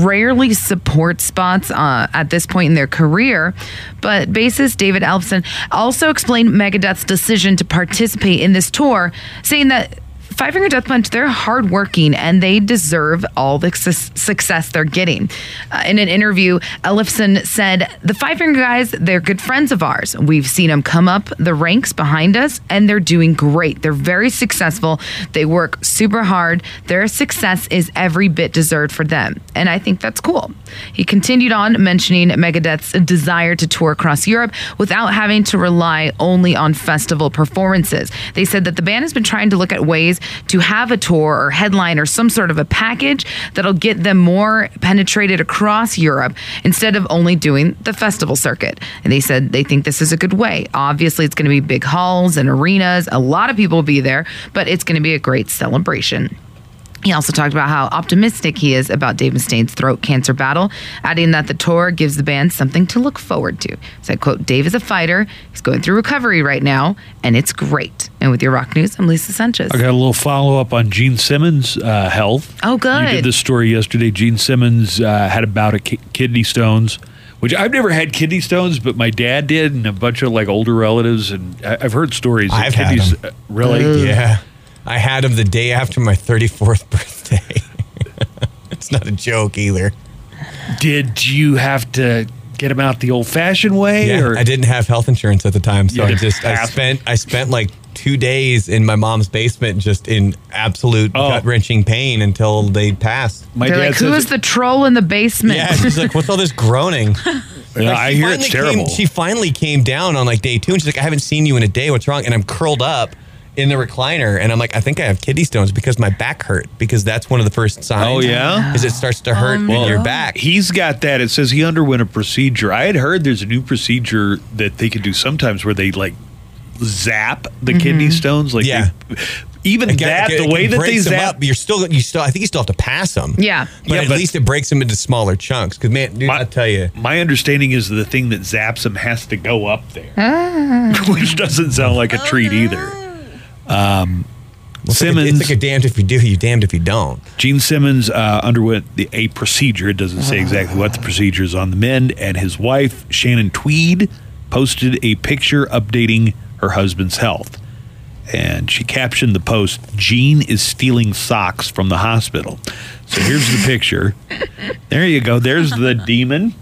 Speaker 3: rarely support spots uh, at this point in their career, but bassist David Elfson also explained Megadeth's decision to participate in this tour, saying that Five Finger Death Punch, they're hardworking and they deserve all the su- success they're getting. Uh, in an interview, Ellefson said, The Five Finger guys, they're good friends of ours. We've seen them come up the ranks behind us and they're doing great. They're very successful. They work super hard. Their success is every bit deserved for them. And I think that's cool. He continued on mentioning Megadeth's desire to tour across Europe without having to rely only on festival performances. They said that the band has been trying to look at ways to have a tour or headline or some sort of a package that'll get them more penetrated across Europe instead of only doing the festival circuit. And they said they think this is a good way. Obviously, it's going to be big halls and arenas. A lot of people will be there, but it's going to be a great celebration. He also talked about how optimistic he is about Dave Mustaine's throat cancer battle, adding that the tour gives the band something to look forward to. He said, quote, Dave is a fighter. He's going through recovery right now, and it's great. And with your rock news, I'm Lisa Sanchez.
Speaker 2: I got a little follow up on Gene Simmons' uh, health.
Speaker 3: Oh, good.
Speaker 2: You did this story yesterday. Gene Simmons uh, had a bout of ki- kidney stones, which I've never had kidney stones, but my dad did, and a bunch of like older relatives, and I- I've heard stories. of
Speaker 4: I've had
Speaker 2: kidney s-
Speaker 4: them.
Speaker 2: uh, Really?
Speaker 4: Yeah. I had him the day after my 34th birthday. it's not a joke either.
Speaker 2: Did you have to get him out the old fashioned way?
Speaker 4: Yeah,
Speaker 2: or?
Speaker 4: I didn't have health insurance at the time, so
Speaker 2: You
Speaker 4: I
Speaker 2: didn't
Speaker 4: just I
Speaker 2: have-
Speaker 4: spent I spent like two days in my mom's basement, just in absolute
Speaker 2: Oh.
Speaker 4: gut wrenching pain until they passed.
Speaker 2: My
Speaker 3: They're like, who
Speaker 2: says-
Speaker 3: is the troll in the basement?
Speaker 4: Yeah, she's like, "What's all this groaning?"
Speaker 2: Yeah,
Speaker 4: Like,
Speaker 2: I
Speaker 4: she
Speaker 2: hear it's
Speaker 4: finally came-
Speaker 2: terrible.
Speaker 4: she finally came down on like day two, and she's like, "I haven't seen you in a day. What's wrong?" And I'm curled up in the recliner, and I'm like, "I think I have kidney stones because my back hurt because that's one of the first signs.
Speaker 2: Oh, yeah?
Speaker 4: is it starts to hurt
Speaker 2: Oh,
Speaker 4: in your back.
Speaker 2: He's got that. It says he underwent a procedure. I had heard there's a new procedure that they can do sometimes where they like zap the kidney stones. Like,
Speaker 4: Mm-hmm. Yeah.
Speaker 2: they- even
Speaker 4: It
Speaker 2: that,
Speaker 4: it
Speaker 2: the way that they
Speaker 4: breaks them
Speaker 2: zap.
Speaker 4: up, you're still you still I think you still have to pass them.
Speaker 3: Yeah.
Speaker 4: but
Speaker 2: Yeah,
Speaker 4: at
Speaker 2: but-
Speaker 4: least it breaks them into smaller chunks. Because man, dude, I tell you,
Speaker 2: my understanding is the thing that zaps him has to go up there,
Speaker 4: Ah.
Speaker 2: which doesn't sound like a treat either. Um, Simmons,
Speaker 4: it's like a damned if you do, you damned if you don't.
Speaker 2: Gene Simmons uh, underwent the, a procedure. It doesn't say exactly what the procedure is on the mend. And his wife, Shannon Tweed, posted a picture updating her husband's health. And she captioned the post Gene is stealing socks from the hospital. So here's the picture. There you go. There's the demon.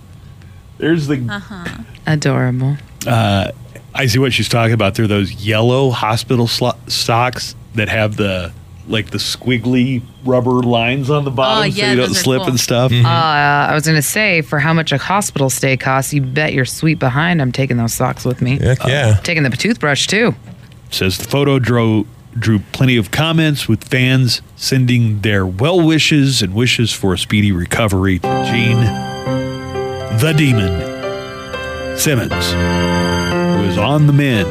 Speaker 2: There's the
Speaker 3: Adorable.
Speaker 2: I see what she's talking about. They're those yellow hospital slo- socks that have the like the squiggly rubber lines on the bottom, so
Speaker 5: Oh, yeah,
Speaker 2: you don't
Speaker 5: those are
Speaker 2: slip
Speaker 5: cool.
Speaker 2: and stuff.
Speaker 3: Uh, I was going to say, for how much a hospital stay costs, you bet your sweet behind I'm taking those socks with me.
Speaker 2: Uh,
Speaker 3: Uh,
Speaker 4: Heck yeah.
Speaker 3: Taking the toothbrush, too.
Speaker 2: Says the photo drew drew plenty of comments with fans sending their well wishes and wishes for a speedy recovery. Gene, the demon, Simmons, who is on the mend.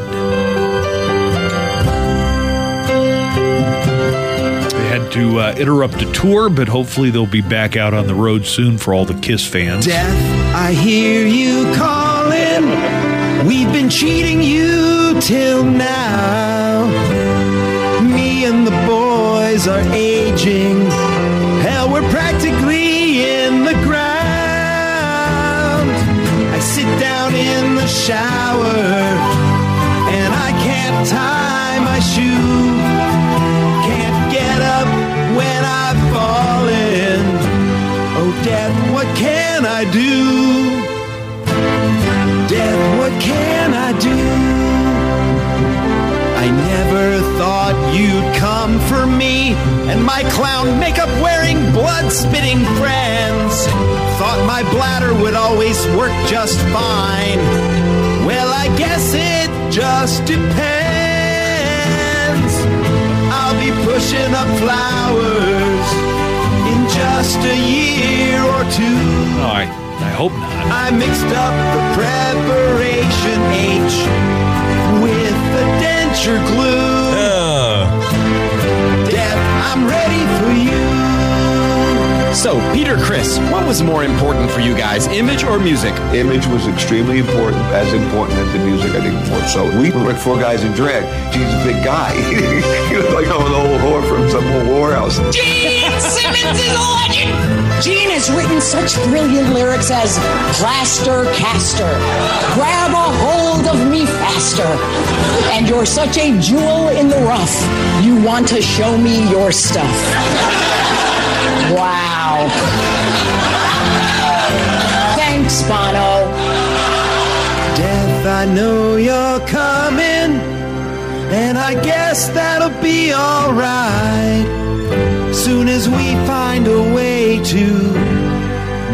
Speaker 2: They had to uh, interrupt a tour, but hopefully they'll be back out on the road soon for all the Kiss fans.
Speaker 6: Death, I hear you calling. We've been cheating you till now. Me and the boys are aging. Hell, we're practically in the ground. I sit down in the shower and I can't tie my shoe. Can't get up when I've fallen. Oh, death, what can I do? Death, what can I do? I never thought you'd come for me and my clown makeup wearing blood spitting friends. Thought my bladder would always work just fine. Well, I guess it just depends. I'll be pushing up flowers in just a year or two.
Speaker 2: All right, I hope not.
Speaker 6: I mixed up the preparation H picture glue.
Speaker 4: Uh,
Speaker 6: Death, I'm ready for you.
Speaker 7: So, Peter, Chris, what was more important for you guys, image or music?
Speaker 8: Image was extremely important, as important as the music, I think, more so. We were like four guys in drag. Gene's a big guy. he was like an old whore from some old whorehouse.
Speaker 9: Gene Simmons is a legend! Gene has written such brilliant lyrics as Plaster Caster, Grab a Hold of Me Faster, and You're Such a Jewel in the Rough, You Want to Show Me Your Stuff. Wow. Thanks, Bono.
Speaker 6: Death, I know you're coming, and I guess that'll be alright. Soon as we find a way to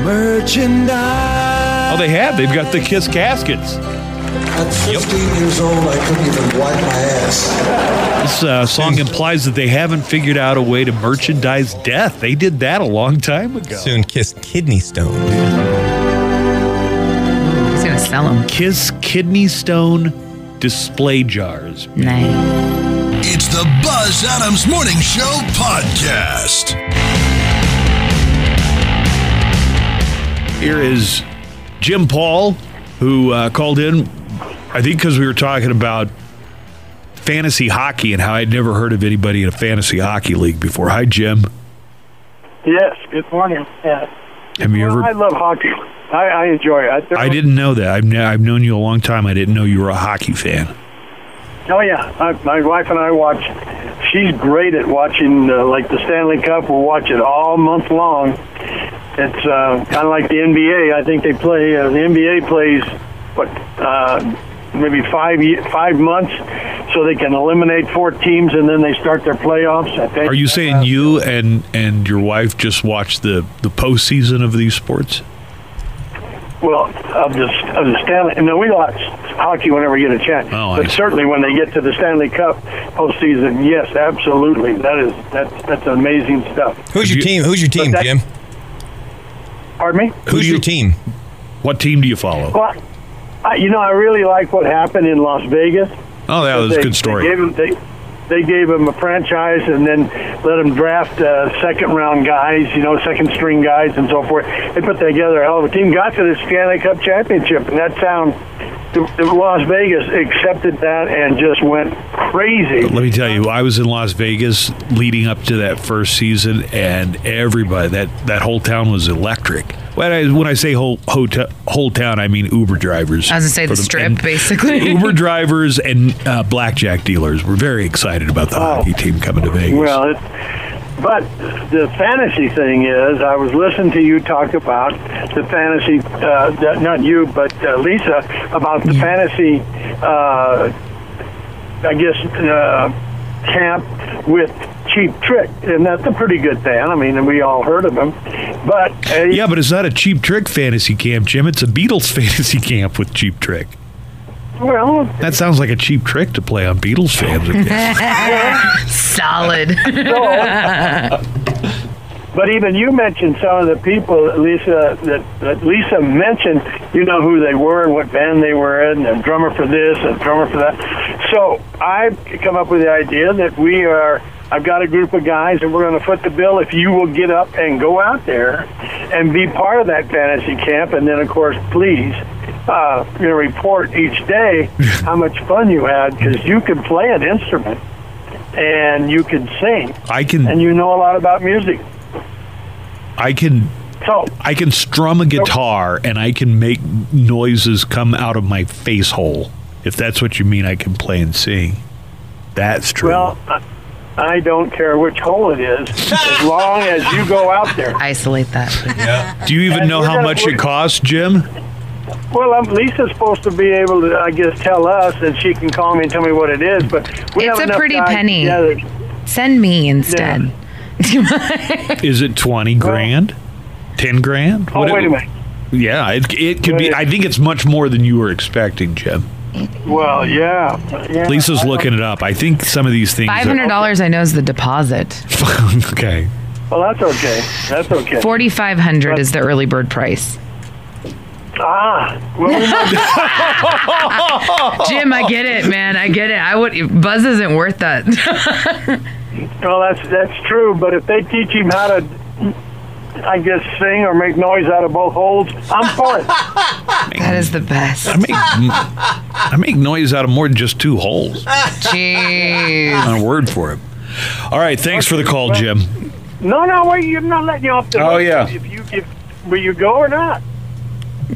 Speaker 6: merchandise.
Speaker 2: Oh, they have. They've got the Kiss caskets.
Speaker 10: At 15 years old, I couldn't even wipe my ass.
Speaker 2: This uh, song implies that they haven't figured out a way to merchandise death. They did that a long time ago.
Speaker 4: soon kissed kidney stone.
Speaker 3: He's gonna sell them.
Speaker 2: Kiss kidney stone display jars.
Speaker 3: Nice.
Speaker 1: It's the Buzz Adams Morning Show podcast.
Speaker 2: Here is Jim Paul, who uh, called in, I think, because we were talking about fantasy hockey and how I'd never heard of anybody in a fantasy hockey league before. Hi, Jim.
Speaker 11: Yes, good morning. Yeah.
Speaker 2: Have you
Speaker 11: Well, I
Speaker 2: ever?
Speaker 11: love hockey. I, I enjoy it. I,
Speaker 2: I didn't know that. I've, kn- I've known you a long time. I didn't know you were a hockey fan.
Speaker 11: Oh yeah, I, my wife and I watch. She's great at watching uh, like the Stanley Cup. We'll watch it all month long. It's uh, kind of like the NBA. I think they play. Uh, the NBA plays what uh, maybe five ye- five months, so they can eliminate four teams and then they start their playoffs. I think.
Speaker 2: Are you saying you and and your wife just watch the the postseason of these sports?
Speaker 11: Well, of the of the Stanley. No, we watch hockey whenever we get a chance.
Speaker 2: Oh, I
Speaker 11: but
Speaker 2: see.
Speaker 11: certainly when they get to the Stanley Cup postseason, yes, absolutely. That is that's that's amazing stuff.
Speaker 4: Who's your
Speaker 2: You-
Speaker 4: team? Who's your team,
Speaker 11: that-
Speaker 4: Jim?
Speaker 11: Pardon me.
Speaker 4: Who's
Speaker 2: do
Speaker 4: your
Speaker 2: you-
Speaker 4: team?
Speaker 2: What team do you follow?
Speaker 11: Well, I, you know, I really like what happened in Las Vegas.
Speaker 2: Oh, that was
Speaker 11: they,
Speaker 2: a good
Speaker 11: They
Speaker 2: story.
Speaker 11: gave, him, they, they gave him a franchise and then let him draft uh, second round guys, you know, second string guys and so forth. They put together a hell of a team, got to the Stanley Cup championship, and that town, the, the Las Vegas, accepted that and just went crazy.
Speaker 2: Let me tell you, I was in Las Vegas leading up to that first season, and everybody that that whole town was electric. When I when I say whole hotel, whole town, I mean Uber drivers.
Speaker 3: I was gonna say
Speaker 2: For
Speaker 3: the strip,
Speaker 2: and
Speaker 3: basically.
Speaker 2: Uber drivers and uh, blackjack dealers were very excited about the hockey team coming to Vegas.
Speaker 11: Well, it's, but the fantasy thing is, I was listening to you talk about the fantasy, uh, that- not you, but uh, Lisa, about the fantasy, uh, I guess, uh, camp with Cheap Trick. And that's a pretty good thing. I mean, we all heard of him. But, uh,
Speaker 2: yeah, but it's not a cheap trick fantasy camp, Jim. It's a Beatles fantasy camp with cheap trick.
Speaker 11: well,
Speaker 2: That sounds like a cheap trick to play on Beatles fans. again.
Speaker 3: Solid.
Speaker 11: But even you mentioned some of the people, Lisa, that, that Lisa mentioned, you know, who they were and what band they were in, and drummer for this and drummer for that. So I've come up with the idea that we are, I've got a group of guys and we're going to foot the bill if you will get up and go out there and be part of that fantasy camp. And then, of course, please. Uh, you know, report each day how much fun you had because you can play an instrument and you can sing
Speaker 2: I can
Speaker 11: and you know a lot about music.
Speaker 2: I can
Speaker 11: So
Speaker 2: I can strum a guitar and I can make noises come out of my face hole. If that's what you mean, I can play and sing. That's true.
Speaker 11: Well, I- I don't care which hole it is, as long as you go out there.
Speaker 3: Isolate that.
Speaker 2: Do you even
Speaker 11: and
Speaker 2: know
Speaker 11: we're
Speaker 2: how
Speaker 11: gonna-
Speaker 2: much
Speaker 11: we're-
Speaker 2: it costs, Jim?
Speaker 11: Well, um, Lisa's supposed to be able to, I guess, tell us, and she can call me and tell me what it is. But we
Speaker 3: It's
Speaker 11: have
Speaker 3: a
Speaker 11: enough
Speaker 3: pretty
Speaker 11: guys
Speaker 3: penny.
Speaker 11: together.
Speaker 3: Send me instead.
Speaker 11: Yeah.
Speaker 2: Is it 20 grand? 10 grand?
Speaker 11: Oh,
Speaker 2: What-
Speaker 11: wait a minute.
Speaker 2: Yeah, it, it could be. I think it's much more than you were expecting, Jim.
Speaker 11: Well, yeah, yeah.
Speaker 2: Lisa's looking it up. I think some of these things.
Speaker 3: Five hundred dollars. I know is the deposit.
Speaker 2: Are, okay.
Speaker 11: Well, that's okay. That's okay.
Speaker 3: Forty five hundred is the early bird price.
Speaker 11: Ah,
Speaker 3: Jim, I get it, man. I get it. I would Buzz isn't worth that.
Speaker 11: well, that's that's true. But if they teach him how to, I guess, sing or make noise out of both holes, I'm for it.
Speaker 3: that is the best.
Speaker 2: I make, I make noise out of more than just two holes.
Speaker 11: Ah.
Speaker 3: Jeez.
Speaker 2: Not a word for it. All right, thanks for the call, Jim.
Speaker 11: No, no, wait, you're not letting you off the
Speaker 2: Oh,
Speaker 11: hook
Speaker 2: yeah.
Speaker 11: If you if will you go or not?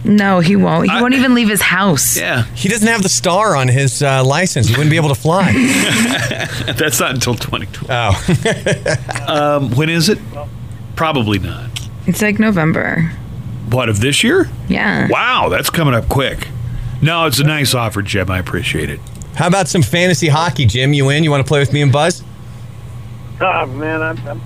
Speaker 3: No, he won't. He won't even leave his house.
Speaker 2: Yeah,
Speaker 4: He doesn't have the star on his uh, license. He wouldn't be able to fly.
Speaker 2: that's not until 2020.
Speaker 4: Oh,
Speaker 2: Um, when is it? Probably not.
Speaker 3: It's like November.
Speaker 2: What of this year?
Speaker 3: Yeah.
Speaker 2: Wow, that's coming up quick. No, it's a nice offer, Jim. I appreciate it.
Speaker 4: how about some fantasy hockey, Jim? You in? You want to play with me and Buzz?
Speaker 11: Oh man, I'm, I'm,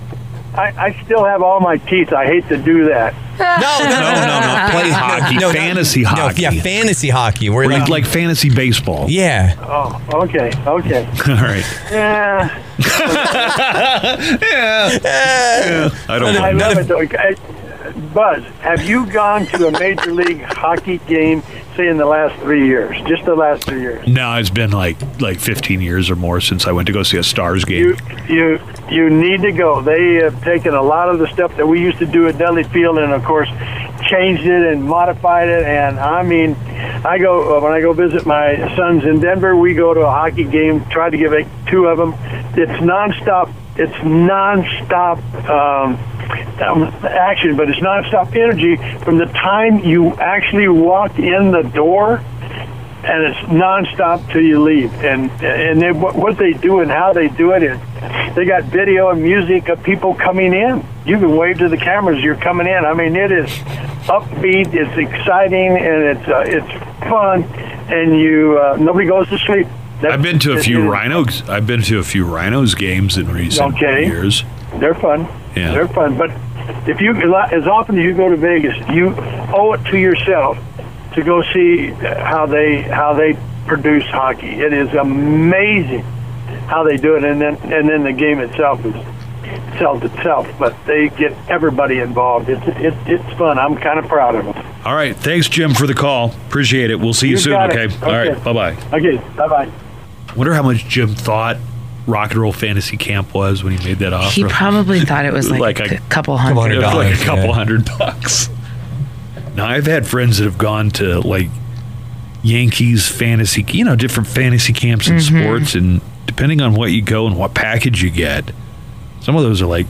Speaker 11: I I still have all my teeth. I hate to do that.
Speaker 4: No, no, no, no, no.
Speaker 2: Play hockey, fantasy
Speaker 4: no,
Speaker 2: hockey.
Speaker 4: yeah, fantasy hockey. We're
Speaker 2: Or
Speaker 4: like,
Speaker 2: like, like fantasy baseball.
Speaker 4: yeah.
Speaker 11: Oh, okay, okay.
Speaker 2: All right.
Speaker 11: Yeah.
Speaker 2: I don't
Speaker 11: I
Speaker 2: know.
Speaker 11: love it though. I- Buzz, have you gone to a major league hockey game, say in the last three years? Just the last three years.
Speaker 2: No, it's been like like 15 years or more since I went to go see a Stars game.
Speaker 11: You you you need to go. They have taken a lot of the stuff that we used to do at Dudley Field, and of course, changed it and modified it. And I mean, I go uh, when I go visit my sons in Denver. We go to a hockey game. Try to give it two of them. It's nonstop. It's nonstop. Um, um, action, but it's nonstop energy from the time you actually walk in the door and it's nonstop till you leave. And and they, what, what they do and how they do it is they got video and music of people coming in. You can wave to the cameras. You're coming in. I mean, it is upbeat. It's exciting and it's uh, it's fun. And you uh, nobody goes to sleep. That's-
Speaker 2: I've been to a
Speaker 11: it-
Speaker 2: few
Speaker 11: it-
Speaker 2: Rhinos. I've been to a few Rhinos games in recent
Speaker 11: Okay.
Speaker 2: years.
Speaker 11: They're fun.
Speaker 2: Yeah.
Speaker 11: They're fun. But if you as often as you go to Vegas, you owe it to yourself to go see how they how they produce hockey. It is amazing how they do it, and then and then the game itself is sells itself. But they get everybody involved. It's it's it's fun. I'm kind of proud of them.
Speaker 2: All right, thanks Jim for the call. Appreciate it. We'll see you,
Speaker 11: You
Speaker 2: soon.
Speaker 11: got
Speaker 2: Okay?
Speaker 11: it.
Speaker 2: All right.
Speaker 11: Okay.
Speaker 2: Bye bye.
Speaker 11: Okay. Bye bye.
Speaker 2: Wonder how much Jim thought Rock and Roll Fantasy Camp was when he made that offer.
Speaker 3: He probably thought it was like,
Speaker 2: Like
Speaker 3: a,
Speaker 2: a-
Speaker 3: c- couple hundred.
Speaker 4: hundred
Speaker 2: It was like a
Speaker 4: dollars,
Speaker 2: couple
Speaker 4: yeah.
Speaker 2: hundred bucks. Now I've had friends that have gone to like Yankees fantasy, you know, different fantasy camps and
Speaker 3: Mm-hmm.
Speaker 2: sports, and depending on what you go and what package you get, some of those are like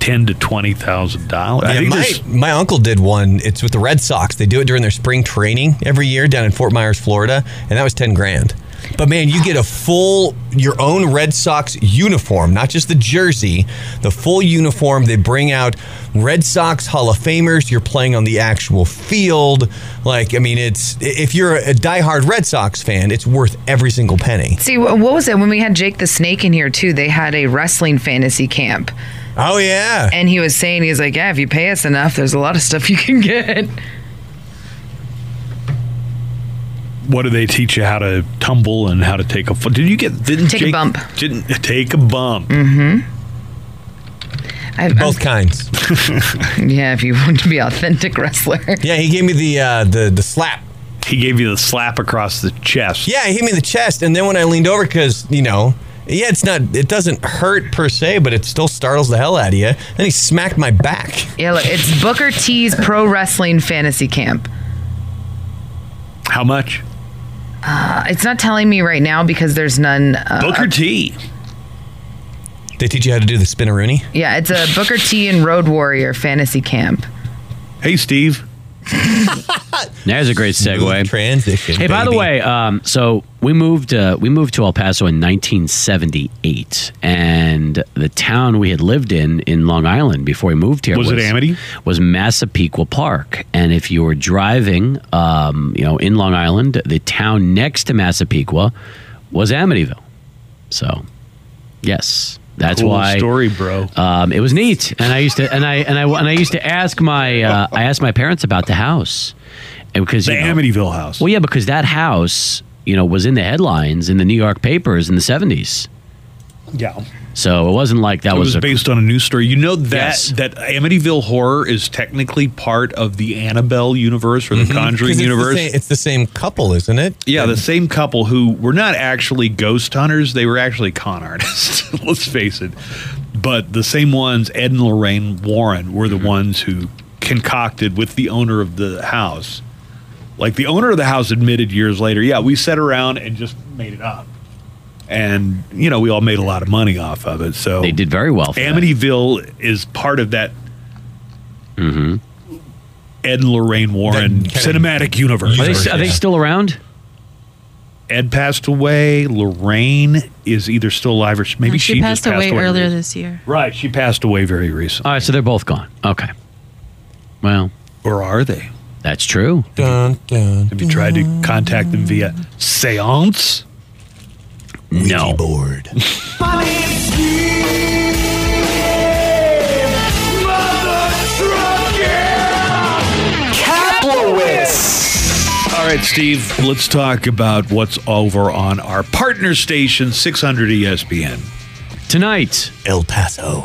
Speaker 2: ten to twenty thousand dollars. I
Speaker 4: Yeah,
Speaker 2: think
Speaker 4: my,
Speaker 2: there's-
Speaker 4: my uncle did one. It's with the Red Sox. They do it during their spring training every year down in Fort Myers, Florida, and that was ten grand. But man, you get a full your own Red Sox uniform, not just the jersey, the full uniform. They bring out Red Sox Hall of Famers. You're playing on the actual field. Like, I mean, it's if you're a diehard Red Sox fan, it's worth every single penny.
Speaker 3: See, wh- what was it when we had Jake the Snake in here too? They had a wrestling fantasy camp,
Speaker 4: Oh yeah,
Speaker 3: and he was saying he was like, "Yeah, if you pay us enough, there's a lot of stuff you can get."
Speaker 2: what do they teach you how to tumble and how to take a? fl- Did you get? Didn't
Speaker 3: Take a
Speaker 2: Jake-
Speaker 3: bump. Mm.
Speaker 2: Didn't take a bump.
Speaker 3: I've,
Speaker 4: both kinds.
Speaker 3: yeah, if you want to be authentic wrestler.
Speaker 4: Yeah, he gave me the uh, the the slap
Speaker 2: He gave you the slap across the chest.
Speaker 4: Yeah, he hit me in the chest, and then when I leaned over, because you know, yeah, it's not, it doesn't hurt per se, but it still startles the hell out of you. Then he smacked my back.
Speaker 3: Yeah, look, it's Booker T's pro wrestling fantasy camp.
Speaker 2: How much?
Speaker 3: Uh, it's not telling me right now because there's none. Uh,
Speaker 2: Booker T.
Speaker 4: They teach you how to do the spinneroonie.
Speaker 3: yeah, it's a Booker T and Road Warrior fantasy camp.
Speaker 2: Hey, Steve.
Speaker 12: There's a great
Speaker 4: Smooth
Speaker 12: segue.
Speaker 4: Transition.
Speaker 12: Hey, by the
Speaker 4: baby.
Speaker 12: way, um, so we moved uh, we moved to El Paso in 1978, and the town we had lived in in Long Island before we moved here
Speaker 2: Was it Amity?
Speaker 12: Was Massapequa Park, and if you were driving, um, you know, in Long Island, the town next to Massapequa was Amityville. So, yes, that's
Speaker 2: cool
Speaker 12: why
Speaker 2: story, bro.
Speaker 12: um, it was neat, and I used to and I and I and I used to ask my uh, I asked my parents about the house, and because
Speaker 2: the
Speaker 12: you know-
Speaker 2: Amityville house.
Speaker 12: Well, yeah, because that house, you know, was in the headlines in the New York papers in the seventies.
Speaker 2: Yeah.
Speaker 12: So it wasn't like that
Speaker 2: it was,
Speaker 12: was, a
Speaker 2: based on a news story. You know that
Speaker 12: Yes.
Speaker 2: that Amityville horror is technically part of the Annabelle universe or the Conjuring
Speaker 4: 'Cause Mm-hmm. it's
Speaker 2: universe.
Speaker 4: The same, it's the same couple, isn't it?
Speaker 2: yeah, the same couple who were not actually ghost hunters; they were actually con artists. Let's face it. But the same ones, Ed and Lorraine Warren, were the
Speaker 12: Mm-hmm.
Speaker 2: ones who concocted with the owner of the house. Like the owner of the house admitted years later, yeah, we sat around and just made it up and you know we all made a lot of money off of it. So they
Speaker 12: did very well.
Speaker 2: Amityville is part of that
Speaker 12: Mm-hmm.
Speaker 2: Ed and Lorraine Warren cinematic universe.
Speaker 12: Are they- are they still around?
Speaker 2: Ed passed away. Lorraine is either still alive or she- maybe
Speaker 5: No,
Speaker 2: she,
Speaker 5: she,
Speaker 2: just
Speaker 5: passed, away, earlier this year.
Speaker 2: Right, she passed away very recently.
Speaker 12: All right, so they're both gone. Okay. Well,
Speaker 2: or are they?
Speaker 12: That's true.
Speaker 4: Dun, dun,
Speaker 2: Have you tried to contact them via seance?
Speaker 12: No.
Speaker 4: Board.
Speaker 2: All right, Steve, let's talk about what's over on our partner station, E 600 ESPN.
Speaker 12: Tonight,
Speaker 4: El Paso.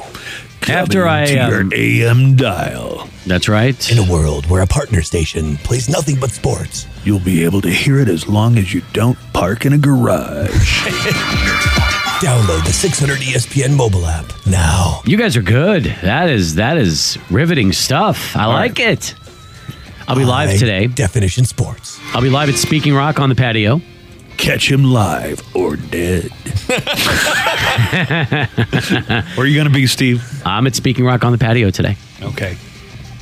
Speaker 12: After I,
Speaker 2: to
Speaker 12: um,
Speaker 2: your AM dial.
Speaker 12: That's right.
Speaker 4: In a world where a partner station plays nothing but sports.
Speaker 2: You'll be able to hear it as long as you don't park in a garage.
Speaker 4: Download the E 600 ESPN mobile app now.
Speaker 12: You guys are good. That is that is riveting stuff. I like it. I'll be live
Speaker 4: High
Speaker 12: today.
Speaker 4: Definition sports.
Speaker 12: I'll be live at Speaking Rock on the patio.
Speaker 2: Catch him live or dead. Where are you going to be, Steve?
Speaker 12: I'm at Speaking Rock on the patio today.
Speaker 2: Okay.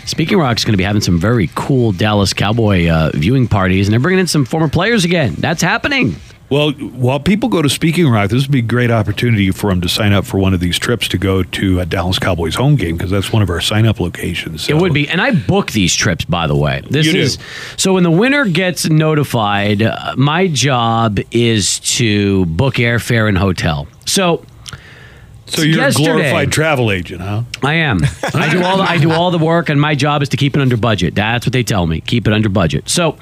Speaker 12: Speaking Rock's going to be having some very cool Dallas Cowboy uh, viewing parties, and they're bringing in some former players again. That's happening.
Speaker 2: Well, while people go to Speaking Rock, this would be a great opportunity for them to sign up for one of these trips to go to a Dallas Cowboys home game because that's one of our sign up locations.
Speaker 12: It would be, and I book these trips. By the way, this
Speaker 2: You do.
Speaker 12: is so when the winner gets notified, uh, my job is to book airfare and hotel. So,
Speaker 2: So you're
Speaker 12: yesterday-
Speaker 2: a glorified travel agent, huh?
Speaker 12: I am. I do all the, I do all the work, and my job is to keep it under budget. That's what they tell me. Keep it under budget. So,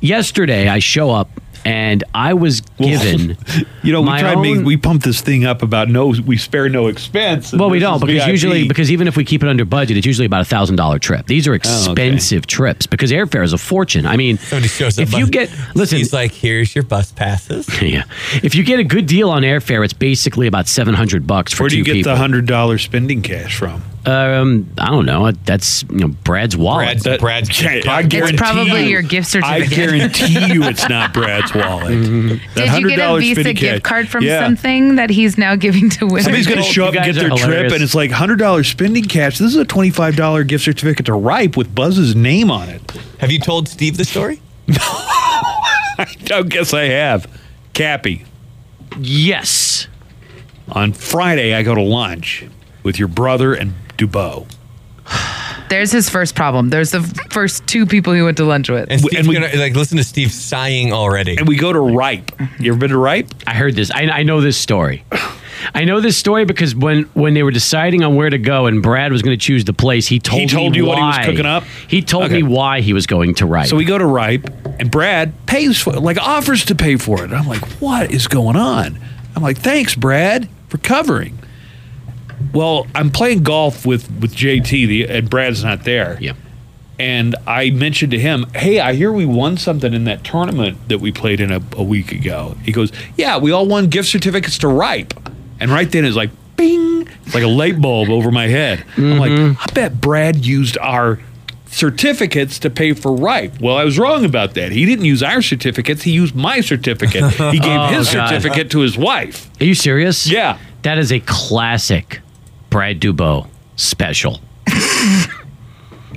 Speaker 12: yesterday I show up and I was given.
Speaker 2: You know, we
Speaker 12: my
Speaker 2: tried
Speaker 12: own,
Speaker 2: make, we pumped this thing up about no, we spare no expense. and
Speaker 12: well, we
Speaker 2: this
Speaker 12: don't
Speaker 2: is
Speaker 12: because
Speaker 2: VIP.
Speaker 12: usually because even if we keep it under budget, it's usually about a thousand dollar trip. These
Speaker 2: Oh,
Speaker 12: are expensive trips because airfare is a fortune. I mean,
Speaker 4: Somebody shows up.
Speaker 12: if you
Speaker 4: on-
Speaker 12: get listen,
Speaker 4: he's like, here's your bus passes.
Speaker 12: yeah, if you get a good deal on airfare, it's basically about seven hundred bucks for
Speaker 2: where do you
Speaker 12: two
Speaker 2: get
Speaker 12: people.
Speaker 2: the hundred dollar spending cash from?
Speaker 12: um, I don't know. That's you know Brad's wallet.
Speaker 4: Brad's, Brad's
Speaker 2: Okay, I
Speaker 4: pocket.
Speaker 2: guarantee
Speaker 3: probably
Speaker 2: you-
Speaker 3: your gift
Speaker 2: I
Speaker 3: certificate.
Speaker 2: guarantee you it's not Brad's wallet.
Speaker 12: Mm-hmm.
Speaker 3: Did you get a Visa gift card from something that he's now giving to women?
Speaker 2: Somebody's going to
Speaker 12: You
Speaker 2: show up and
Speaker 12: guys
Speaker 2: get
Speaker 12: are
Speaker 2: their trip,
Speaker 12: hilarious.
Speaker 2: and it's like hundred dollars spending cash. This is a twenty five dollar gift certificate to Ripe with Buzz's name on it.
Speaker 4: Have you told Steve the story?
Speaker 2: I don't guess I have. Cappy,
Speaker 12: yes.
Speaker 2: on Friday I go to lunch with your brother and Dubo.
Speaker 3: There's his first problem. There's the first two people he went to lunch with.
Speaker 4: And, Steve's
Speaker 2: and we-
Speaker 4: gonna, like, listen to Steve sighing already.
Speaker 2: And we go to Ripe. You ever been to Ripe?
Speaker 12: I heard this. I, I know this story. I know this story because when when they were deciding on where to go and Brad was going to choose the place, he told
Speaker 2: He told
Speaker 12: me
Speaker 2: you
Speaker 12: why.
Speaker 2: what he was cooking up?
Speaker 12: He told
Speaker 2: Okay.
Speaker 12: me why he was going to write.
Speaker 2: So we go to Ripe, and Brad pays for it, like offers to pay for it. And I'm like, what is going on? I'm like, thanks, Brad, for covering. Well, I'm playing golf with with JT, the, and Brad's not there.
Speaker 12: yeah.
Speaker 2: And I mentioned to him, hey, I hear we won something in that tournament that we played in a, a week ago. He goes, yeah, we all won gift certificates to Ripe. And right then it's like, bing, it's like a light bulb over my head. I'm
Speaker 12: Mm-hmm.
Speaker 2: like, I bet Brad used our certificates to pay for Ripe. Well, I was wrong about that. He didn't use our certificates, he used my certificate. He gave his
Speaker 12: Oh, God.
Speaker 2: certificate to his wife.
Speaker 12: Are you serious?
Speaker 2: Yeah.
Speaker 12: That is a classic Brad Dubo special.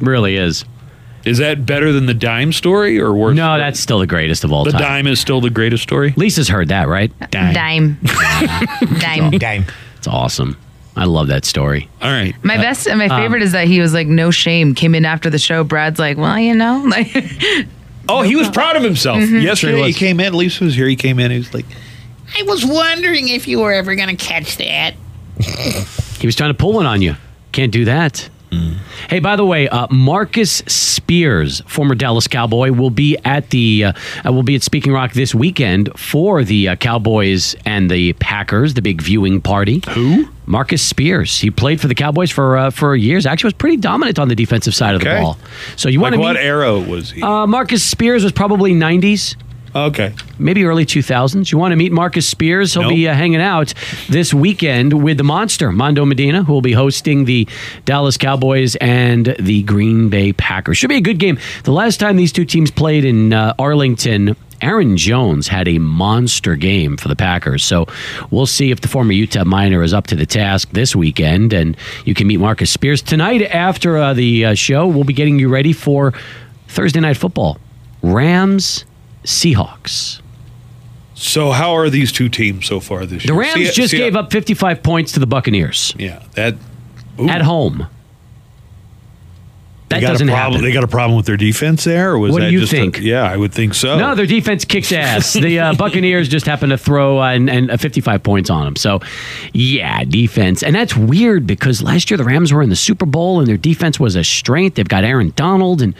Speaker 12: really is.
Speaker 2: Is that better than the dime story or worse?
Speaker 12: No, that's still the greatest of all
Speaker 2: the
Speaker 12: time.
Speaker 2: dime is still the greatest story.
Speaker 12: Lisa's heard that, right?
Speaker 3: Dime. Dime.
Speaker 4: Dime.
Speaker 12: It's awesome. I love that story.
Speaker 2: All right.
Speaker 3: My best and my
Speaker 2: Uh,
Speaker 3: favorite is that he was like, no shame. Came in after the show. Brad's like, well, you know, like,
Speaker 2: Oh, he was proud of himself. Yesterday
Speaker 12: Sure he
Speaker 2: Mm-hmm. he
Speaker 12: was.
Speaker 2: came in. Lisa was here. He came in. He was like,
Speaker 13: I was wondering if you were ever going to catch that.
Speaker 12: He was trying to pull one on you. Can't do that.
Speaker 2: Mm.
Speaker 12: Hey, by the way, uh, Marcus Spears, former Dallas Cowboy, will be at the uh, uh, will be at Speaking Rock this weekend for the uh, Cowboys and the Packers, the big viewing party. Who? Marcus Spears. He played for the Cowboys for uh, for years. Actually, was pretty dominant on the defensive side of the ball. So you want
Speaker 2: Like
Speaker 12: to
Speaker 2: what
Speaker 12: meet?
Speaker 2: arrow was he?
Speaker 12: Uh, Marcus Spears was probably 90s.
Speaker 2: Okay.
Speaker 12: Maybe early 2000s. You want to meet Marcus Spears? He'll be uh, hanging out this weekend with the monster, Mondo Medina, who will be hosting the Dallas Cowboys and the Green Bay Packers. Should be a good game. The last time these two teams played in uh, Arlington, Aaron Jones had a monster game for the Packers. So we'll see if the former Utah Miner is up to the task this weekend. And you can meet Marcus Spears tonight after uh, the uh, show. We'll be getting you ready for Thursday Night Football Rams Seahawks.
Speaker 2: So how are these two teams so far this
Speaker 12: The
Speaker 2: year?
Speaker 12: Rams
Speaker 2: Se-
Speaker 12: just
Speaker 2: Se-
Speaker 12: gave up 55 points to the Buccaneers.
Speaker 2: Yeah, that
Speaker 12: at home.
Speaker 2: They
Speaker 12: That
Speaker 2: got a
Speaker 12: doesn't
Speaker 2: problem-
Speaker 12: happen.
Speaker 2: They got a problem with their defense there, or was
Speaker 12: What do
Speaker 2: that
Speaker 12: you
Speaker 2: just a-
Speaker 12: think?
Speaker 2: yeah, I would think so.
Speaker 12: No, their defense kicks ass. the uh, Buccaneers just happened to throw uh, and, and uh, 55 points on them. So, yeah, defense. And that's weird because last year the Rams were in the Super Bowl and their defense was a strength. They've got Aaron Donald, and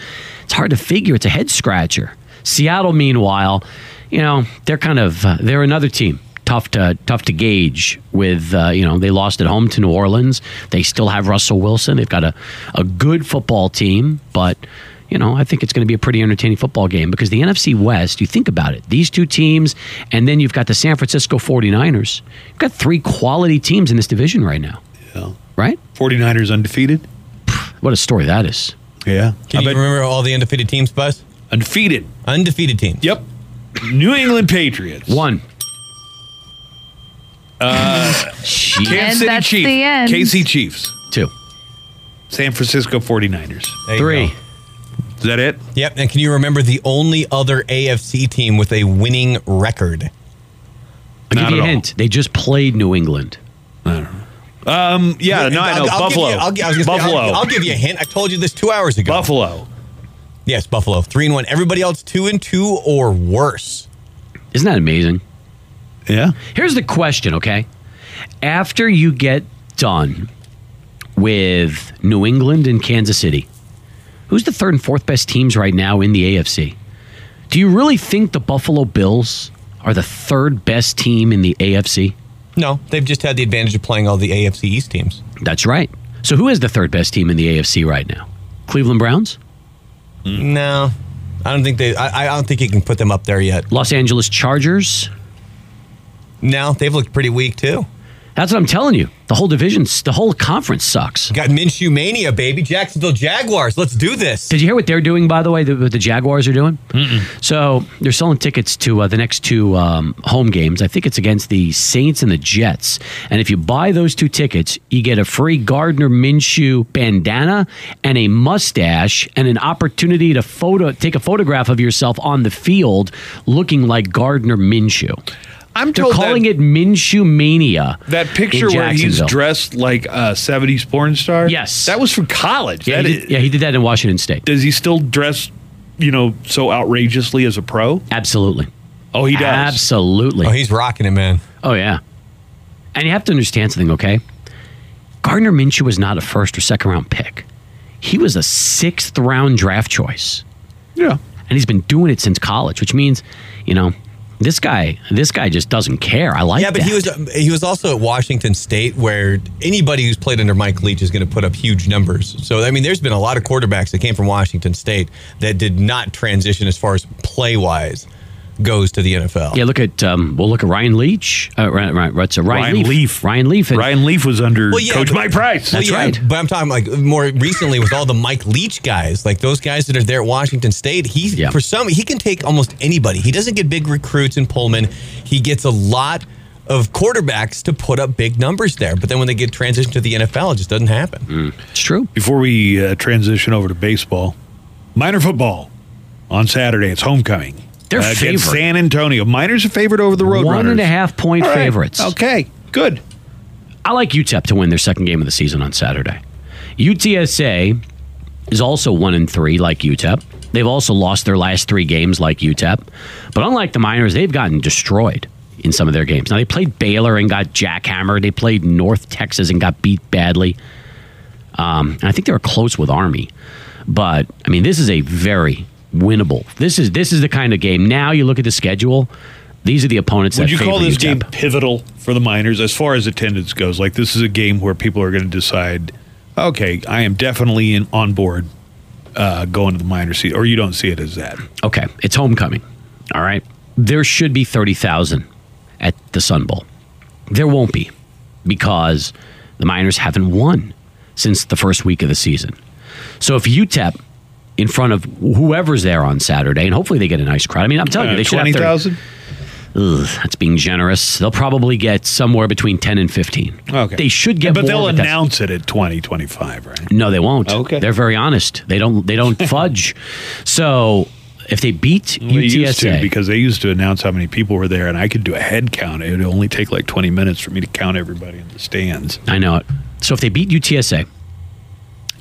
Speaker 12: it's hard to figure. It's a head scratcher. Seattle, meanwhile, you know they're kind of uh, they're another team. Tough to tough to gauge with uh, you know they lost at home to New Orleans. They still have Russell Wilson. They've got a a good football team, but you know, I think it's going to be a pretty entertaining football game because the NFC West, you think about it, these two teams, and then you've got the San Francisco 49ers. You've got three quality teams in this division right now. Yeah. Right?
Speaker 2: 49ers undefeated.
Speaker 12: What a story that is.
Speaker 2: Yeah.
Speaker 4: Can you remember all the undefeated teams, Buzz?
Speaker 2: Undefeated.
Speaker 4: Undefeated teams.
Speaker 2: Yep. New England Patriots.
Speaker 12: One.
Speaker 2: Uh,
Speaker 3: And
Speaker 2: Kansas City
Speaker 3: that's
Speaker 2: Chiefs.
Speaker 3: the end.
Speaker 2: KC Chiefs.
Speaker 12: Two.
Speaker 2: San Francisco 49ers.
Speaker 4: Three.
Speaker 2: Is that it?
Speaker 4: Yep. And can you remember the only other AFC team with a winning record?
Speaker 12: I'll give you a hint. They just played New England.
Speaker 2: Um, yeah, no, I
Speaker 4: I'll-
Speaker 2: know.
Speaker 4: I'll give
Speaker 2: Buffalo.
Speaker 4: you- I'll gi- I was gonna say, I'll-
Speaker 2: Buffalo.
Speaker 4: I'll give you a hint. I told you this two hours ago.
Speaker 2: Buffalo.
Speaker 4: Yes, Buffalo. Three and one. Everybody else two and two or worse.
Speaker 12: Isn't that amazing?
Speaker 2: Yeah.
Speaker 12: Here's the question, okay? After you get done with New England and Kansas City, who's the third and fourth best teams right now in the AFC? Do you really think the Buffalo Bills are the third best team in the AFC?
Speaker 4: No, they've just had the advantage of playing all the AFC East teams.
Speaker 12: That's right. So who is the third best team in the AFC right now? Cleveland Browns?
Speaker 4: No, I don't think they. I, I don't think you can put them up there yet.
Speaker 12: Los Angeles Chargers?
Speaker 4: No, they've looked pretty weak too.
Speaker 12: That's what I'm telling you. The whole division, the whole conference sucks.
Speaker 4: Got Minshew mania, baby. Jacksonville Jaguars. Let's do this.
Speaker 12: Did you hear what they're doing, by the way, that- what the Jaguars are doing? So they're selling tickets to uh, the next two um, home games. I think it's against the Saints and the Jets. And if you buy those two tickets, you get a free Gardner Minshew bandana and a mustache and an opportunity to photo take a photograph of yourself on the field looking like Gardner Minshew.
Speaker 2: I'm
Speaker 12: They're
Speaker 2: told that-
Speaker 12: calling it Minshew Mania.
Speaker 2: That
Speaker 12: in
Speaker 2: picture where he's
Speaker 12: Jacksonville.
Speaker 2: dressed like a 70s porn star?
Speaker 12: Yes.
Speaker 2: That was from college.
Speaker 12: Yeah,
Speaker 2: That
Speaker 12: he
Speaker 2: is-
Speaker 12: did, yeah, he did that in Washington State.
Speaker 2: does he still dress, you know, so outrageously as a pro?
Speaker 12: Absolutely.
Speaker 2: Oh, he does.
Speaker 12: Absolutely.
Speaker 4: Oh, he's rocking it, man.
Speaker 12: Oh yeah, and you have to understand something, okay? Gardner Minshew was not a first or second round pick. He was a sixth round draft choice,
Speaker 2: yeah.
Speaker 12: and he's been doing it since college, which means, you know, this guy, this guy just doesn't care. I like.
Speaker 4: yeah, but
Speaker 12: that.
Speaker 4: he was he was also at Washington State, where anybody who's played under Mike Leach is going to put up huge numbers. So I mean, there's been a lot of quarterbacks that came from Washington State that did not transition as far as play wise goes to the NFL.
Speaker 12: Yeah, look at um, we'll look at Ryan Leach. Uh, right, right, right. So Ryan,
Speaker 2: Ryan
Speaker 12: Leaf.
Speaker 2: Leaf.
Speaker 12: Ryan Leaf. and-
Speaker 2: Ryan Leaf was under Coach
Speaker 4: but-
Speaker 2: Mike Price.
Speaker 4: well,
Speaker 12: That's
Speaker 4: yeah,
Speaker 12: right.
Speaker 4: But I'm talking like more recently with all the Mike Leach guys, like those guys that are there at Washington State. He for some he can take almost anybody. He doesn't get big recruits in Pullman. He gets a lot of quarterbacks to put up big numbers there. But then when they get transitioned to the NFL, it just doesn't happen.
Speaker 12: It's true.
Speaker 2: Before we uh, transition over to baseball, minor football on Saturday. It's homecoming. Uh,
Speaker 12: They're
Speaker 2: against
Speaker 12: favored.
Speaker 2: San Antonio. Miners are favored over the Roadrunners.
Speaker 12: One and a half point
Speaker 2: All right.
Speaker 12: favorites.
Speaker 2: Okay, good.
Speaker 12: I like UTEP to win their second game of the season on Saturday. UTSA is also one and three, like UTEP. They've also lost their last three games, like UTEP. But unlike the Miners, they've gotten destroyed in some of their games. Now they played Baylor and got jackhammered. They played North Texas and got beat badly. Um, and I think they were close with Army, but I mean, this is a very winnable. This is this is the kind of game. Now you look at the schedule; these are the opponents.
Speaker 2: Would
Speaker 12: that
Speaker 2: you call
Speaker 12: favor E
Speaker 2: this game
Speaker 12: Jeff.
Speaker 2: pivotal for the Miners as far as attendance goes? Like this is a game where people are going to decide, okay, I am definitely in, on board uh, going to the Miners, seat, or you don't see it as that.
Speaker 12: Okay, it's homecoming. All right, there should be thirty thousand at the Sun Bowl. There won't be because the Miners haven't won since the first week of the season. So if UTEP in front of whoever's there on Saturday, and hopefully they get a nice crowd. I mean, I'm telling you,
Speaker 2: Uh,
Speaker 12: Oh, they should have 30
Speaker 2: 20,000?
Speaker 12: Ugh, that's being generous. They'll probably get somewhere between 10 and 15.
Speaker 2: Okay.
Speaker 12: They should get
Speaker 2: But
Speaker 12: more,
Speaker 2: they'll
Speaker 12: but that's-
Speaker 2: announce it at 2025, right?
Speaker 12: No, they won't. Okay. They're very honest. They don't they don't fudge. So, if they beat
Speaker 2: Well, They used to
Speaker 12: UTSA,
Speaker 2: because they used to announce how many people were there, and I could do a head count. It would only take like 20 minutes for me to count everybody in the stands.
Speaker 12: I know it. So if they beat UTSA,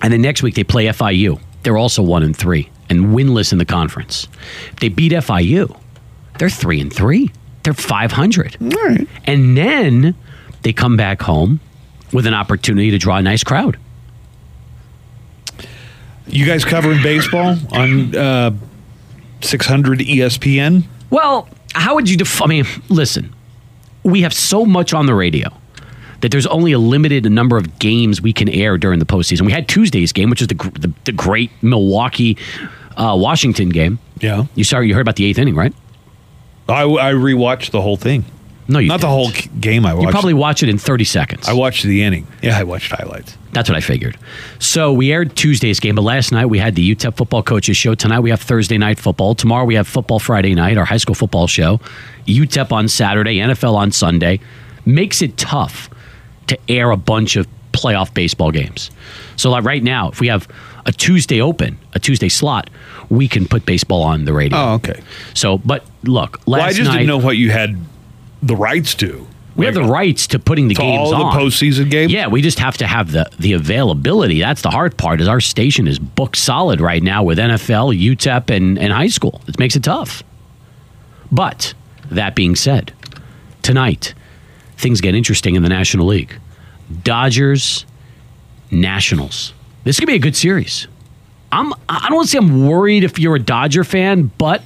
Speaker 12: and then next week they play FIU, they're also one and three and winless in the conference. If they beat FIU, they're three and three. They're five hundred. And then they come back home with an opportunity to draw a nice crowd.
Speaker 2: You guys covering baseball on uh, E 600 ESPN?
Speaker 12: Well, how would you def- I mean, listen, we have so much on the radio that there's only a limited number of games we can air during the postseason. We had Tuesday's game, which is the gr- the, the great Milwaukee uh, Washington game.
Speaker 2: Yeah,
Speaker 12: you saw you heard about the eighth inning, right?
Speaker 2: I, I rewatched the whole thing.
Speaker 12: No, you
Speaker 2: not the whole k- game. I watched.
Speaker 12: You probably watch it in 30 seconds. I
Speaker 2: watched the inning. Yeah, I watched highlights.
Speaker 12: That's what I figured. So we aired Tuesday's game, but last night we had the UTEP football coaches show. Tonight we have Thursday night football. Tomorrow we have football Friday night, our high school football show. UTEP on Saturday, NFL on Sunday. Makes it tough to air a bunch of playoff baseball games. So like right now, if we have a Tuesday open, a Tuesday slot, we can put baseball on the radio.
Speaker 2: Oh, okay.
Speaker 12: So, but look, last
Speaker 2: well, I just
Speaker 12: night
Speaker 2: didn't know what you had the rights to.
Speaker 12: we have the rights to putting the
Speaker 2: To
Speaker 12: games
Speaker 2: all the
Speaker 12: on.
Speaker 2: postseason games.
Speaker 12: Yeah, we just have to have the the availability. That's the hard part. Is our station is booked solid right now with NFL, UTEP, E and and high school. It makes it tough. But that being said, tonight things get interesting in the National League. Dodgers, Nationals. This could be a good series. I'm I don't want to say I'm worried if you're a Dodger fan, but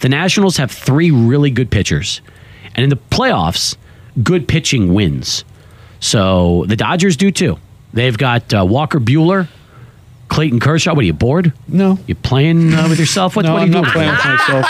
Speaker 12: the Nationals have three really good pitchers. And in the playoffs, good pitching wins. So the Dodgers do too. They've got uh, Walker Bueller, Clayton Kershaw. What are you bored? No. You playing uh, with yourself? What,
Speaker 2: No,
Speaker 12: what are
Speaker 2: I'm
Speaker 12: you
Speaker 2: not
Speaker 12: doing?
Speaker 2: playing with myself.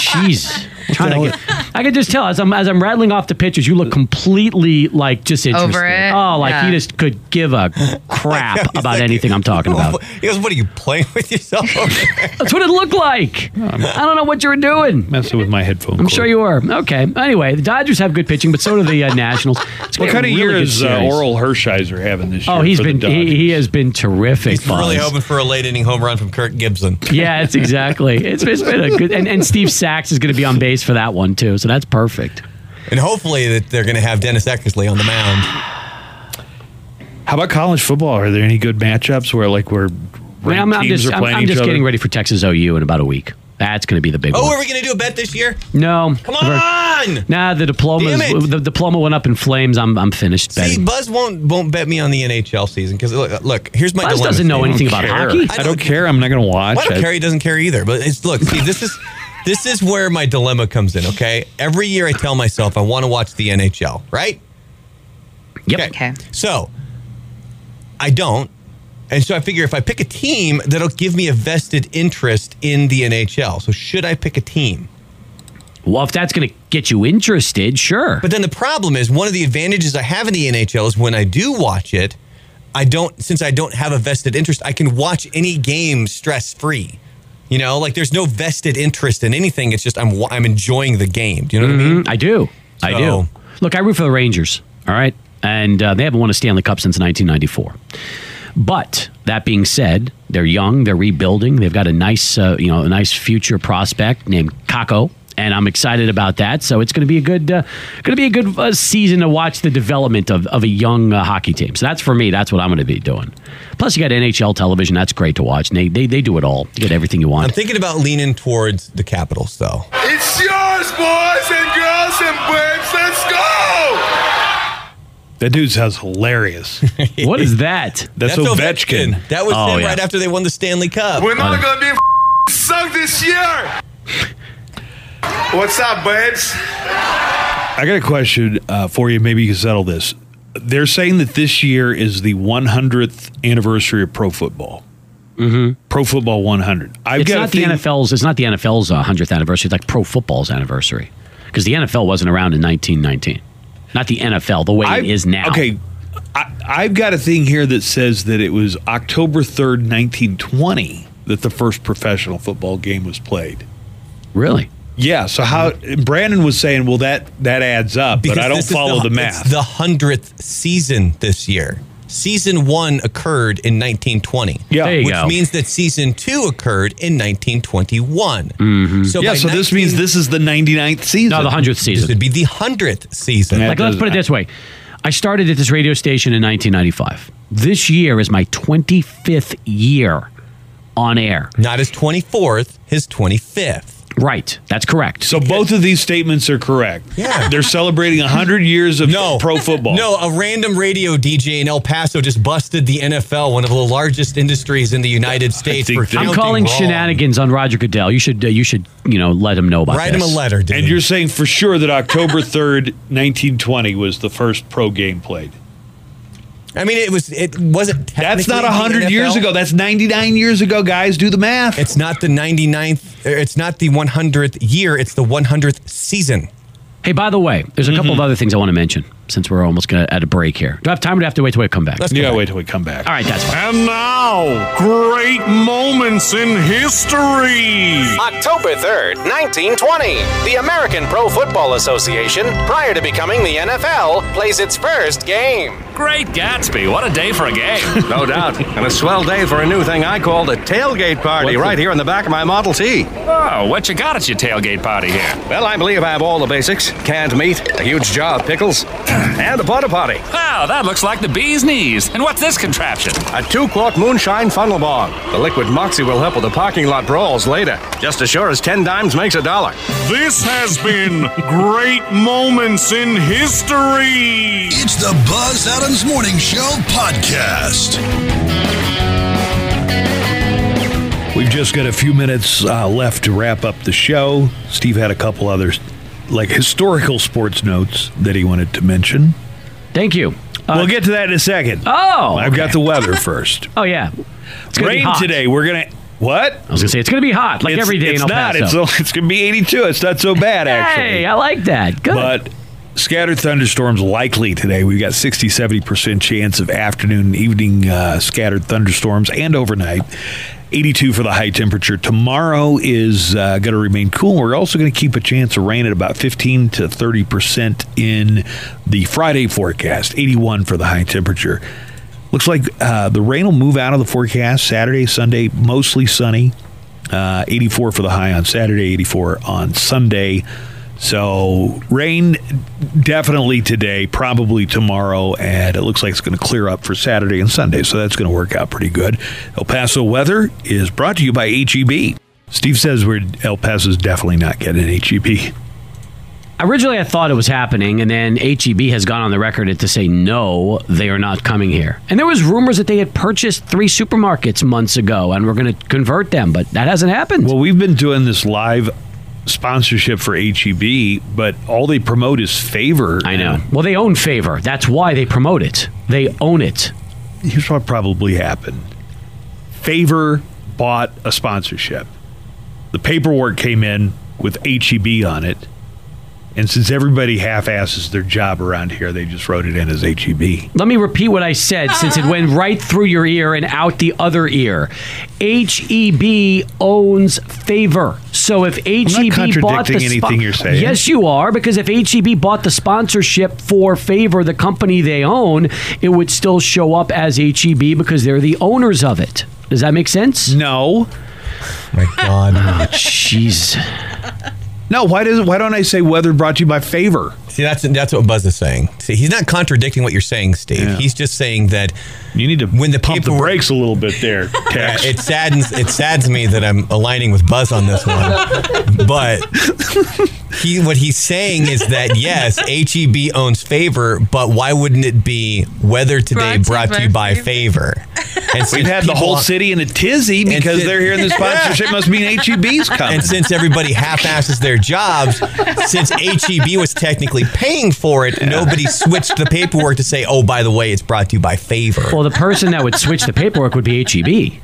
Speaker 12: Jeez. Trying
Speaker 2: hell
Speaker 12: to get, I could just tell as I'm as I'm rattling off the pitchers, you look completely like just
Speaker 4: Over
Speaker 12: interested.
Speaker 4: it?
Speaker 12: Oh, like
Speaker 4: Yeah.
Speaker 12: you just could give a crap about anything I'm talking about.
Speaker 4: He goes, "What are you playing with yourself?"
Speaker 12: That's what it looked like. I don't know what you were doing.
Speaker 2: Messing with my headphone.
Speaker 12: I'm sure you were. Okay. Anyway, the Dodgers have good pitching, but so do the uh, Nationals. It's gonna be
Speaker 2: What kind
Speaker 12: a really
Speaker 2: of year
Speaker 12: good
Speaker 2: is uh,
Speaker 12: series.
Speaker 2: Oral Hershiser having this year?
Speaker 12: Oh, he's
Speaker 2: for
Speaker 12: been
Speaker 2: The Dodgers?
Speaker 12: he, he has been terrific.
Speaker 4: He's really
Speaker 12: Buzz.
Speaker 4: hoping for a late inning home run from Kurt Gibson.
Speaker 12: Yeah, it's exactly. It's, it's been a good and, and Steve Sachs is going to be on base for that one too. So that's perfect.
Speaker 4: And hopefully that they're going to have Dennis Eckersley on the mound.
Speaker 2: How about college football? Are there any good matchups where like where
Speaker 12: I mean, I'm, I'm just I'm, I'm just getting ready for Texas OU in about a week. That's going to be the big one.
Speaker 4: Oh, are we going to do a bet this year?
Speaker 12: No,
Speaker 4: Come on!
Speaker 12: Nah, the diploma
Speaker 4: Damn
Speaker 12: is,
Speaker 4: it.
Speaker 12: the diploma went up in flames. I'm I'm finished
Speaker 4: See,
Speaker 12: betting.
Speaker 4: Buzz won't won't bet me on the NHL season because look, look, here's my
Speaker 12: Buzz
Speaker 4: dilemma,
Speaker 12: doesn't know
Speaker 4: Steve.
Speaker 12: anything about hockey.
Speaker 2: I don't care. I'm not going to watch.
Speaker 4: Well, I don't care. He doesn't care either. But it's look, see, this is this is where my dilemma comes in. Okay, every year I tell myself I want to watch the NHL, right?
Speaker 12: Yep.
Speaker 4: Okay. So I don't, and so I figure if I pick a team, that'll give me a vested interest in the NHL. So should I pick a team?
Speaker 12: Well, if that's going to get you interested, sure.
Speaker 4: But then the problem is one of the advantages I have in the NHL is when I do watch it, I don't since I don't have a vested interest, I can watch any game stress free. You know, like there's no vested interest in anything. It's just I'm wa- I'm enjoying the game. Do you know what I
Speaker 2: Mm-hmm.
Speaker 4: mean?
Speaker 12: Mm, I do. I do.
Speaker 4: So-
Speaker 12: Look, I root for the Rangers. All right, and uh, they haven't won a Stanley Cup since 1994. But that being said, they're young. They're rebuilding. They've got a nice, uh, you know, a nice future prospect named Kako, and I'm excited about that. So it's going to be a good, uh, going to be a good uh, season to watch the development of, of a young uh, hockey team. So that's for me. That's what I'm going to be doing. Plus, you got NHL television. That's great to watch. And they, they they do it all. You get everything you
Speaker 4: I'm
Speaker 12: want.
Speaker 4: thinking about leaning towards the Capitals though.
Speaker 14: It's yours, boys and girls and babes. Let's go!
Speaker 2: That dude's sounds hilarious.
Speaker 12: what is that?
Speaker 2: That's, Ovechkin. Oh,
Speaker 4: That was him right after they won the Stanley Cup.
Speaker 2: We're not Uh,
Speaker 14: gonna be sunk this year. What's up, babes?
Speaker 2: I got a question uh, for you. Maybe you can settle this. They're saying that this year is the 100th anniversary of pro football. Mm-hmm. Pro football 100. I've
Speaker 12: it's
Speaker 2: got
Speaker 12: not
Speaker 2: a thing-
Speaker 12: the NFL's. It's not the NFL's uh, 100th anniversary. It's like pro football's anniversary because the NFL wasn't around in 1919. Not the NFL the way it is now.
Speaker 2: Okay, I, I've got a thing here that says that it was October 3rd, 1920, that the first professional football game was played.
Speaker 12: Really?
Speaker 2: Yeah. So how Brandon was saying, well, that that adds up, but I don't
Speaker 4: this is
Speaker 2: follow the, math.
Speaker 4: It's the hundredth season this year. Season one occurred in 1920.
Speaker 2: Yeah. There you
Speaker 4: which
Speaker 2: go.
Speaker 4: means that season two occurred in 1921. So
Speaker 2: Mm-hmm. yeah,
Speaker 4: by
Speaker 2: so this means this is the 99th season.
Speaker 12: No, the 100th season.
Speaker 4: This would be the 100th season.
Speaker 12: like, let's put it this way. I started at this radio station in 1995. This year is my 25th year on air.
Speaker 4: Not his 24th, his 25th.
Speaker 12: Right. That's correct.
Speaker 2: So both of these statements are correct. Yeah. They're celebrating 100 years of pro football.
Speaker 4: No, a random radio DJ in El Paso just busted the NFL, one of the largest industries in the United States. For
Speaker 12: I'm
Speaker 4: counting
Speaker 12: calling
Speaker 4: wrong.
Speaker 12: shenanigans on Roger Goodell. You should, uh, you should, you know, let him know about this.
Speaker 2: And you're saying for sure that October 3rd, 1920 was the first pro game played.
Speaker 4: I mean, it was. It wasn't.
Speaker 2: That's not
Speaker 4: technically the
Speaker 2: 100 years
Speaker 4: NFL.
Speaker 2: ago. That's 99 years ago, guys. Do the math.
Speaker 4: It's not the 99th. er, It's not the 100th year. It's the 100th season.
Speaker 12: Hey, by the way, there's a couple
Speaker 2: Mm-hmm.
Speaker 12: of other things I want to mention since we're almost gonna at a break here. Do I have time? Or do I have to wait till we come back?
Speaker 2: Let's go You gotta back. wait till we come back.
Speaker 12: All right, that's fine.
Speaker 15: And now, great moments in history.
Speaker 16: October 3rd, 1920, the American Pro Football Association, prior to becoming the NFL, plays its first game.
Speaker 17: Great Gatsby, what a day for a game.
Speaker 7: No doubt. And a swell day for a new thing I call the tailgate party right here in the back of my Model T.
Speaker 17: Oh, what you got at your tailgate party here?
Speaker 7: Well, I believe I have all the basics canned meat, a huge jar of pickles, and a butter potty.
Speaker 17: Wow, that looks like the bee's knees. And what's this contraption?
Speaker 7: A two quart moonshine funnel bomb. The liquid moxie will help with the parking lot brawls later. Just as sure as 10 dimes makes a dollar.
Speaker 15: This has been Great Moments in History.
Speaker 1: It's the Buzz Adams Morning Show podcast.
Speaker 2: We've just got a few minutes uh, left to wrap up the show. Steve had a couple others, like historical sports notes that he wanted to mention.
Speaker 12: Thank you.
Speaker 2: we'll get to that in a second.
Speaker 12: Uh, Oh,
Speaker 2: I've got the weather first.
Speaker 12: Oh yeah, It's gonna be
Speaker 2: rain
Speaker 12: hot.
Speaker 2: today. We're gonna what? I
Speaker 12: was gonna say it's gonna be hot, like every day in
Speaker 2: It's
Speaker 12: El
Speaker 2: not.
Speaker 12: Paso.
Speaker 2: It's only- it's gonna be 82. It's not so bad actually.
Speaker 12: Hey, I like that. Good.
Speaker 2: But scattered thunderstorms likely today. We've got 60, 70% chance of afternoon and evening uh, scattered thunderstorms and overnight. 82 for the high temperature. Tomorrow is uh, going to remain cool. We're also going to keep a chance of rain at about 15 to 30% in the Friday forecast. 81 for the high temperature. Looks like uh, the rain will move out of the forecast Saturday, Sunday, mostly sunny. Uh, 84 for the high on Saturday, 84 on Sunday. So rain definitely today, probably tomorrow, and it looks like it's going to clear up for Saturday and Sunday. So that's going to work out pretty good. El Paso weather is brought to you by HEB. Steve says we're El Paso's definitely not getting E HEB.
Speaker 12: Originally, I thought it was happening, and then HEB has gone on the record to say no, they are not coming here. And there was rumors that they had purchased three supermarkets months ago, and we're going to convert them, but that hasn't happened.
Speaker 2: Well, we've been doing this live sponsorship for HEB, but all they promote is favor. I know.
Speaker 12: Well, they own favor. That's why they promote it. They own it.
Speaker 2: Here's what probably happened Favor bought a sponsorship. The paperwork came in with HEB on it. And since everybody half asses their job around here, they just wrote it in as E HEB.
Speaker 12: Let me repeat what I said since it
Speaker 2: Uh-huh.
Speaker 12: went right through your ear and out the other ear. HEB owns favor. So if HEB bought the
Speaker 2: contradicting anything you're saying.
Speaker 12: Yes, you are because if HEB bought the sponsorship for favor, the company they own, it would still show up as HEB because they're the owners of it. Does that make sense?
Speaker 2: No.
Speaker 4: My God.
Speaker 12: Jeez.
Speaker 2: No, why does why don't I say weather brought to you by favor?
Speaker 4: See, that's that's what Buzz is saying. See, he's not contradicting what you're saying, Steve.
Speaker 2: Yeah.
Speaker 4: He's just saying that
Speaker 2: you need to
Speaker 4: when the
Speaker 2: Pump the
Speaker 4: paperwork-
Speaker 2: brakes a little bit there,
Speaker 4: Yeah,
Speaker 2: Tex.
Speaker 4: uh, it saddens it saddens me that I'm aligning with Buzz on this one, but he what he's saying is that yes, HEB owns favor, but why wouldn't it be weather today brought to you by favor? And
Speaker 2: We've had the whole city in a tizzy because they're hearing the sponsorship must mean HEB's coming.
Speaker 4: And since everybody half-asses their jobs, since HEB was technically paying for it, nobody switched the paperwork to say, "Oh, by the way, it's brought to you by favor."
Speaker 12: Well, the person that would switch the paperwork would be HEB.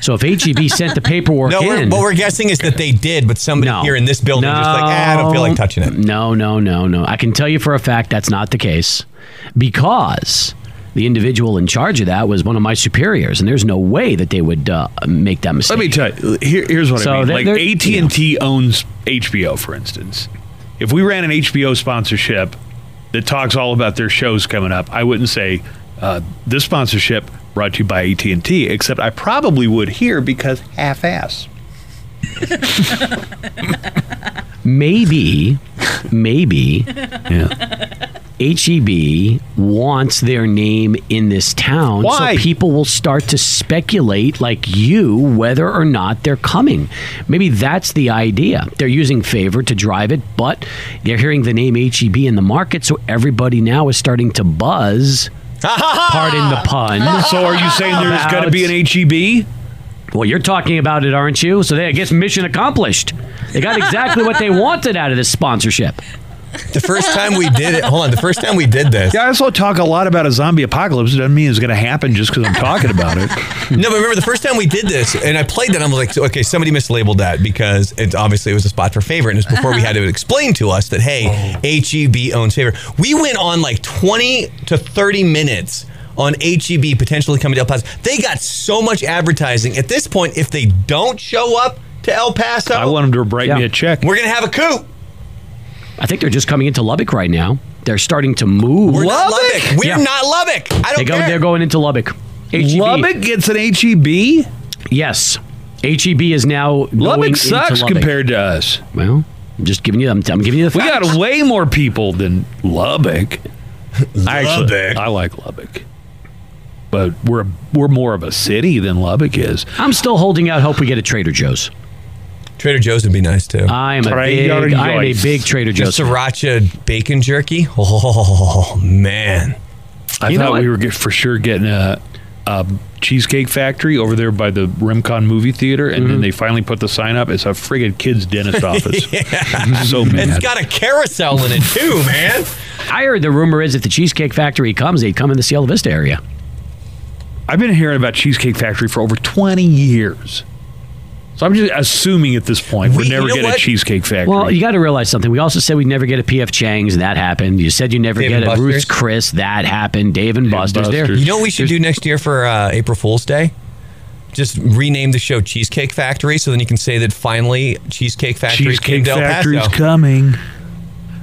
Speaker 12: So if HEB sent the paperwork
Speaker 4: No, we're,
Speaker 12: in,
Speaker 4: what we're guessing is that they did, but somebody here in this building was like, "Ah, I don't feel like touching it.
Speaker 12: No, no, no, no. I can tell you for a fact that's not the case because the individual in charge of that was one of my superiors, and there's no way that they would uh, make that mistake.
Speaker 2: Let me tell you. Here, here's what
Speaker 12: So
Speaker 2: I mean.
Speaker 12: they're-
Speaker 2: Like
Speaker 12: they're-
Speaker 2: AT and T owns HBO, for instance. If we ran an HBO sponsorship that talks all about their shows coming up, I wouldn't say uh, this sponsorship brought to you by AT and T. Except I probably would here because half-ass.
Speaker 12: Maybe, maybe, HEB wants their name in this town,
Speaker 2: Why?
Speaker 12: so people will start to speculate, like you, whether or not they're coming. Maybe that's the idea. They're using favor to drive it, but they're hearing the name HEB in the market, so everybody now is starting to buzz. Pardon the pun.
Speaker 2: So are you saying there's gonna be an E HEB?
Speaker 12: Well, you're talking about it, aren't you? So they, I guess mission accomplished. They got exactly what they wanted out of this sponsorship.
Speaker 4: The first time we did it, hold on, the first time we did this.
Speaker 2: Yeah, I also talk a lot about a zombie apocalypse. It doesn't mean it's going to happen just because I'm talking about it.
Speaker 4: No, but remember the first time we did this, and I played that. I'm like, okay, somebody mislabeled that because it obviously it was a spot for favor, and it's before we
Speaker 2: Uh-huh.
Speaker 4: had to explain to us that hey,
Speaker 2: Oh.
Speaker 4: HEB owns favor. We went on like 20 to 30 minutes on HEB potentially coming to El Paso. They got so much advertising at this point. If they don't show up to El Paso,
Speaker 2: I want them to write me a check.
Speaker 4: We're gonna have a coup.
Speaker 12: I think they're just coming into Lubbock right now. They're starting to move.
Speaker 4: We're not Lubbock. We're
Speaker 12: Yeah.
Speaker 4: not Lubbock. I don't
Speaker 12: They go,
Speaker 4: care.
Speaker 12: they're going into Lubbock. HEB.
Speaker 2: Lubbock gets an E HEB.
Speaker 12: Yes. HEB is now going
Speaker 2: Lubbock
Speaker 12: into
Speaker 2: sucks
Speaker 12: Lubbock.
Speaker 2: compared to us.
Speaker 12: Well, I'm just giving you. I'm, I'm giving you the.
Speaker 2: We
Speaker 12: facts.
Speaker 2: got way more people than Lubbock. I
Speaker 4: Lubbock.
Speaker 2: I like Lubbock, but we're we're more of a city than Lubbock is.
Speaker 12: I'm still holding out hope we get a Trader Joe's.
Speaker 4: Trader Joe's would be nice too.
Speaker 2: Uh,
Speaker 12: I am a big.
Speaker 2: Trader
Speaker 12: I am a
Speaker 2: Joe's.
Speaker 12: big Trader
Speaker 4: Your
Speaker 12: Joe's.
Speaker 4: sriracha bacon jerky. Oh man.
Speaker 2: I
Speaker 12: You know
Speaker 2: thought
Speaker 12: what?
Speaker 2: we were get, for sure getting a, a cheesecake factory over there by the Rimcon movie theater, and then they finally put the sign up. It's a friggin' kid's dentist office. I'm so mad.
Speaker 4: It's got a carousel in it too, man.
Speaker 12: I heard the rumor is if the Cheesecake Factory comes, they come in the Cielo Vista area.
Speaker 2: I've been hearing about Cheesecake Factory for over 20 years. So I'm just assuming at this point we,
Speaker 4: We-
Speaker 2: are
Speaker 4: you
Speaker 2: never
Speaker 4: know
Speaker 2: getting a
Speaker 4: what?
Speaker 2: Cheesecake Factory.
Speaker 12: Well, you got to realize something. We also said we'd never get a PF Chang's. That happened. You said you never
Speaker 4: Dave and
Speaker 12: get a Ruth's
Speaker 4: Buster's.
Speaker 12: Chris. That happened. Dave and Buster's. There.
Speaker 2: Buster's.
Speaker 4: You know what we should do next year for uh, April Fool's Day? Just rename the show Cheesecake Factory, so then you can say that finally Cheesecake Factory came
Speaker 2: Cheesecake
Speaker 4: to El
Speaker 2: Factory's
Speaker 4: Paso.
Speaker 2: coming.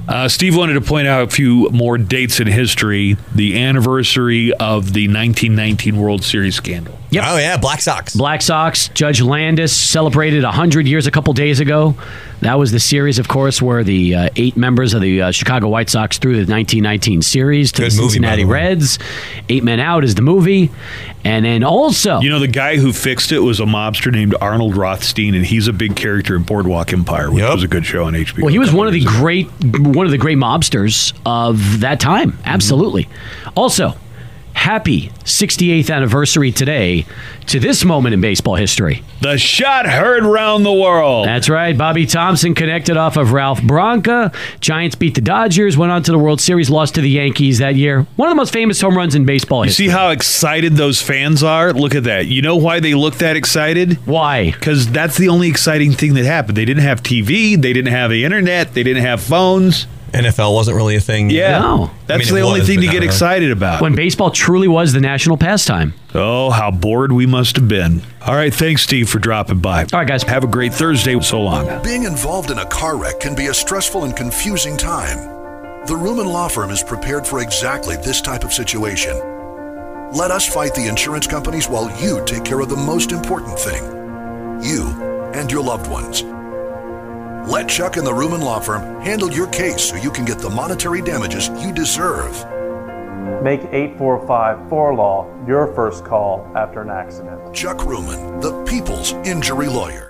Speaker 2: Uh, Steve wanted to point out a few more dates in history. The anniversary of the 1919 World Series scandal.
Speaker 12: Yep.
Speaker 4: Oh yeah, Black Sox.
Speaker 12: Black Sox, Judge Landis celebrated 100 years a couple days ago. That was the series, of course, where the uh, eight members of the uh, Chicago White Sox threw the 1919 series to
Speaker 4: Good
Speaker 12: the
Speaker 4: movie, by
Speaker 12: Cincinnati
Speaker 4: the way.
Speaker 12: Reds. Eight Men Out is the movie. And then also,
Speaker 2: You know, the guy who fixed it was a mobster named Arnold Rothstein, and he's a big character in Boardwalk Empire, which
Speaker 4: Yep.
Speaker 2: was a good show on HBO.
Speaker 12: well, he
Speaker 2: a
Speaker 12: was
Speaker 2: couple
Speaker 12: one of the
Speaker 2: years ago.
Speaker 12: great, one of the great mobsters of that time.
Speaker 4: Mm-hmm.
Speaker 12: Absolutely. Also, happy 68th anniversary today to this moment in baseball history.
Speaker 2: The shot heard round the world.
Speaker 12: That's right. Bobby Thompson connected off of Ralph Branca. Giants beat the Dodgers, went on to the World Series, lost to the Yankees that year. One of the most famous home runs in baseball
Speaker 2: you
Speaker 12: history.
Speaker 2: see how excited those fans are? Look at that. You know why they look that excited?
Speaker 12: Why?
Speaker 2: Because that's the only exciting thing that happened. They didn't have TV, they didn't have the internet, they didn't have phones.
Speaker 4: NFL wasn't really a thing.
Speaker 2: Yeah.
Speaker 12: No.
Speaker 2: That's
Speaker 4: I mean,
Speaker 2: the
Speaker 4: it
Speaker 2: only
Speaker 4: was,
Speaker 2: thing
Speaker 4: but
Speaker 2: to
Speaker 4: not
Speaker 2: get
Speaker 4: really.
Speaker 2: excited about.
Speaker 12: When baseball truly was the national pastime.
Speaker 2: oh, how bored we must have been. All right. Thanks, Steve, for dropping by.
Speaker 12: All right, guys.
Speaker 2: Have a great Thursday. So long.
Speaker 1: Being involved in a car wreck can be a stressful and confusing time. The Ruman Law Firm is prepared for exactly this type of situation. Let us fight the insurance companies while you take care of the most important thing you and your loved ones. Let Chuck and the Ruman Law Firm handle your case so you can get the monetary damages you deserve.
Speaker 18: Make 845-4LAW your first call after an accident.
Speaker 1: Chuck Ruman, the people's injury lawyer.